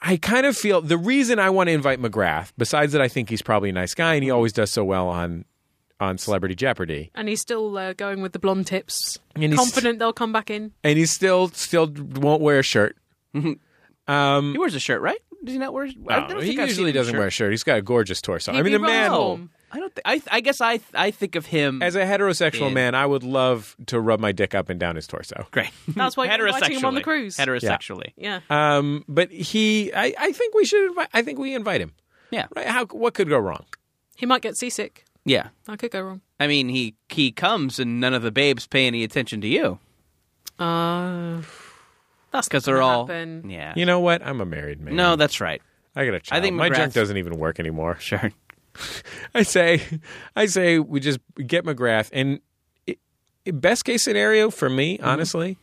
[SPEAKER 2] I kind of feel the reason I want to invite McGrath, besides that I think he's probably a nice guy and he always does so well on on Celebrity Jeopardy.
[SPEAKER 4] And he's still uh, going with the blonde tips,
[SPEAKER 2] And he's-
[SPEAKER 4] confident they'll come back in.
[SPEAKER 2] And he still still won't wear a shirt.
[SPEAKER 3] He wears a shirt, right? Does he not wear? Mm-hmm. I don't
[SPEAKER 2] No,
[SPEAKER 3] think
[SPEAKER 2] he
[SPEAKER 3] I've seen
[SPEAKER 2] usually
[SPEAKER 3] him in
[SPEAKER 2] doesn't
[SPEAKER 3] shirt.
[SPEAKER 2] wear a shirt. He's got a gorgeous torso. I
[SPEAKER 4] He'd
[SPEAKER 2] mean
[SPEAKER 4] be
[SPEAKER 2] a man
[SPEAKER 4] wrong.
[SPEAKER 3] Oh, I don't. Th- I, th- I guess I. Th- I think of him
[SPEAKER 2] as a heterosexual
[SPEAKER 3] Yeah.
[SPEAKER 2] man, I would love to rub my dick up and down his torso.
[SPEAKER 3] great.
[SPEAKER 4] That's why you're inviting him on the
[SPEAKER 3] Heterosexually.
[SPEAKER 4] cruise.
[SPEAKER 3] Heterosexually.
[SPEAKER 4] Yeah.
[SPEAKER 2] Um, but he, I, I think we should. Invite, I think we invite him.
[SPEAKER 3] Yeah.
[SPEAKER 2] Right? How? What could go wrong?
[SPEAKER 4] He might get seasick.
[SPEAKER 3] Yeah.
[SPEAKER 4] That could go wrong.
[SPEAKER 3] I mean, he he comes and none of the babes pay any attention to you
[SPEAKER 4] Uh, that's
[SPEAKER 3] because they're all
[SPEAKER 4] happen.
[SPEAKER 3] yeah.
[SPEAKER 2] You know what? I'm a married man.
[SPEAKER 3] no, that's right.
[SPEAKER 2] I got a child.
[SPEAKER 3] think
[SPEAKER 2] my
[SPEAKER 3] McGrath's-
[SPEAKER 2] junk doesn't even work anymore.
[SPEAKER 3] Sure.
[SPEAKER 2] I say, I say, we just get McGrath, and it, it- best case scenario for me, honestly,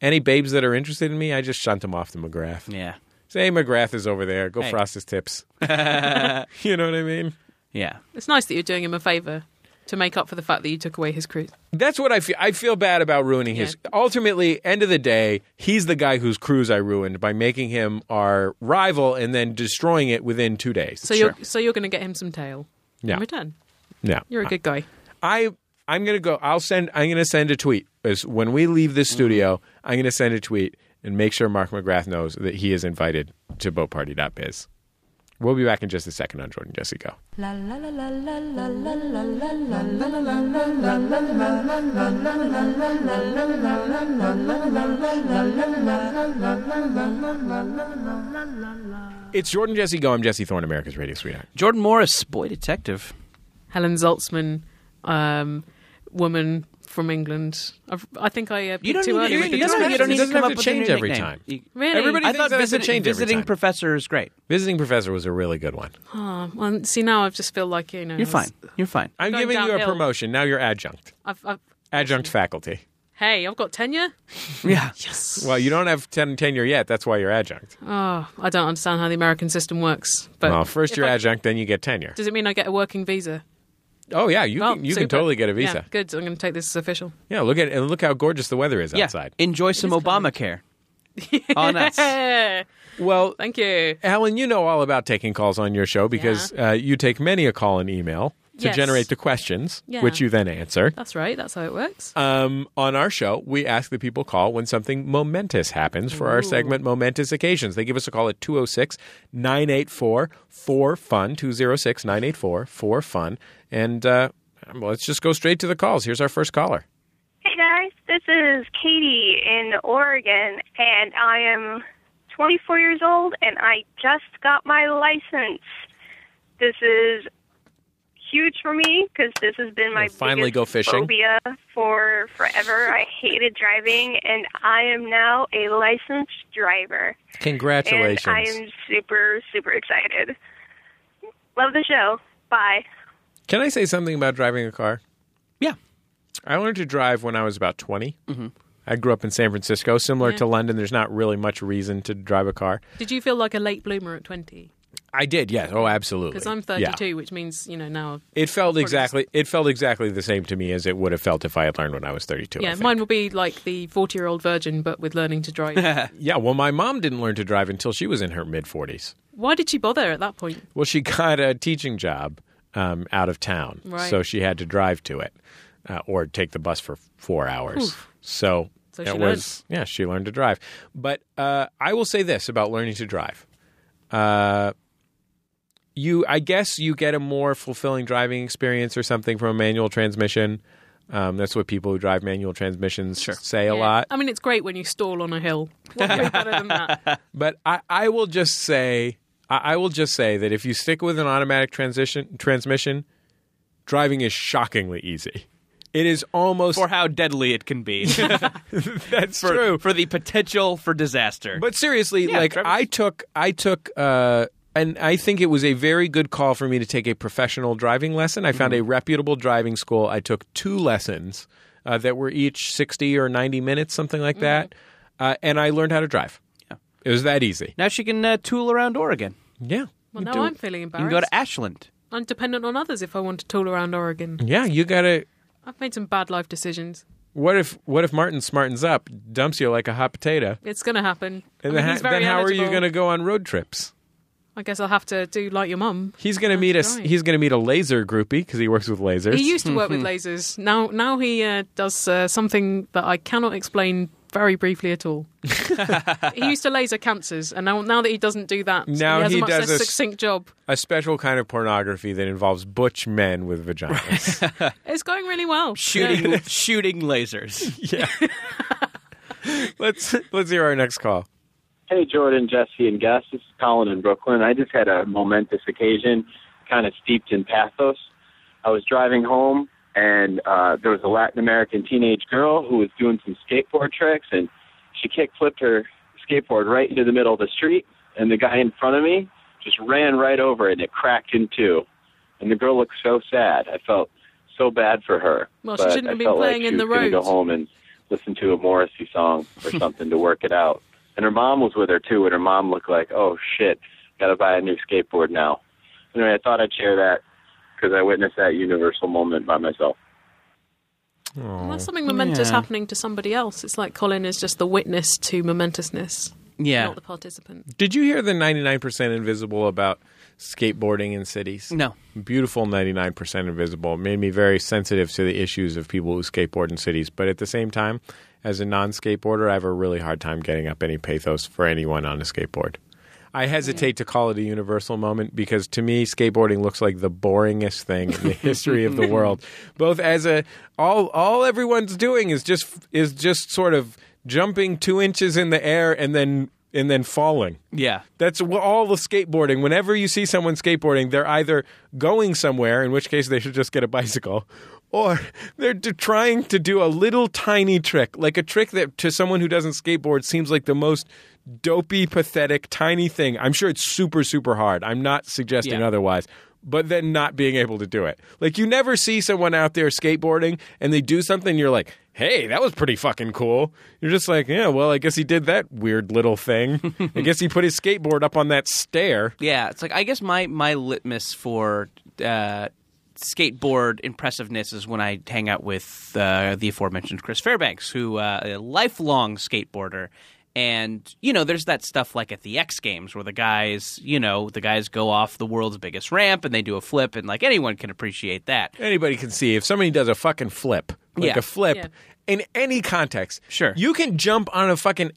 [SPEAKER 2] any babes that are interested in me, I just shunt them off to McGrath.
[SPEAKER 3] Yeah.
[SPEAKER 2] Say hey, McGrath is over there. Go
[SPEAKER 3] Hey.
[SPEAKER 2] frost his tips. you know what I mean?
[SPEAKER 3] Yeah.
[SPEAKER 4] It's nice that you're doing him a favour to make up for the fact that you took away his cruise.
[SPEAKER 2] That's what I feel. I feel bad about ruining his. Ultimately, end of the day, he's the guy whose cruise I ruined by making him our rival and then destroying it within two days.
[SPEAKER 4] So
[SPEAKER 3] Sure.
[SPEAKER 4] you're so you're going to get him some tail
[SPEAKER 2] Yeah. Ah.
[SPEAKER 4] in return.
[SPEAKER 2] yeah,
[SPEAKER 4] You're a good guy.
[SPEAKER 2] I I'm gonna go. I'll send. I'm gonna send a tweet. As when we leave this studio, I'm gonna send a tweet and make sure Mark McGrath knows that he is invited to boatparty.biz. We'll be back in just a second on Jordan Jesse Go.
[SPEAKER 1] La la la la la la la la la la.
[SPEAKER 2] It's Jordan Jesse Go. I'm Jesse Thorne, America's radio sweetheart.
[SPEAKER 3] Jordan Morris, boy detective.
[SPEAKER 4] Helen Zaltzman, um, woman from England. I've, I think I uh,
[SPEAKER 3] You
[SPEAKER 4] picked
[SPEAKER 3] don't
[SPEAKER 4] too
[SPEAKER 3] need-
[SPEAKER 4] early
[SPEAKER 3] you-
[SPEAKER 4] with
[SPEAKER 3] you
[SPEAKER 4] the
[SPEAKER 3] don't
[SPEAKER 4] description.
[SPEAKER 3] need- you don't need
[SPEAKER 2] It doesn't
[SPEAKER 3] to
[SPEAKER 2] have
[SPEAKER 3] come
[SPEAKER 2] to
[SPEAKER 3] up with a
[SPEAKER 2] change
[SPEAKER 3] new
[SPEAKER 2] every
[SPEAKER 3] nickname.
[SPEAKER 2] time.
[SPEAKER 3] You-
[SPEAKER 4] Really?
[SPEAKER 2] Everybody
[SPEAKER 3] I
[SPEAKER 2] thinks
[SPEAKER 3] thought
[SPEAKER 2] that has to
[SPEAKER 3] visiting,
[SPEAKER 2] change every
[SPEAKER 3] visiting
[SPEAKER 2] time.
[SPEAKER 3] professor is great.
[SPEAKER 2] Visiting professor was a really good one.
[SPEAKER 4] Oh, well, see now I just feel like you know.
[SPEAKER 3] You're fine. You're fine.
[SPEAKER 2] I'm
[SPEAKER 4] Going
[SPEAKER 2] giving you a
[SPEAKER 4] downhill.
[SPEAKER 2] promotion. Now you're adjunct.
[SPEAKER 4] I've, I've,
[SPEAKER 2] Adjunct faculty.
[SPEAKER 4] hey, I've got tenure.
[SPEAKER 3] Yeah.
[SPEAKER 2] Well, you don't have ten, tenure yet. That's why you're adjunct.
[SPEAKER 4] Oh, I don't understand how the American system works. But
[SPEAKER 2] well, first
[SPEAKER 4] if
[SPEAKER 2] you're
[SPEAKER 4] I-
[SPEAKER 2] adjunct, then you get tenure.
[SPEAKER 4] does it mean I get a working visa?
[SPEAKER 2] Oh yeah, you
[SPEAKER 4] Oh,
[SPEAKER 2] can, you
[SPEAKER 4] super.
[SPEAKER 2] can totally get a
[SPEAKER 4] Yeah,
[SPEAKER 2] visa.
[SPEAKER 4] good. I'm going to take this as official.
[SPEAKER 2] Yeah, look at and look how gorgeous the weather is
[SPEAKER 3] Yeah.
[SPEAKER 2] outside.
[SPEAKER 3] Enjoy some Obamacare. On us.
[SPEAKER 4] Eh,
[SPEAKER 2] Well,
[SPEAKER 4] thank you.
[SPEAKER 2] Alan, you know all about taking calls on your show because uh, you take many a call and email to
[SPEAKER 4] Yes.
[SPEAKER 2] generate the questions,
[SPEAKER 4] Yeah.
[SPEAKER 2] which you then answer.
[SPEAKER 4] That's right. That's how it works.
[SPEAKER 2] Um, on our show, we ask that people call when something momentous happens for our segment Momentous Occasions. They give us a call at 206 984 4FUN, 206 984 4FUN. And uh, well, let's just go straight to the calls. Here's our first caller.
[SPEAKER 7] Hey guys, this is Katie in Oregon, and I am 24 years old, and I just got my license. This is huge for me because this has been my
[SPEAKER 2] You'll finally
[SPEAKER 7] biggest
[SPEAKER 2] go fishing.
[SPEAKER 7] phobia for forever. I hated driving, and I am now a licensed driver, and
[SPEAKER 2] Congratulations.
[SPEAKER 7] I am super super excited. Love the show. Bye.
[SPEAKER 2] Can I say something about driving a car?
[SPEAKER 3] Yeah.
[SPEAKER 2] I learned to drive when I was about 20. Mm-hmm. I grew up in San Francisco. Similar to London, there's not really much reason to drive a car.
[SPEAKER 4] Did you feel like a late bloomer at 20?
[SPEAKER 2] I did, yes. Oh, absolutely.
[SPEAKER 4] Because I'm
[SPEAKER 2] Yeah.
[SPEAKER 4] 32, which means you know now.
[SPEAKER 2] It felt
[SPEAKER 4] Or just-
[SPEAKER 2] exactly it felt exactly the same to me as it would have felt if I had learned when I was 32. I
[SPEAKER 4] Yeah,
[SPEAKER 2] think.
[SPEAKER 4] mine will be like the 40 year old virgin, but with learning to drive.
[SPEAKER 2] Yeah, well my mom didn't learn to drive until she was in her mid 40s.
[SPEAKER 4] Why did she bother at that point?
[SPEAKER 2] Well, she got a teaching job um, out of town,
[SPEAKER 4] Right.
[SPEAKER 2] so she had to drive to it uh, or take the bus for four hours. So,
[SPEAKER 4] So
[SPEAKER 2] it
[SPEAKER 4] she
[SPEAKER 2] was yeah, she learned to drive. But uh, I will say this about learning to drive: uh, you, I guess, you get a more fulfilling driving experience or something from a manual transmission. Um, that's what people who drive manual transmissions say a
[SPEAKER 4] Yeah.
[SPEAKER 2] lot.
[SPEAKER 4] I mean, it's great when you stall on a hill. What could be better than that?
[SPEAKER 2] But I, I will just say I, I will just say that if you stick with an automatic transition transmission, driving is shockingly easy. It is almost
[SPEAKER 3] For how deadly it can be.
[SPEAKER 2] that's
[SPEAKER 3] for,
[SPEAKER 2] true.
[SPEAKER 3] for the potential for disaster.
[SPEAKER 2] But seriously,
[SPEAKER 3] Yeah,
[SPEAKER 2] like
[SPEAKER 3] Trevor-
[SPEAKER 2] I took, I took, uh, and I think it was a very good call for me to take a professional driving lesson. I
[SPEAKER 3] Mm-hmm.
[SPEAKER 2] found a reputable driving school. I took two lessons uh, that were each sixty or ninety minutes, something like that, uh, and I learned how to drive.
[SPEAKER 3] Mm-hmm. Yeah.
[SPEAKER 2] It was that easy.
[SPEAKER 3] now she can uh, tool around Oregon.
[SPEAKER 2] Yeah.
[SPEAKER 4] Well, now
[SPEAKER 3] do-
[SPEAKER 4] I'm feeling
[SPEAKER 3] You can
[SPEAKER 4] embarrassed.
[SPEAKER 3] go to Ashland.
[SPEAKER 4] I'm dependent on others if I want to tool around Oregon.
[SPEAKER 2] Yeah, you gotta.
[SPEAKER 4] I've made some bad life decisions.
[SPEAKER 2] What if what if Martin smartens up, dumps you like a hot potato,
[SPEAKER 4] It's going to happen.
[SPEAKER 2] and
[SPEAKER 4] I mean,
[SPEAKER 2] then,
[SPEAKER 4] he's
[SPEAKER 2] how-
[SPEAKER 4] very
[SPEAKER 2] then how are you
[SPEAKER 4] eligible.
[SPEAKER 2] going to go on road trips?
[SPEAKER 4] I guess I'll have to do like your mum.
[SPEAKER 2] He's going to
[SPEAKER 4] That's
[SPEAKER 2] meet us.
[SPEAKER 4] right.
[SPEAKER 2] He's going to meet a laser groupie because he works with lasers.
[SPEAKER 4] He used to work with lasers. Now, now he uh, does uh, something that I cannot explain very briefly at all. he used to laser cancers, and now, now that he doesn't do that,
[SPEAKER 2] Now
[SPEAKER 4] he has
[SPEAKER 2] he
[SPEAKER 4] a much
[SPEAKER 2] does
[SPEAKER 4] less
[SPEAKER 2] a s-
[SPEAKER 4] succinct job.
[SPEAKER 2] a special kind of pornography that involves butch men with vaginas.
[SPEAKER 4] It's going really well. Yeah.
[SPEAKER 3] Shooting shooting lasers.
[SPEAKER 2] yeah. let's let's hear our next call.
[SPEAKER 8] Hey, Jordan, Jesse, and Gus. This is Colin in Brooklyn. I just had a momentous occasion, kind of steeped in pathos. I was driving home, and uh, there was a Latin American teenage girl who was doing some skateboard tricks, and she kick flipped her skateboard right into the middle of the street, and the guy in front of me just ran right over it, and it cracked in two. And the girl looked so sad. I felt so bad for her.
[SPEAKER 4] Well, she
[SPEAKER 8] but
[SPEAKER 4] shouldn't
[SPEAKER 8] I
[SPEAKER 4] have been
[SPEAKER 8] felt
[SPEAKER 4] playing
[SPEAKER 8] like
[SPEAKER 4] in
[SPEAKER 8] she
[SPEAKER 4] the
[SPEAKER 8] was gonna
[SPEAKER 4] road.
[SPEAKER 8] Go home and listen to a Morrissey song or something to work it out. And her mom was with her too, and her mom looked like, "Oh shit, gotta buy a new skateboard now." Anyway, I thought I'd share that because I witnessed that universal moment by myself.
[SPEAKER 4] Well, that's something momentous
[SPEAKER 3] Yeah.
[SPEAKER 4] happening to somebody else. It's like Colin is just the witness to momentousness,
[SPEAKER 3] Yeah.
[SPEAKER 4] not the participant.
[SPEAKER 2] Did you hear the 99% Invisible about skateboarding in cities?
[SPEAKER 3] No.
[SPEAKER 2] Beautiful 99% Invisible. Made me very sensitive to the issues of people who skateboard in cities. But at the same time, as a non skateboarder, I have a really hard time getting up any pathos for anyone on a skateboard. I hesitate to call it a universal moment because to me skateboarding looks like the boringest thing in the history of the world. Both as a all all everyone's doing is just is just sort of jumping 2 inches in the air and then and then falling.
[SPEAKER 3] Yeah.
[SPEAKER 2] That's wh- all the skateboarding. Whenever you see someone skateboarding, they're either going somewhere, in which case they should just get a bicycle, or they're d- trying to do a little tiny trick, like a trick that to someone who doesn't skateboard seems like the most dopey, pathetic, tiny thing. I'm sure it's super, super hard. I'm not suggesting
[SPEAKER 3] Yeah.
[SPEAKER 2] otherwise. But then not being able to do it. Like, you never see someone out there skateboarding and they do something, you're like, hey, that was pretty fucking cool. You're just like, yeah, well, I guess he did that weird little thing. I guess he put his skateboard up on that stair.
[SPEAKER 3] Yeah, it's like I guess my my litmus for uh, skateboard impressiveness is when I hang out with uh, the aforementioned Chris Fairbanks, who uh, a lifelong skateboarder. And you know, there's that stuff like at the X Games where the guys, you know, the guys go off the world's biggest ramp and they do a flip, and like anyone can appreciate that.
[SPEAKER 2] Anybody can see if somebody does a fucking flip, like
[SPEAKER 3] Yeah.
[SPEAKER 2] a flip
[SPEAKER 4] Yeah.
[SPEAKER 2] in any context.
[SPEAKER 3] Sure.
[SPEAKER 2] You can jump on a fucking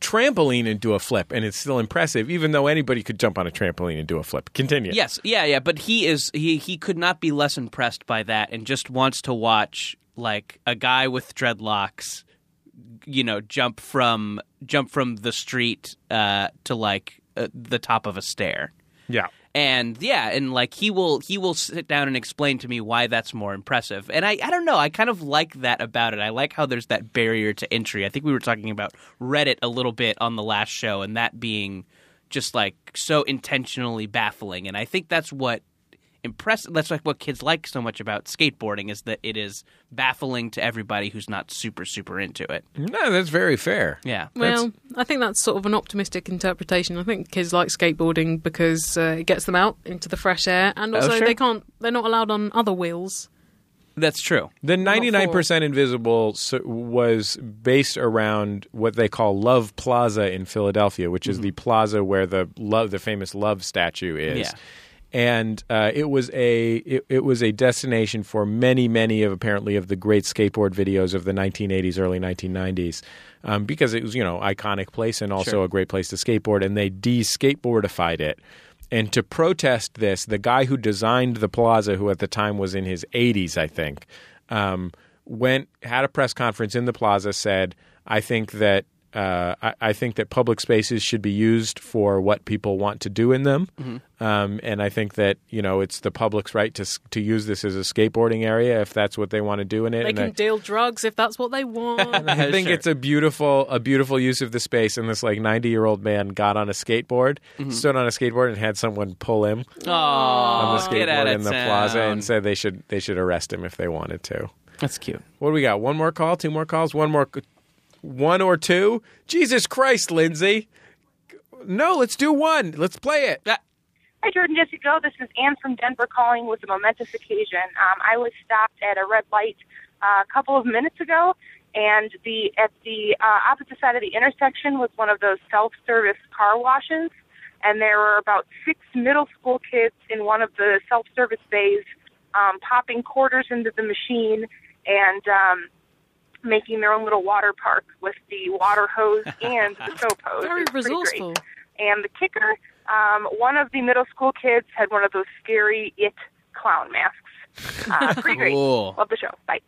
[SPEAKER 2] trampoline and do a flip, and it's still impressive, even though anybody could jump on a trampoline and do a flip. Continue.
[SPEAKER 3] Yes, yeah, yeah. But he is he he could not be less impressed by that, and just wants to watch like a guy with dreadlocks, you know, jump from jump from the street uh, to like uh, the top of a stair.
[SPEAKER 2] Yeah.
[SPEAKER 3] And yeah, and like he will he will sit down and explain to me why that's more impressive. And I I don't know, I kind of like that about it. I like how there's that barrier to entry. I think we were talking about Reddit a little bit on the last show and that being just like so intentionally baffling. And I think that's what impressive that's like what kids like so much about skateboarding is that it is baffling to everybody who's not super super into it.
[SPEAKER 2] No, that's very fair.
[SPEAKER 3] Yeah.
[SPEAKER 4] Well, I think that's sort of an optimistic interpretation. I think kids like skateboarding because uh, it gets them out into the fresh air, and
[SPEAKER 2] Oh,
[SPEAKER 4] also
[SPEAKER 3] sure.
[SPEAKER 4] they can't they're not allowed on other wheels.
[SPEAKER 3] That's true.
[SPEAKER 2] The 99% Invisible s- was based around what they call Love Plaza in Philadelphia, which is the plaza where the love, the famous love statue is.
[SPEAKER 3] Yeah.
[SPEAKER 2] And uh, it was a it, it was a destination for many many of apparently of the great skateboard videos of the 1980s early 1990s um, because it was you know iconic place and also
[SPEAKER 3] Sure.
[SPEAKER 2] a great place to skateboard and they de skateboardified it and to protest this, the guy who designed the plaza, who at the time was in his 80s, I think, um, went had a press conference in the plaza, said, "I think that uh, I, I think that public spaces should be used for what people want to do in them, um, and I think that you know it's the public's right to s- to use this as a skateboarding area if that's what they want to do in it."
[SPEAKER 4] They
[SPEAKER 2] and I-
[SPEAKER 4] can deal drugs if that's what they want.
[SPEAKER 2] I think
[SPEAKER 3] Sure.
[SPEAKER 2] it's a beautiful, a beautiful use of the space. And this like ninety year old man got on a skateboard,
[SPEAKER 3] Mm-hmm.
[SPEAKER 2] stood on a skateboard, and had someone pull him on the
[SPEAKER 3] Oh, get out
[SPEAKER 2] skateboard
[SPEAKER 3] of
[SPEAKER 2] in the
[SPEAKER 3] town.
[SPEAKER 2] plaza and said they should they should arrest him if they wanted to.
[SPEAKER 3] That's cute.
[SPEAKER 2] What do we got? One more call, two more calls, one more, one or two. Jesus Christ, Lindsay! No, let's do one. Let's play it.
[SPEAKER 9] Hi, Jordan Jesse Go. This is Anne from Denver calling with a momentous occasion. Um, I was stopped at a red light uh, a couple of minutes ago, and the at the uh, opposite side of the intersection was one of those self-service car washes, and there were about six middle school kids in one of the self-service bays um, popping quarters into the machine and um, making their own little water park with the water hose and the soap hose.
[SPEAKER 4] Very
[SPEAKER 9] It's pretty great.
[SPEAKER 4] resourceful.
[SPEAKER 9] And the kicker, um, one of the middle school kids had one of those scary it clown masks. Uh, pretty great.
[SPEAKER 3] Cool.
[SPEAKER 9] Love the show. Bye.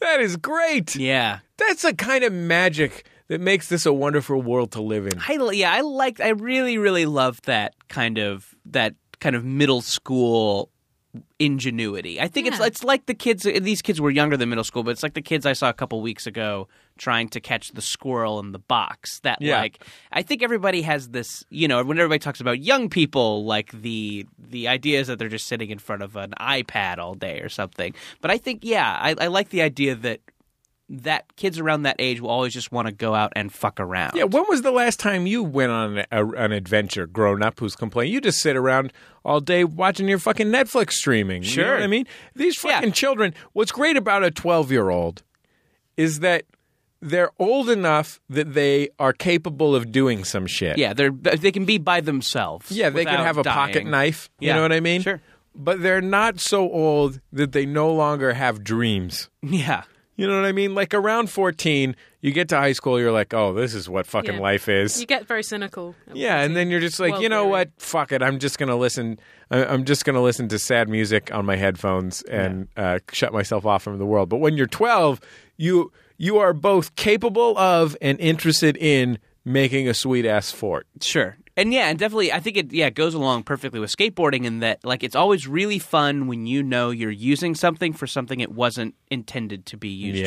[SPEAKER 2] That is great.
[SPEAKER 3] Yeah.
[SPEAKER 2] That's the kind of magic that makes this a wonderful world to live in.
[SPEAKER 3] I yeah, I liked I really really loved that kind of that kind of middle school ingenuity. I think it's
[SPEAKER 4] Yeah.
[SPEAKER 3] it's like the kids. These kids were younger than middle school, but it's like the kids I saw a couple weeks ago trying to catch the squirrel in the box. That
[SPEAKER 2] Yeah.
[SPEAKER 3] like I think everybody has this. You know, when everybody talks about young people, like the the idea is that they're just sitting in front of an iPad all day or something. But I think yeah, I, I like the idea that that kids around that age will always just want to go out and fuck around.
[SPEAKER 2] Yeah, when was the last time you went on a, an adventure, grown up who's complaining? You just sit around all day watching your fucking Netflix streaming. You know
[SPEAKER 3] Sure.
[SPEAKER 2] what I mean? These
[SPEAKER 3] Yeah.
[SPEAKER 2] fucking children, what's great about a 12 year old is that they're old enough that they are capable of doing some shit.
[SPEAKER 3] Yeah, they're they can be by themselves.
[SPEAKER 2] Yeah, they can
[SPEAKER 3] without
[SPEAKER 2] have a pocket
[SPEAKER 3] dying.
[SPEAKER 2] knife. You
[SPEAKER 3] Yeah,
[SPEAKER 2] know what I mean?
[SPEAKER 3] Sure.
[SPEAKER 2] But they're not so old that they no longer have dreams.
[SPEAKER 3] Yeah.
[SPEAKER 2] You know what I mean? Like around 14, you get to high school, you're like, oh, this is what fucking
[SPEAKER 4] Yeah.
[SPEAKER 2] life is.
[SPEAKER 4] You get very cynical.
[SPEAKER 2] Yeah, and then you're just like,
[SPEAKER 4] Well,
[SPEAKER 2] you know
[SPEAKER 4] very-
[SPEAKER 2] what? Fuck it. I'm just gonna listen. I- I'm just gonna listen to sad music on my headphones and uh, shut myself off from the world. But when you're 12, you you are both capable of and interested in making a sweet ass fort.
[SPEAKER 3] Sure. And yeah, and definitely I think it yeah, it goes along perfectly with skateboarding in that like it's always really fun when you know you're using something for something it wasn't intended to be used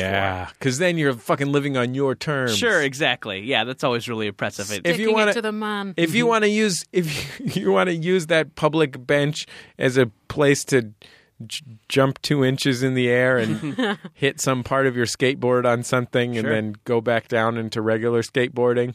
[SPEAKER 2] because then you're fucking living on your
[SPEAKER 3] for.
[SPEAKER 2] terms.
[SPEAKER 3] Sure, exactly. Yeah, that's always really impressive. It,
[SPEAKER 2] If
[SPEAKER 4] if
[SPEAKER 2] you
[SPEAKER 4] you
[SPEAKER 2] wanna-
[SPEAKER 4] it to the man.
[SPEAKER 2] If you want to use if you, you want to use that public bench as a place to j- jump two inches in the air and hit some part of your skateboard on something and
[SPEAKER 3] Sure.
[SPEAKER 2] then go back down into regular skateboarding,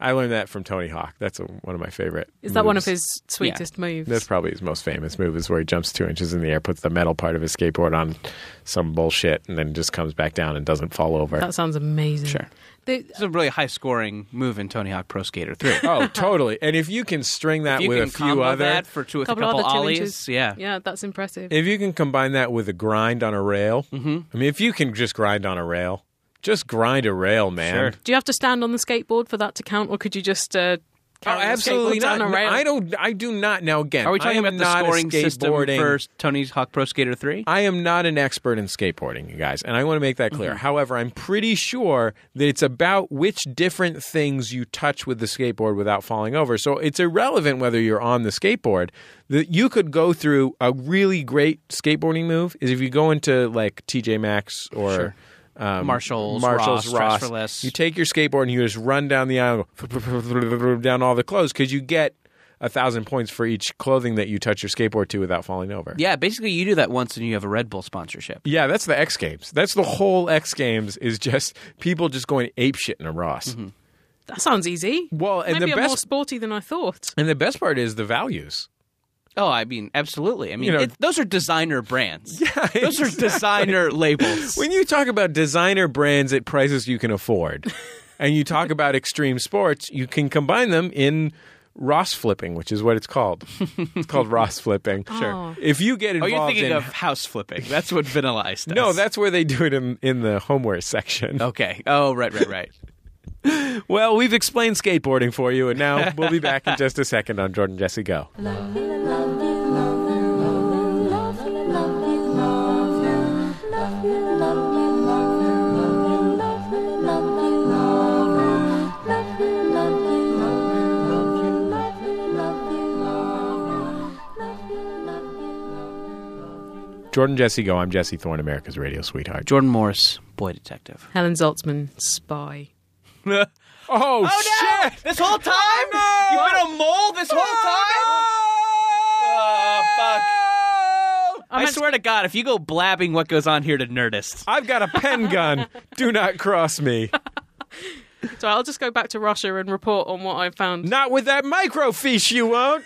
[SPEAKER 2] I learned that from Tony Hawk. That's a, one of my favorite.
[SPEAKER 4] is that one of
[SPEAKER 2] moves.
[SPEAKER 4] his sweetest moves?
[SPEAKER 2] That's probably his most famous move is where he jumps two inches in the air, puts the metal part of his skateboard on some bullshit, and then just comes back down and doesn't fall over.
[SPEAKER 4] that sounds amazing.
[SPEAKER 3] Sure.
[SPEAKER 4] The-
[SPEAKER 3] it's a really high scoring move in Tony Hawk Pro Skater 3.
[SPEAKER 2] oh, totally. And if you can string that
[SPEAKER 3] you
[SPEAKER 2] with
[SPEAKER 3] can
[SPEAKER 2] a few
[SPEAKER 3] combo
[SPEAKER 2] other
[SPEAKER 3] that for two with
[SPEAKER 4] couple
[SPEAKER 3] a couple
[SPEAKER 4] other two
[SPEAKER 3] ollies.
[SPEAKER 4] inches.
[SPEAKER 3] Yeah.
[SPEAKER 4] yeah, that's impressive.
[SPEAKER 2] If you can combine that with a grind on a rail,
[SPEAKER 3] Mm-hmm.
[SPEAKER 2] I mean, if you can just grind on a rail, just grind a rail, man.
[SPEAKER 3] Sure.
[SPEAKER 4] Do you have to stand on the skateboard for that to count, or could you just uh,
[SPEAKER 2] Oh,
[SPEAKER 4] carry the
[SPEAKER 2] absolutely
[SPEAKER 4] skateboard down
[SPEAKER 2] not.
[SPEAKER 4] a rail?
[SPEAKER 2] I don't. I do not. Now again,
[SPEAKER 3] Are we
[SPEAKER 2] I
[SPEAKER 3] talking
[SPEAKER 2] am
[SPEAKER 3] about the
[SPEAKER 2] not a
[SPEAKER 3] scoring system
[SPEAKER 2] skateboarding-
[SPEAKER 3] for Tony Hawk Pro Skater 3?
[SPEAKER 2] I am not an expert in skateboarding, you guys, and I want to make that clear.
[SPEAKER 3] Mm-hmm.
[SPEAKER 2] However, I'm pretty sure that it's about which different things you touch with the skateboard without falling over. So it's irrelevant whether you're on the skateboard. That you could go through a really great skateboarding move is if you go into like TJ Maxx or. Um,
[SPEAKER 3] Marshalls,
[SPEAKER 2] Marshalls,
[SPEAKER 3] Ross,
[SPEAKER 2] Ross.
[SPEAKER 3] Dress for Less.
[SPEAKER 2] You take your skateboard and you just run down the aisle, down all the clothes because you get a thousand points for each clothing that you touch your skateboard to without falling over.
[SPEAKER 3] Yeah, basically you do that once and you have a Red Bull sponsorship.
[SPEAKER 2] Yeah, that's the X Games. That's the whole X Games is just people just going ape shit in a Ross.
[SPEAKER 3] Mm-hmm.
[SPEAKER 4] That sounds easy.
[SPEAKER 2] Well, and
[SPEAKER 4] Maybe
[SPEAKER 2] the
[SPEAKER 4] I'm
[SPEAKER 2] best
[SPEAKER 4] more sporty than I thought.
[SPEAKER 2] and the best part is the values.
[SPEAKER 3] Oh, I mean, absolutely. I mean,
[SPEAKER 2] You know-
[SPEAKER 3] it, those are designer brands. Yeah, those are
[SPEAKER 2] exactly.
[SPEAKER 3] designer labels.
[SPEAKER 2] When you talk about designer brands at prices you can afford, and you talk about extreme sports, you can combine them in Ross flipping, which is what it's called. It's called Ross flipping.
[SPEAKER 4] Sure.
[SPEAKER 2] If you get
[SPEAKER 3] oh,
[SPEAKER 2] involved
[SPEAKER 3] you're thinking
[SPEAKER 2] in
[SPEAKER 3] of house flipping. That's what Vanillized does.
[SPEAKER 2] no, that's where they do it in, in the homeware section.
[SPEAKER 3] okay. Oh, right, right, right.
[SPEAKER 2] Well, we've explained skateboarding for you, and now we'll be back in just a second on Jordan Jesse Go. Jordan Jesse Go. I'm Jesse Thorne, America's radio sweetheart.
[SPEAKER 3] Jordan Morris, boy detective.
[SPEAKER 4] Helen Zaltzman, spy.
[SPEAKER 3] oh,
[SPEAKER 2] Oh,
[SPEAKER 3] no!
[SPEAKER 2] shit!
[SPEAKER 3] This whole time? You've been a mole this whole Oh, time? Oh, fuck. I
[SPEAKER 4] meant-
[SPEAKER 3] swear to God, if you go blabbing what goes on here to Nerdist.
[SPEAKER 2] I've got a pen gun. Do not cross me.
[SPEAKER 4] So I'll just go back to Russia and report on what I found.
[SPEAKER 2] Not with that microfiche, you won't.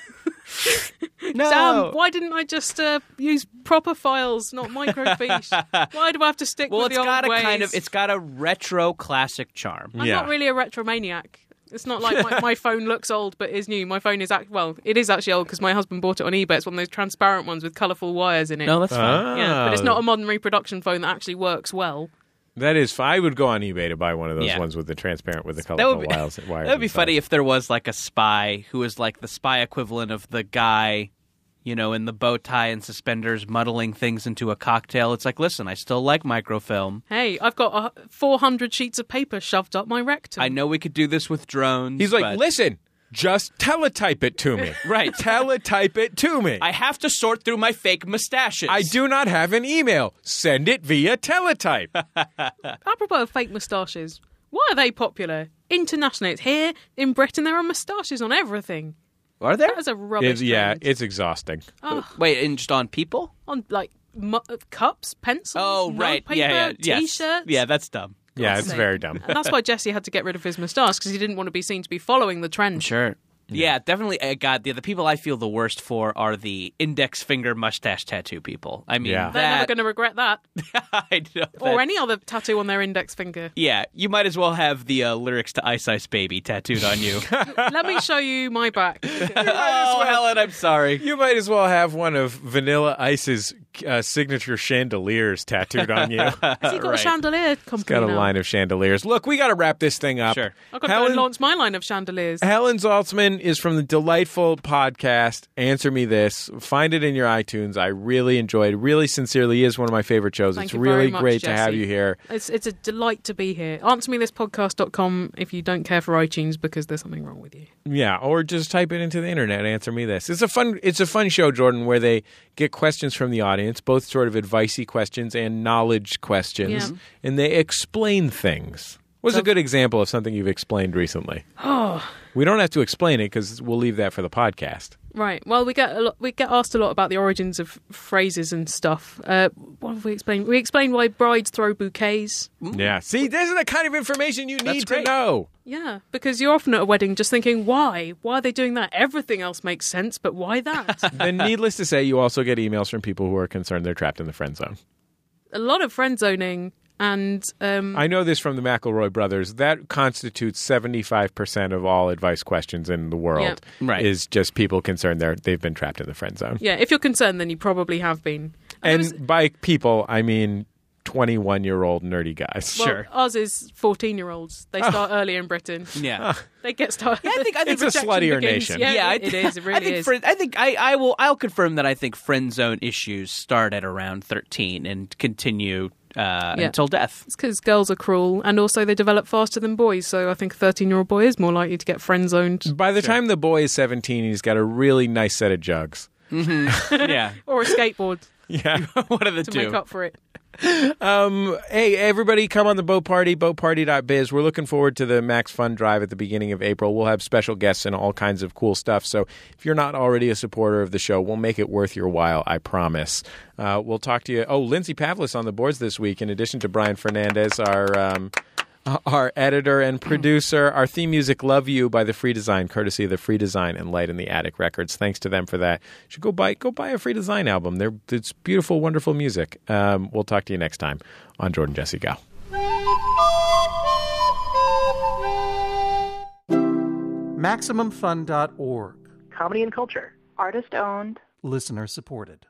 [SPEAKER 3] No.
[SPEAKER 4] Damn, why didn't I just uh, use proper files, not microfiche? why do I have to stick
[SPEAKER 3] well,
[SPEAKER 4] with
[SPEAKER 3] it's
[SPEAKER 4] the old
[SPEAKER 3] got a
[SPEAKER 4] ways?
[SPEAKER 3] kind of, it's got a retro classic charm.
[SPEAKER 4] I'm
[SPEAKER 2] Yeah.
[SPEAKER 4] not really a retromaniac. It's not like my, my phone looks old but is new. My phone is act well, it is actually old because my husband bought it on eBay. It's one of those transparent ones with colourful wires in it.
[SPEAKER 3] No, that's Oh. fine.
[SPEAKER 2] Ah.
[SPEAKER 4] yeah, but it's not a modern reproduction phone that actually works well.
[SPEAKER 2] That is fine. I would go on eBay to buy one of those
[SPEAKER 3] Yeah.
[SPEAKER 2] ones with the transparent with the
[SPEAKER 3] That
[SPEAKER 2] colorful
[SPEAKER 3] would be,
[SPEAKER 2] wires. wires
[SPEAKER 3] that would be
[SPEAKER 2] inside.
[SPEAKER 3] funny if there was like a spy who was like the spy equivalent of the guy, you know, in the bow tie and suspenders muddling things into a cocktail. It's like, listen, I still like microfilm.
[SPEAKER 4] Hey, I've got uh, 400 sheets of paper shoved up my rectum.
[SPEAKER 3] I know we could do this with drones.
[SPEAKER 2] He's like,
[SPEAKER 3] but
[SPEAKER 2] listen, Just teletype it to me.
[SPEAKER 3] Right.
[SPEAKER 2] teletype it to me.
[SPEAKER 3] I have to sort through my fake mustaches.
[SPEAKER 2] I do not have an email. Send it via teletype.
[SPEAKER 4] Apropos of fake moustaches, why are they popular? Internationally, it's here in Britain. There are moustaches on everything.
[SPEAKER 3] Are there?
[SPEAKER 4] That is a rubbish.
[SPEAKER 2] It's- yeah,
[SPEAKER 4] trend.
[SPEAKER 2] it's exhausting.
[SPEAKER 4] Oh,
[SPEAKER 3] uh, Wait, and just on people?
[SPEAKER 4] on like mu- uh, cups, pencils,
[SPEAKER 3] Oh, right.
[SPEAKER 4] notepaper,
[SPEAKER 3] yeah, yeah. yes.
[SPEAKER 4] t-shirts.
[SPEAKER 3] Yeah, that's dumb.
[SPEAKER 2] Yeah, it's
[SPEAKER 4] sake.
[SPEAKER 2] very dumb.
[SPEAKER 4] And that's why Jesse had to get rid of his moustache because he didn't want to be seen to be following the trend.
[SPEAKER 3] Sure. Yeah, definitely. Uh, God, the, the people I feel the worst for are the index finger mustache tattoo people. I mean,
[SPEAKER 2] Yeah.
[SPEAKER 4] They're never
[SPEAKER 3] that,
[SPEAKER 4] going to regret that,
[SPEAKER 3] I know
[SPEAKER 4] or
[SPEAKER 3] that-
[SPEAKER 4] any other tattoo on their index finger.
[SPEAKER 3] Yeah, you might as well have the uh, lyrics to Ice Ice Baby tattooed on you.
[SPEAKER 4] Let me show you my back.
[SPEAKER 3] oh, Helen, I'm sorry.
[SPEAKER 2] You might as well have one of Vanilla Ice's uh, signature chandeliers tattooed on you.
[SPEAKER 4] Has he got
[SPEAKER 3] Right.
[SPEAKER 4] a chandelier company
[SPEAKER 2] Got a
[SPEAKER 4] now?
[SPEAKER 2] line of chandeliers. Look, we got to wrap this thing up.
[SPEAKER 3] Sure.
[SPEAKER 4] I've got to go and launch my line of chandeliers.
[SPEAKER 2] Helen Zaltzman is from the delightful podcast Answer Me This. Find it in your iTunes. I really enjoyed. Really sincerely is one of my favorite shows.
[SPEAKER 4] Thank
[SPEAKER 2] it's
[SPEAKER 4] you very
[SPEAKER 2] really
[SPEAKER 4] much,
[SPEAKER 2] great to
[SPEAKER 4] Jesse.
[SPEAKER 2] have you here.
[SPEAKER 4] It's it's a delight to be here. Answer me this podcast.com if you don't care for iTunes because there's something wrong with you.
[SPEAKER 2] Yeah, or just type it into the internet. Answer me this. It's a fun. It's a fun show, Jordan, where they get questions from the audience, both sort of advicey questions and knowledge questions,
[SPEAKER 4] Yeah.
[SPEAKER 2] and they explain things. What's a good example of something you've explained recently? Oh, we don't have to explain it because we'll leave that for the podcast.
[SPEAKER 4] Right. Well, we get a lot, we get asked a lot about the origins of phrases and stuff. Uh, what have we explained? We explained why brides throw bouquets.
[SPEAKER 2] Yeah. See, this is the kind of information you need to
[SPEAKER 3] great.
[SPEAKER 2] know.
[SPEAKER 4] Yeah, because you're often at a wedding just thinking, why? Why are they doing that? Everything else makes sense, but why that?
[SPEAKER 2] then, needless to say, you also get emails from people who are concerned they're trapped in the friend zone.
[SPEAKER 4] a lot of friend zoning and
[SPEAKER 3] Uh,
[SPEAKER 4] um,
[SPEAKER 2] I know this from the McElroy brothers. That constitutes seventy-five percent of all advice questions in the world.
[SPEAKER 3] Yeah. Right.
[SPEAKER 2] Is just people concerned they're they've been trapped in the friend zone.
[SPEAKER 4] yeah. If you're concerned, then you probably have been.
[SPEAKER 2] And
[SPEAKER 4] there was-
[SPEAKER 2] by people, I mean twenty-one-year-old nerdy guys.
[SPEAKER 4] well, ours is fourteen-year-olds. They start early in Britain.
[SPEAKER 3] Oh. Yeah.
[SPEAKER 4] They get started.
[SPEAKER 3] I think- I think
[SPEAKER 2] It's a
[SPEAKER 4] rejection
[SPEAKER 2] sluttier
[SPEAKER 4] begins.
[SPEAKER 2] nation.
[SPEAKER 4] Yeah,
[SPEAKER 3] I
[SPEAKER 4] it
[SPEAKER 3] think-
[SPEAKER 4] is. It
[SPEAKER 3] I
[SPEAKER 4] really
[SPEAKER 3] think
[SPEAKER 4] is.
[SPEAKER 3] friend- I think I, I will. I'll confirm that I think friend zone issues start at around thirteen and continue uh, until death.
[SPEAKER 4] It's because girls are cruel, and also they develop faster than boys. So I think a thirteen-year-old boy is more likely to get friend zoned
[SPEAKER 2] By the time the boy is seventeen, he's got a really nice set of jugs.
[SPEAKER 3] yeah,
[SPEAKER 4] or a skateboard
[SPEAKER 2] Yeah.
[SPEAKER 3] what are the
[SPEAKER 4] to
[SPEAKER 3] two?
[SPEAKER 4] make up for it.
[SPEAKER 2] hey, everybody, come on the boat party, boatparty.biz. We're looking forward to the Max Fund Drive at the beginning of April. We'll have special guests and all kinds of cool stuff. So if you're not already a supporter of the show, we'll make it worth your while, I promise. Uh, we'll talk to you. Oh, Lindsay Pavlis on the boards this week, in addition to Brian Fernandez, our. Um, our editor and producer. Our theme music, Love You by The Free Design, courtesy of The Free Design and Light in the Attic Records. Thanks to them for that. You should go buy go buy a Free Design album. They're, it's beautiful, wonderful music. Um, we'll talk to you next time on Jordan Jesse Go.
[SPEAKER 10] MaximumFun.org.
[SPEAKER 11] Comedy and culture.
[SPEAKER 9] Artist owned.
[SPEAKER 10] Listener supported.